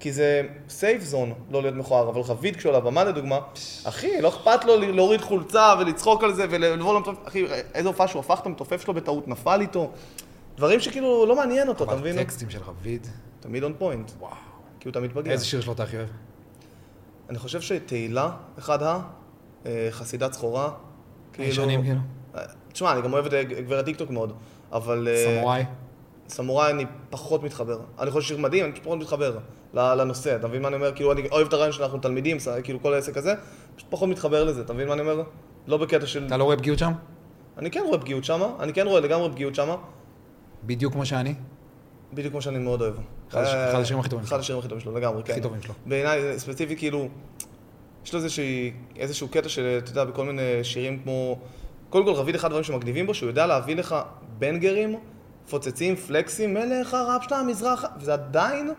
כי זה סייף זון לא להיות מכוער, אבל חביד כשהוא על הבמה לדוגמה, אחי, לא אכפת לו ל- להוריד חולצה ולצחוק על זה ולבוא למטופף, אחי, איזה הופעה שהוא הפך את המתופף שלו בטעות, נפל איתו. דברים שכאילו לא מעניין אותו, אתה מבין? אבל טקסטים של חביד, תמיד און פוינט, וואו. כי הוא תמיד מגיע. איזה שיר שלו אתה הכי אוהב? כאילו, אני חושב שתהילה, אחד ה, אה, חסידת סחורה. הישנים, כאילו. אה, תשמע, אני גם אוהב את אה, גברת טיקטוק מאוד, אבל... אה, סמוראי. סמוראי אני פחות מתחבר. אני חושב שיר מדהים, אני פחות מתחבר ל- לנושא, אתה מבין מה אני אומר? כאילו, אני אוהב את הרעיון שאנחנו תלמידים, ס- כאילו כל העסק הזה, פשוט פחות מתחבר לזה, אתה מבין מה אני אומר? לא בקטע של... אתה לא רואה פגיעות שם? אני כן רואה פגיעות שמה, אני כן רואה לגמרי פגיעות שמה, בדיוק כמו שאני? כן. בדיוק כמו שאני מאוד אוהב. אחד הש- אה, אחד השירים הכי טובים אחד שלו. השירים הכי טובים שלו, לגמרי, כן. הכי טובים שלו. בעיניי, ספציפי, כאילו, יש לו איזושהי- איזשהו קטע של, אתה יודע, בכל מיני שירים כמו... קודם כל, רביד, אחד הדברים שמגניבים בו, שהוא יודע להביא לך בנגרים, פוצצים, פלקסים, מלך הרב של המזרח, וזה עדיין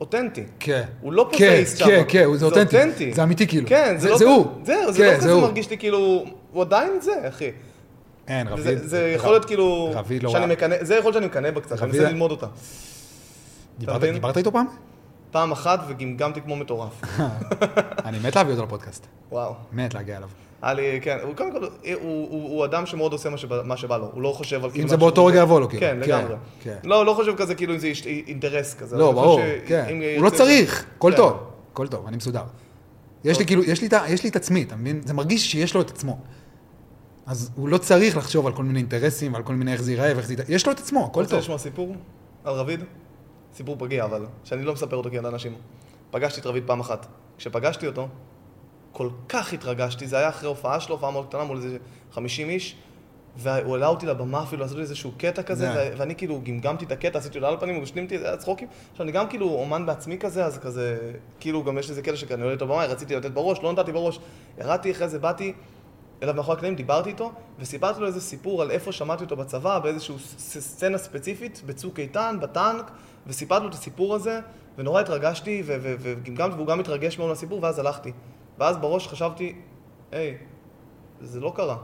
אותנטי. כן. הוא לא כן, פוסייס שם. כן, כן, הוא- זה אותנטי. זה אמיתי, כאילו. כן, זה- לא זה כ- הוא. זהו, כן, זה לא זה כזה הוא. מרגיש לי כאילו... הוא עדיין זה, אחי. אין, רביד. זה- זה יכול להיות כאילו... רביד לא שאני רע. מקנא, זה יכול להיות שאני מקנא בה קצת, אני רביד- מנסה ללמוד אותה. דיברת- מבין? דיברת איתו פעם? פעם אחת וגמגמתי כמו מטורף. אני מת להביא אותו לפודקאסט. וואו. מת להגיע אליו. היה לי, כן, הוא קודם כל, הוא, הוא, הוא, הוא אדם שמאוד עושה מה שבא, מה שבא לו, הוא לא חושב על זה מה באותו שהוא- רגע יבוא לו, כאילו. כן, כן, לגמרי. כן. לא, לא חושב כזה כאילו אם זה יש- אינטרס כזה. לא, אני חושב ברור, ש- כן. אם הוא לא ירצה- צריך, הכל כן. טוב, הכל טוב, אני מסודר. יש לי כאילו, יש לי את ה- יש לי את עצמי, אתה מבין? זה מרגיש שיש לו את עצמו. אז הוא לא צריך לחשוב על כל מיני אינטרסים, ועל כל מיני איך זה ייראה ואיך זה ייראה, יש לו את עצמו, הכל רוצה טוב. לשמוע סיפור על רביד? סיפור פגיע אבל, שאני לא מספר אותו כי אין לאנשים. פגשתי את רביד פעם אחת. כשפגשתי אותו, כל כך התרגשתי, זה היה אחרי הופעה שלו, הופעה מאוד קטנה מול איזה 50 איש, והוא העלה אותי לבמה אפילו לעשות לי איזשהו קטע כזה, די. ו- ואני כאילו גמגמתי את הקטע, עשיתי לו על הפנים, ושנימתי, זה היה צחוקים. עכשיו, אני גם כאילו אומן בעצמי כזה, אז כזה, כאילו גם יש איזה קטע שכאילו אני עולה איתו במה, רציתי לתת בראש, לא נתתי בראש. ירדתי אחרי זה, באתי אליו מאחורי הקלעים, דיברתי איתו, וסיפרתי לו איזה סיפור על איפה שמעתי אותו בצבא, באיזושהי סצנה ספציפית, בצוק איתן, בטנק, וסיפרתי לו את הסיפור הזה, ונורא התרגשתי, ו- ו- וגמגמתי, והוא גם התרגש מאוד מהסיפור, ואז הלכתי. ואז בראש חשבתי, היי, זה לא קרה.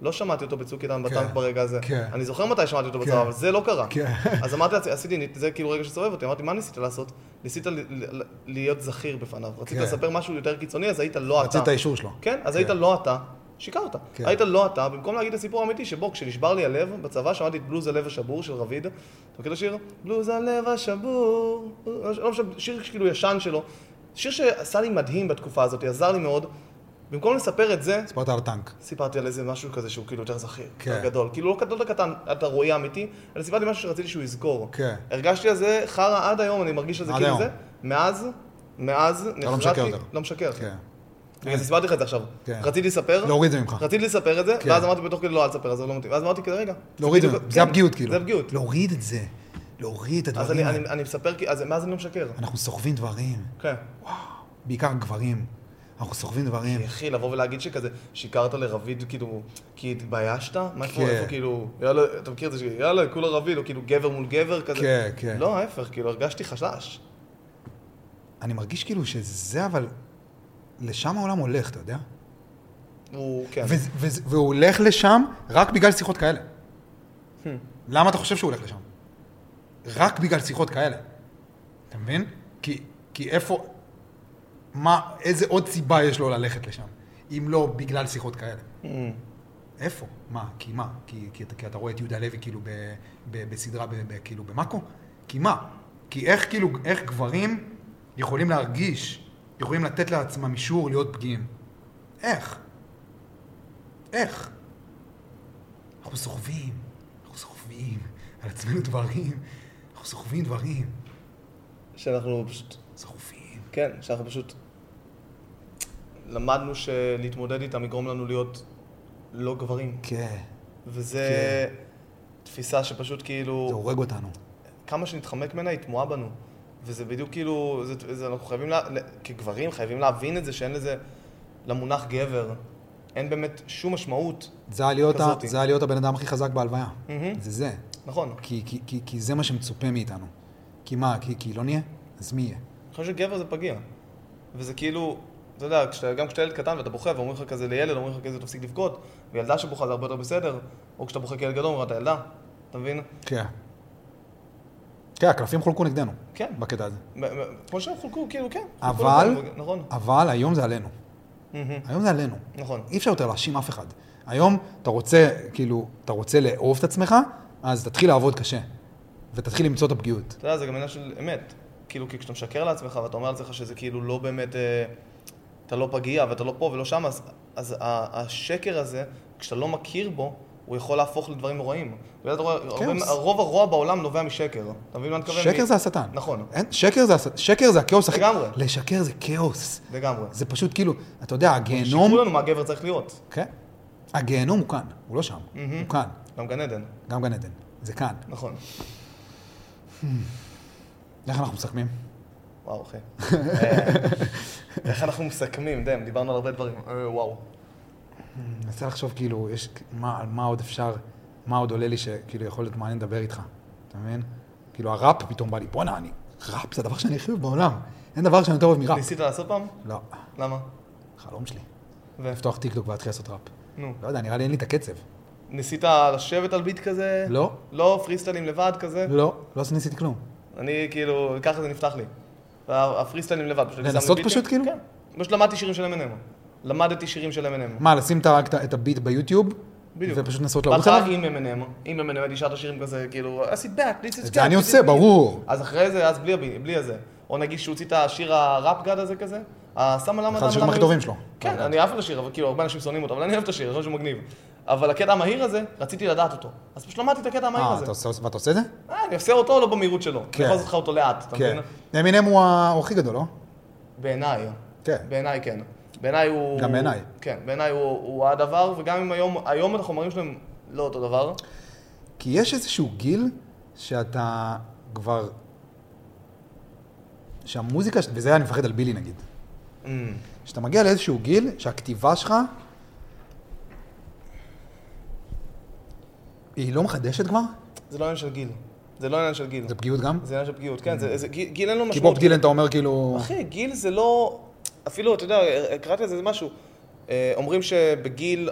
לא שמעתי אותו בצוק איתן בטנק כן, ברגע הזה. כן. אני זוכר מתי שמעתי אותו כן. בצבא, אבל זה לא קרה. כן. אז אמרתי לעצמי, עשיתי, זה כאילו רגע שסובב אותי, אמרתי, מה ניסית לעשות? ניסית ל- ל- להיות זכיר בפניו. רצית כן. לספר משהו יותר קיצוני, אז היית לא אתה. רצית את האישור שלו. כן, אז היית לא אתה, שיקרת. כן. היית לא אתה, במקום להגיד את הסיפור האמיתי, שבו כשנשבר לי הלב, בצבא שמעתי את בלוז הלב השבור של רביד, אתה מכיר את השיר? בלוז הלב השבור, לא משנה, שיר כאילו ישן שלו, שיר שעשה לי מדהים בתקופה הזאת, עזר לי מאוד. במקום לספר את זה, סיפרת על הטנק. סיפרתי על איזה משהו כזה שהוא כאילו יותר זכיר, כן. יותר גדול. כאילו לא גדול לקטן, אתה רואה אמיתי, אלא סיפרתי משהו שרציתי שהוא יזכור. כן. הרגשתי על זה חרא עד היום, אני מרגיש על זה עד כאילו היום. זה. מאז, מאז נחרדתי. משקר יותר. לא משקר. כן. אז סיפרתי לך את זה עכשיו. כן. רציתי לספר. להוריד את זה ממך. רציתי לספר את זה, כן. ואז אמרתי בתוך כדי לא, אל תספר, אז זה לא מתאים. ואז אמרתי כזה, רגע. להוריד את זה, בדיוק- זה כן, הפגיעות, כאילו. זה הפגיעות. להוריד את זה, להוריד את אז הדברים אני- האלה. אני אני מספר, כי- אז מאז אני לא משקר. אנחנו סוחבים דברים, כן. בעיקר גברים. אנחנו סוחבים דברים. אחי, לבוא ולהגיד שכזה, שיקרת לרביד, כאילו, כי התביישת? מה איפה, כן. איפה, כאילו, יאללה, אתה מכיר את זה, יאללה, כולה רביד, או כאילו גבר מול גבר כזה? כן, כן. לא, ההפך, כאילו, הרגשתי חשש. אני מרגיש כאילו שזה, אבל... לשם העולם הולך, אתה יודע? הוא, כן. וזה- וזה- והוא הולך לשם רק בגלל שיחות כאלה. למה אתה חושב שהוא הולך לשם? רק בגלל שיחות כאלה. אתה מבין? כי, כי איפה... מה, איזה עוד סיבה יש לו ללכת לשם? אם לא בגלל שיחות כאלה. אמ, איפה? מה? כי מה? כי, כי, אתה- כי אתה רואה את יהודה לוי כאילו ב, ב, בסדרה, ב, ב, כאילו במאקו? כי מה? כי איך כאילו, איך גברים יכולים להרגיש, יכולים לתת לעצמם אישור להיות פגיעים? איך? איך? אנחנו סוחבים, אנחנו סוחבים על עצמנו דברים, אנחנו סוחבים דברים, שאנחנו פשוט, סוחבים. כן, שאנחנו פשוט למדנו שלהתמודד איתם יגרום לנו להיות לא גברים. כן, וזה תפיסה שפשוט כאילו... זה הורג אותנו. כמה שנתחמק ממנה, היא תמוהה בנו. וזה בדיוק כאילו, זה, זה, אנחנו חייבים, לה, ל- כגברים, חייבים להבין את זה שאין לזה, למונח גבר, אין באמת שום משמעות. זה היה להיות, ה, כזאתי. זה היה להיות הבן אדם הכי חזק בהלוויה. מהמם. זה זה. נכון. כי, כי, כי, כי זה מה שמצופה מאיתנו. כי מה, כי, כי לא נהיה? אז מי יהיה? אני חושב שגבר זה פגיע. וזה כאילו, אתה יודע, כשאתה, גם כשאתה ילד קטן ואתה בוכה ואומרים לך כזה לילד, אומרים לך כזה תפסיק לבכות, וילדה שבוכה זה הרבה יותר בסדר, או כשאתה בוכה כילד גדול, אומרים לך אתה ילדה, אתה מבין? כן. כן, הקלפים חולקו נגדנו. כן. בקטע הזה. מ- מ- כמו שהם חולקו, כאילו, כן. חולקו אבל, לכולם, נכון. אבל היום זה עלינו. מהמם. היום זה עלינו. נכון. אי אפשר יותר להאשים אף אחד. היום אתה רוצה, כאילו, אתה רוצה לאהוב את עצמך, אז תתחיל לעבוד קשה. ותתחיל למצוא את הפגיעות. אתה יודע, זה גם עניין של אמת. כאילו, כי כשאתה משקר לעצמך ואתה אומר לעצמך שזה כאילו לא באמת, אה, אתה לא פגיע ואתה לא פה ולא שם, אז, אז ה- השקר הזה, כשאתה לא מכיר בו, הוא יכול להפוך לדברים נוראים. ואתה רואה, הרבה- אז- רוב הרוע בעולם נובע משקר. אתה מבין מה אני מתכוון? כן, שקר מ- זה השטן. נכון, אין, שקר זה, הס- שקר זה הכאוס הכי... לגמרי. לשקר זה כאוס. לגמרי. זה פשוט כאילו, אתה יודע, הגיהנום... שיקרו לנו מה גבר צריך להיות. כן. הגיהנום הוא כאן, הוא לא שם. מהמם. הוא כאן, גם גן עדן, גם גן עדן. זה כאן. נכון. איך אנחנו מסכמים? וואו, אחי. אה, איך אנחנו מסכמים, דם, דיברנו על הרבה דברים. אה, וואו. אני מנסה לחשוב, כאילו, יש... מה, על מה עוד אפשר... מה עוד עולה לי שכאילו יכול להיות מעניין לדבר איתך? אתה מבין? כאילו, הראפ פתאום בא לי, בואנה, אני... ראפ זה הדבר שאני הכי אוהב בעולם. אין דבר שאני יותר אוהב מראפ. ניסית לעשות פעם? לא, למה? חלום שלי. ו... לפתוח טיקטוק ולהתחיל לעשות ראפ. נו. לא יודע, נראה לי אין לי את הקצב. ניסית לשבת על ביט כזה? לא, לא פריסטיילים לבד כזה? לא, לא ניסיתי כלום. אני כאילו, ככה זה נפתח לי. וה- הפריסטיילים לבד. פשוט אני שם לנסות ביטים. פשוט, כאילו? כן. פשוט למדתי שירים של M&M. למדתי שירים של M&M. מה, לשים את ה- רק את ה- את הביט ביוטיוב? בדיוק. ופשוט לנסות לרוץ בהתחלה עליו? עם M&M, עם M&M הייתי שר את השירים כזה, כאילו, I sit back, this is את זה אני good, this עושה, is good." ברור. אז אחרי זה, אז בלי, הבי- בלי הזה. או נגיד שהוא הוציא את השיר הראפ גאד הזה כזה, הסמה למה... אחד השירים למה- הכי טובים שלו. כן, אני אהב את השיר, אבל כאילו, הרבה אנשים שונאים אותו, אבל אני אוהב את השיר, אני חושב שהוא מגניב. אבל הקטע המהיר הזה, רציתי לדעת אותו. אז פשוט למדתי את הקטע המהיר אה, הזה. אתה עושה- ואתה עושה את זה? אה, אני עושה אותו לא במהירות שלו. אני כן. יכול לעשות לך אותו לאט, אתה מבין? כן. אמינם הוא ה- הוא הכי גדול, לא? בעיניי. אה? כן. בעיניי כן. בעיניי הוא... גם בעיניי. כן, בעיניי הוא, הוא הדבר, וגם אם היום, היום החומרים שלהם לא אותו דבר. כי יש איזשהו גיל שאתה כבר... שהמוזיקה, ש- וזה אני מפחד על בילי נגיד. Mm, שאתה מגיע לאיזשהו גיל שהכתיבה שלך היא לא מחדשת כבר? זה לא עניין של גיל. זה לא עניין של גיל. זה פגיעות גם? זה עניין של פגיעות, כן. זה, זה, גיל, גיל אין לו כי משמעות. בוב דילן אתה אומר כאילו... אחי, גיל זה לא... אפילו, אתה יודע, קראתי על זה משהו. אה, אומרים שבגיל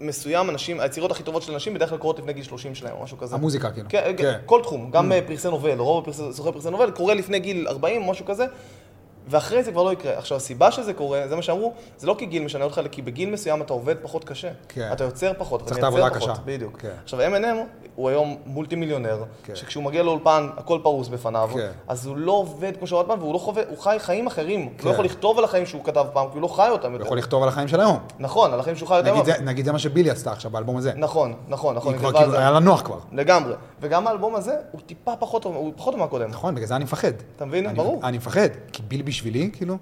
מסוים, אנשים, היצירות הכי טובות של אנשים בדרך כלל קורות לפני גיל 30 שלהם, או משהו כזה. המוזיקה כאילו. כן, כן. כל תחום, גם Mm. אה, פרסי נובל, רוב הפרסי- זוכי פרסי נובל, קורה לפני גיל 40 או משהו כזה, ואחרי זה כבר לא יקרה. עכשיו, הסיבה שזה קורה, זה מה שאמרו, זה לא כי גיל משנה אותך, אלא כי בגיל מסוים אתה עובד פחות קשה. כן. אתה יוצר פחות, אתה צריך מייצר את העבודה פחות. הקשה. בדיוק. כן. עכשיו, M&M הוא היום מולטי מיליונר, כן. שכשהוא מגיע לאולפן, הכל פרוס בפניו, כן. אז הוא לא עובד כמו שאמרת פעם, והוא לא חווה, הוא חי חיים אחרים. הוא כן. לא יכול לכתוב על החיים שהוא כתב פעם, כי הוא לא חי אותם הוא יותר. יכול לכתוב על החיים של היום. נכון, על החיים שהוא חי יותר. נגיד אבל- זה- נגיד זה מה שבילי עשתה עכשיו באלבום הזה. נכון, נכון, נכון. היא כבר היא כתבה על כאילו, זה. היה לה נוח כבר. לגמרי. וגם האלבום הזה, הוא טיפה פחות טוב, הוא פחות טוב מהקודם. נכון, בגלל זה אני מפחד. אתה מבין? אני- ברור. אני מפחד, כי ביל בשבילי, כאילו,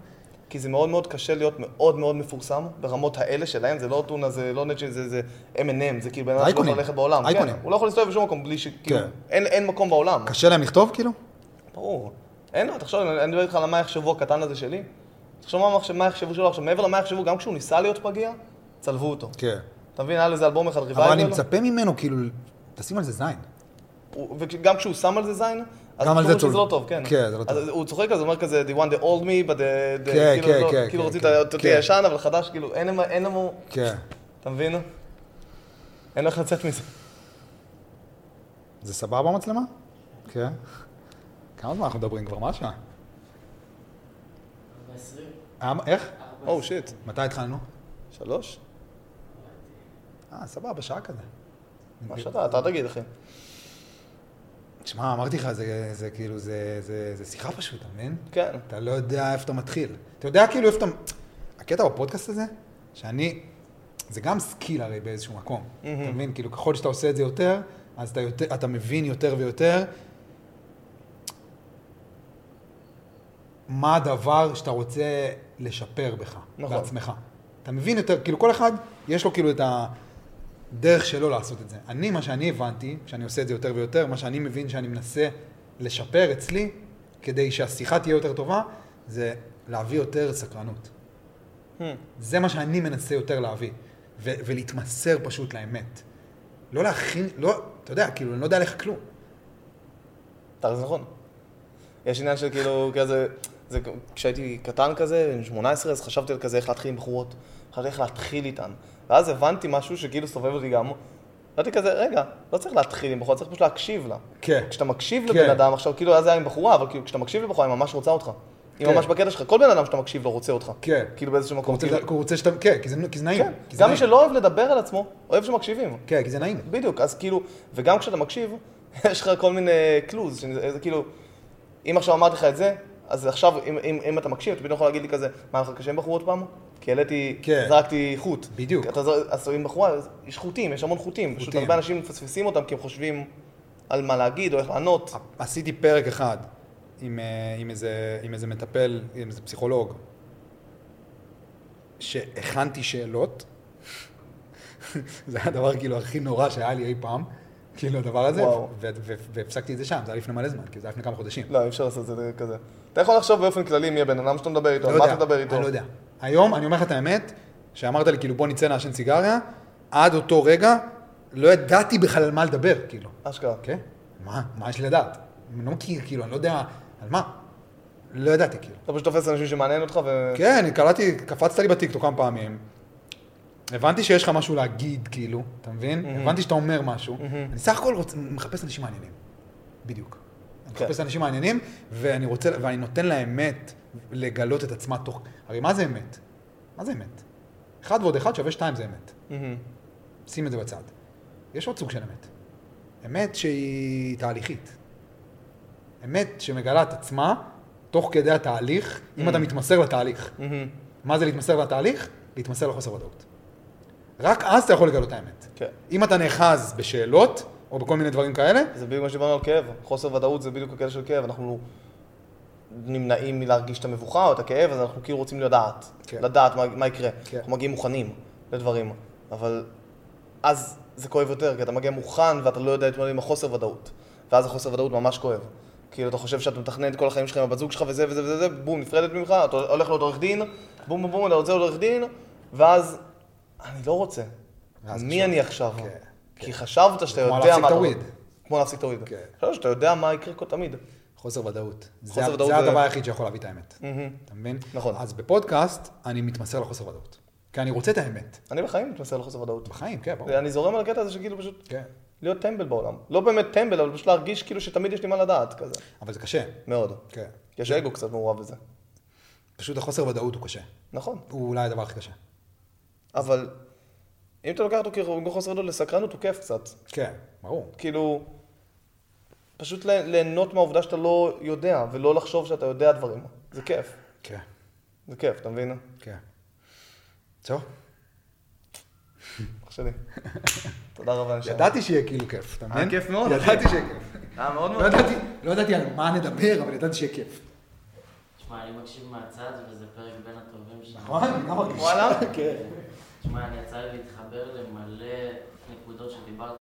כי זה מאוד מאוד קשה להיות מאוד מאוד מפורסם ברמות האלה שלהם, זה לא טונה, זה לא נג'י, זה, זה M&M, זה כאילו בן אדם שלא יכול אייקונים. ללכת בעולם. אייקונים. כן, הוא לא יכול להסתובב בשום מקום בלי ש... כאילו, כן. אין, אין מקום בעולם. קשה להם לכתוב, כאילו? ברור. אין לו, תחשוב, אני אני מדבר איתך על מה יחשבו הקטן הזה שלי. תחשוב מה, מחשב- מה יחשבו שלו עכשיו, מעבר למה יחשבו, גם כשהוא ניסה להיות פגיע, צלבו אותו. כן. אתה מבין, היה לו איזה אלבום אחד ריבייבל. אבל אני מצפה ממנו, כאילו, תשים על זה זין. הוא- וגם כשהוא שם על זה זין, אז גם על זה חשבו שזה צול. לא טוב, כן. כן, זה לא אז טוב. הוא צוחק על זה, אומר כזה, they want the old me, but the... the- כן, כאילו כן, לא- כן, כאילו כן, רוצים כן. את אותי כן. הישן, אבל חדש, כאילו, אין למה- אין למה... כן. אתה מבין? אין לו איך לצאת מזה. זה סבבה המצלמה? כן. כמה זמן אנחנו מדברים כבר? מה השעה? אה, מה- איך? או שיט. מתי התחלנו? שלוש? אה, סבבה, שעה כזה. מה אוקיי. שאתה, אתה תגיד, אחי. תשמע, אמרתי לך, זה זה כאילו, זה- זה זה שיחה פשוט, אתה מבין? כן. אתה לא יודע איפה אתה מתחיל. אתה יודע כאילו איפה אתה... הקטע בפודקאסט הזה, שאני... זה גם סקיל הרי באיזשהו מקום. מהמם. אתה מבין? כאילו, ככל שאתה עושה את זה יותר, אז אתה, יותר, אתה מבין יותר ויותר מה הדבר שאתה רוצה לשפר בך, נכון. בעצמך. אתה מבין יותר, כאילו כל אחד יש לו כאילו את הדרך שלו לעשות את זה. אני, מה שאני הבנתי, שאני עושה את זה יותר ויותר, מה שאני מבין שאני מנסה לשפר אצלי, כדי שהשיחה תהיה יותר טובה, זה להביא יותר סקרנות. Hmm. זה מה שאני מנסה יותר להביא, ו- ולהתמסר פשוט לאמת. לא להכין, לא, אתה יודע, כאילו, אני לא יודע עליך כלום. אתה זה נכון. יש עניין של כאילו, כזה, זה, כשהייתי קטן כזה, בן 18, אז חשבתי על כזה איך להתחיל עם בחורות, חשבתי איך להתחיל איתן. ואז הבנתי משהו שכאילו סובב אותי גם, אמרתי כזה, רגע, לא צריך להתחיל עם בחורה, צריך פשוט להקשיב לה. כן. כשאתה מקשיב כן. לבן אדם, עכשיו כאילו, אז זה היה עם בחורה, אבל כאילו, כשאתה מקשיב לבחורה, היא ממש רוצה אותך. היא כן. ממש בקטע שלך, כל בן אדם שאתה מקשיב לו רוצה אותך. כן. כאילו באיזשהו הוא מקום. רוצה- כאילו, הוא רוצה שאתה... כן, כי זה- כי זה נעים. כן. כי זה גם מי נעים. שלא אוהב לדבר על עצמו, אוהב שמקשיבים. כן, כי זה נעים. בדיוק, אז כאילו, וגם כשאתה מקשיב, יש לך כל מיני קלוז, שזה- זה כאילו, אם עכשיו אמרתי לך את זה, אז עכשיו, אם, אם, אם אתה מקשיב, אתה פתאום יכול להגיד לי כזה, מה, היה לך קשה עם בחורות פעם? כי העליתי, כן. זרקתי חוט. בדיוק. אתה זר... אז עם בחורה, אז יש חוטים, יש המון חוטים. פשוט חוטים. הרבה אנשים מפספסים אותם כי הם חושבים על מה להגיד או איך לענות. עשיתי פרק אחד עם, אה, עם, איזה, עם איזה מטפל, עם איזה פסיכולוג, שהכנתי שאלות. זה היה הדבר כאילו הכי נורא שהיה לי אי פעם, כאילו הדבר הזה, וואו. ו- ו- והפסקתי את זה שם, זה היה לפני מלא זמן, כי זה היה לפני כמה חודשים. לא, אי אפשר לעשות את זה כזה. אתה יכול לחשוב באופן כללי מי הבן אדם שאתה מדבר איתו, לא על מה יודע, אתה מדבר איתו. אני לא יודע. היום, אני אומר לך את האמת, שאמרת לי כאילו בוא נצא נעשן סיגריה, עד אותו רגע לא ידעתי בכלל על מה לדבר, כאילו. אשכרה. כן? מה? מה יש לי לדעת? אני לא מכיר, כאילו, אני לא יודע על מה. לא ידעתי, כאילו. אתה פשוט תופס אנשים שמעניין אותך ו... כן, אני קלטתי, קפצת לי בטיקטוק כמה פעמים. הבנתי שיש לך משהו להגיד, כאילו, אתה מבין? מהמם. הבנתי שאתה אומר משהו. מהמם. אני סך הכל רוצ- מחפש אנשים מעניינים. בדיוק. אני כן. מחפש אנשים מעניינים, ואני רוצה, ואני נותן לאמת לגלות את עצמה תוך... הרי מה זה אמת? מה זה אמת? אחד ועוד אחד שווה שתיים זה אמת. מהמם. שים את זה בצד. יש עוד סוג של אמת. אמת שהיא תהליכית. אמת שמגלה את עצמה תוך כדי התהליך, אם אתה מתמסר לתהליך. מהמם. מה זה להתמסר לתהליך? להתמסר לחוסר ודאות. רק אז אתה יכול לגלות את האמת. כן. אם אתה נאחז בשאלות, או בכל מיני דברים כאלה, זה בדיוק מה שדיברנו על כאב. חוסר ודאות זה בדיוק הקטע של כאב. אנחנו נמנעים מלהרגיש את המבוכה או את הכאב, אז אנחנו כאילו רוצים לדעת. כן. לדעת מה, מה יקרה. כן. אנחנו מגיעים מוכנים לדברים, אבל אז זה כואב יותר, כי אתה מגיע מוכן ואתה לא יודע להתמודד עם החוסר ודאות. ואז החוסר ודאות ממש כואב. כאילו, אתה חושב שאתה מתכנן את כל החיים שלך עם הבת זוג שלך וזה וזה וזה, וזה בום, נפרדת ממך, אתה הולך לעוד עורך דין, בום בום בום, אתה רוצה עוד עורך דין, ואז אני לא רוצה. ואז מי קשה. אני עכשיו? כן, כי חשבת שאתה כמו יודע מה... להפסיק את אתה- הוויד. כמו להפסיק את הוויד. כן. שלוש, אתה יודע מה יקרה כל תמיד. חוסר ודאות. זה, חוסר ה- ודאות זה זה- הדבר היחיד שיכול להביא את האמת. מהמם. אתה מבין? נכון. אז בפודקאסט, אני מתמסר לחוסר ודאות. כי אני רוצה את האמת. אני בחיים מתמסר לחוסר ודאות. בחיים, כן, ברור. אני זורם על הקטע הזה שכאילו פשוט כן. להיות טמבל בעולם. לא באמת טמבל, אבל פשוט להרגיש כאילו שתמיד יש לי מה לדעת כזה. אבל זה קשה. מאוד. כן. יש אגו קצת מעורב בזה. פשוט החוסר ודאות הוא קשה. נכון. הוא אולי הדבר הכי קשה. אבל אם אתה לוקח אותו כחוסר ודאות לסקרנות, הוא כיף קצת. כן, ברור. כאילו, פשוט ל- ליהנות מהעובדה שאתה לא יודע, ולא לחשוב שאתה יודע דברים. זה כיף. כן, זה כיף, אתה מבין? כן. טוב, אח שלי. תודה רבה, נשאר. ידעתי שיהיה כאילו כיף, אתה מבין? היה אה, כיף מאוד, אחי. ידעתי שיהיה כיף. היה אה, מאוד לא ידעתי, לא ידעתי על מה נדבר, אבל ידעתי שיהיה כיף. תשמע, אני מקשיב מהצד, וזה פרק בין הטובים שלי. נכון? מה מרגיש? וואלה? כן. תשמע, אני יצא לי להתחבר למלא נקודות שדיברת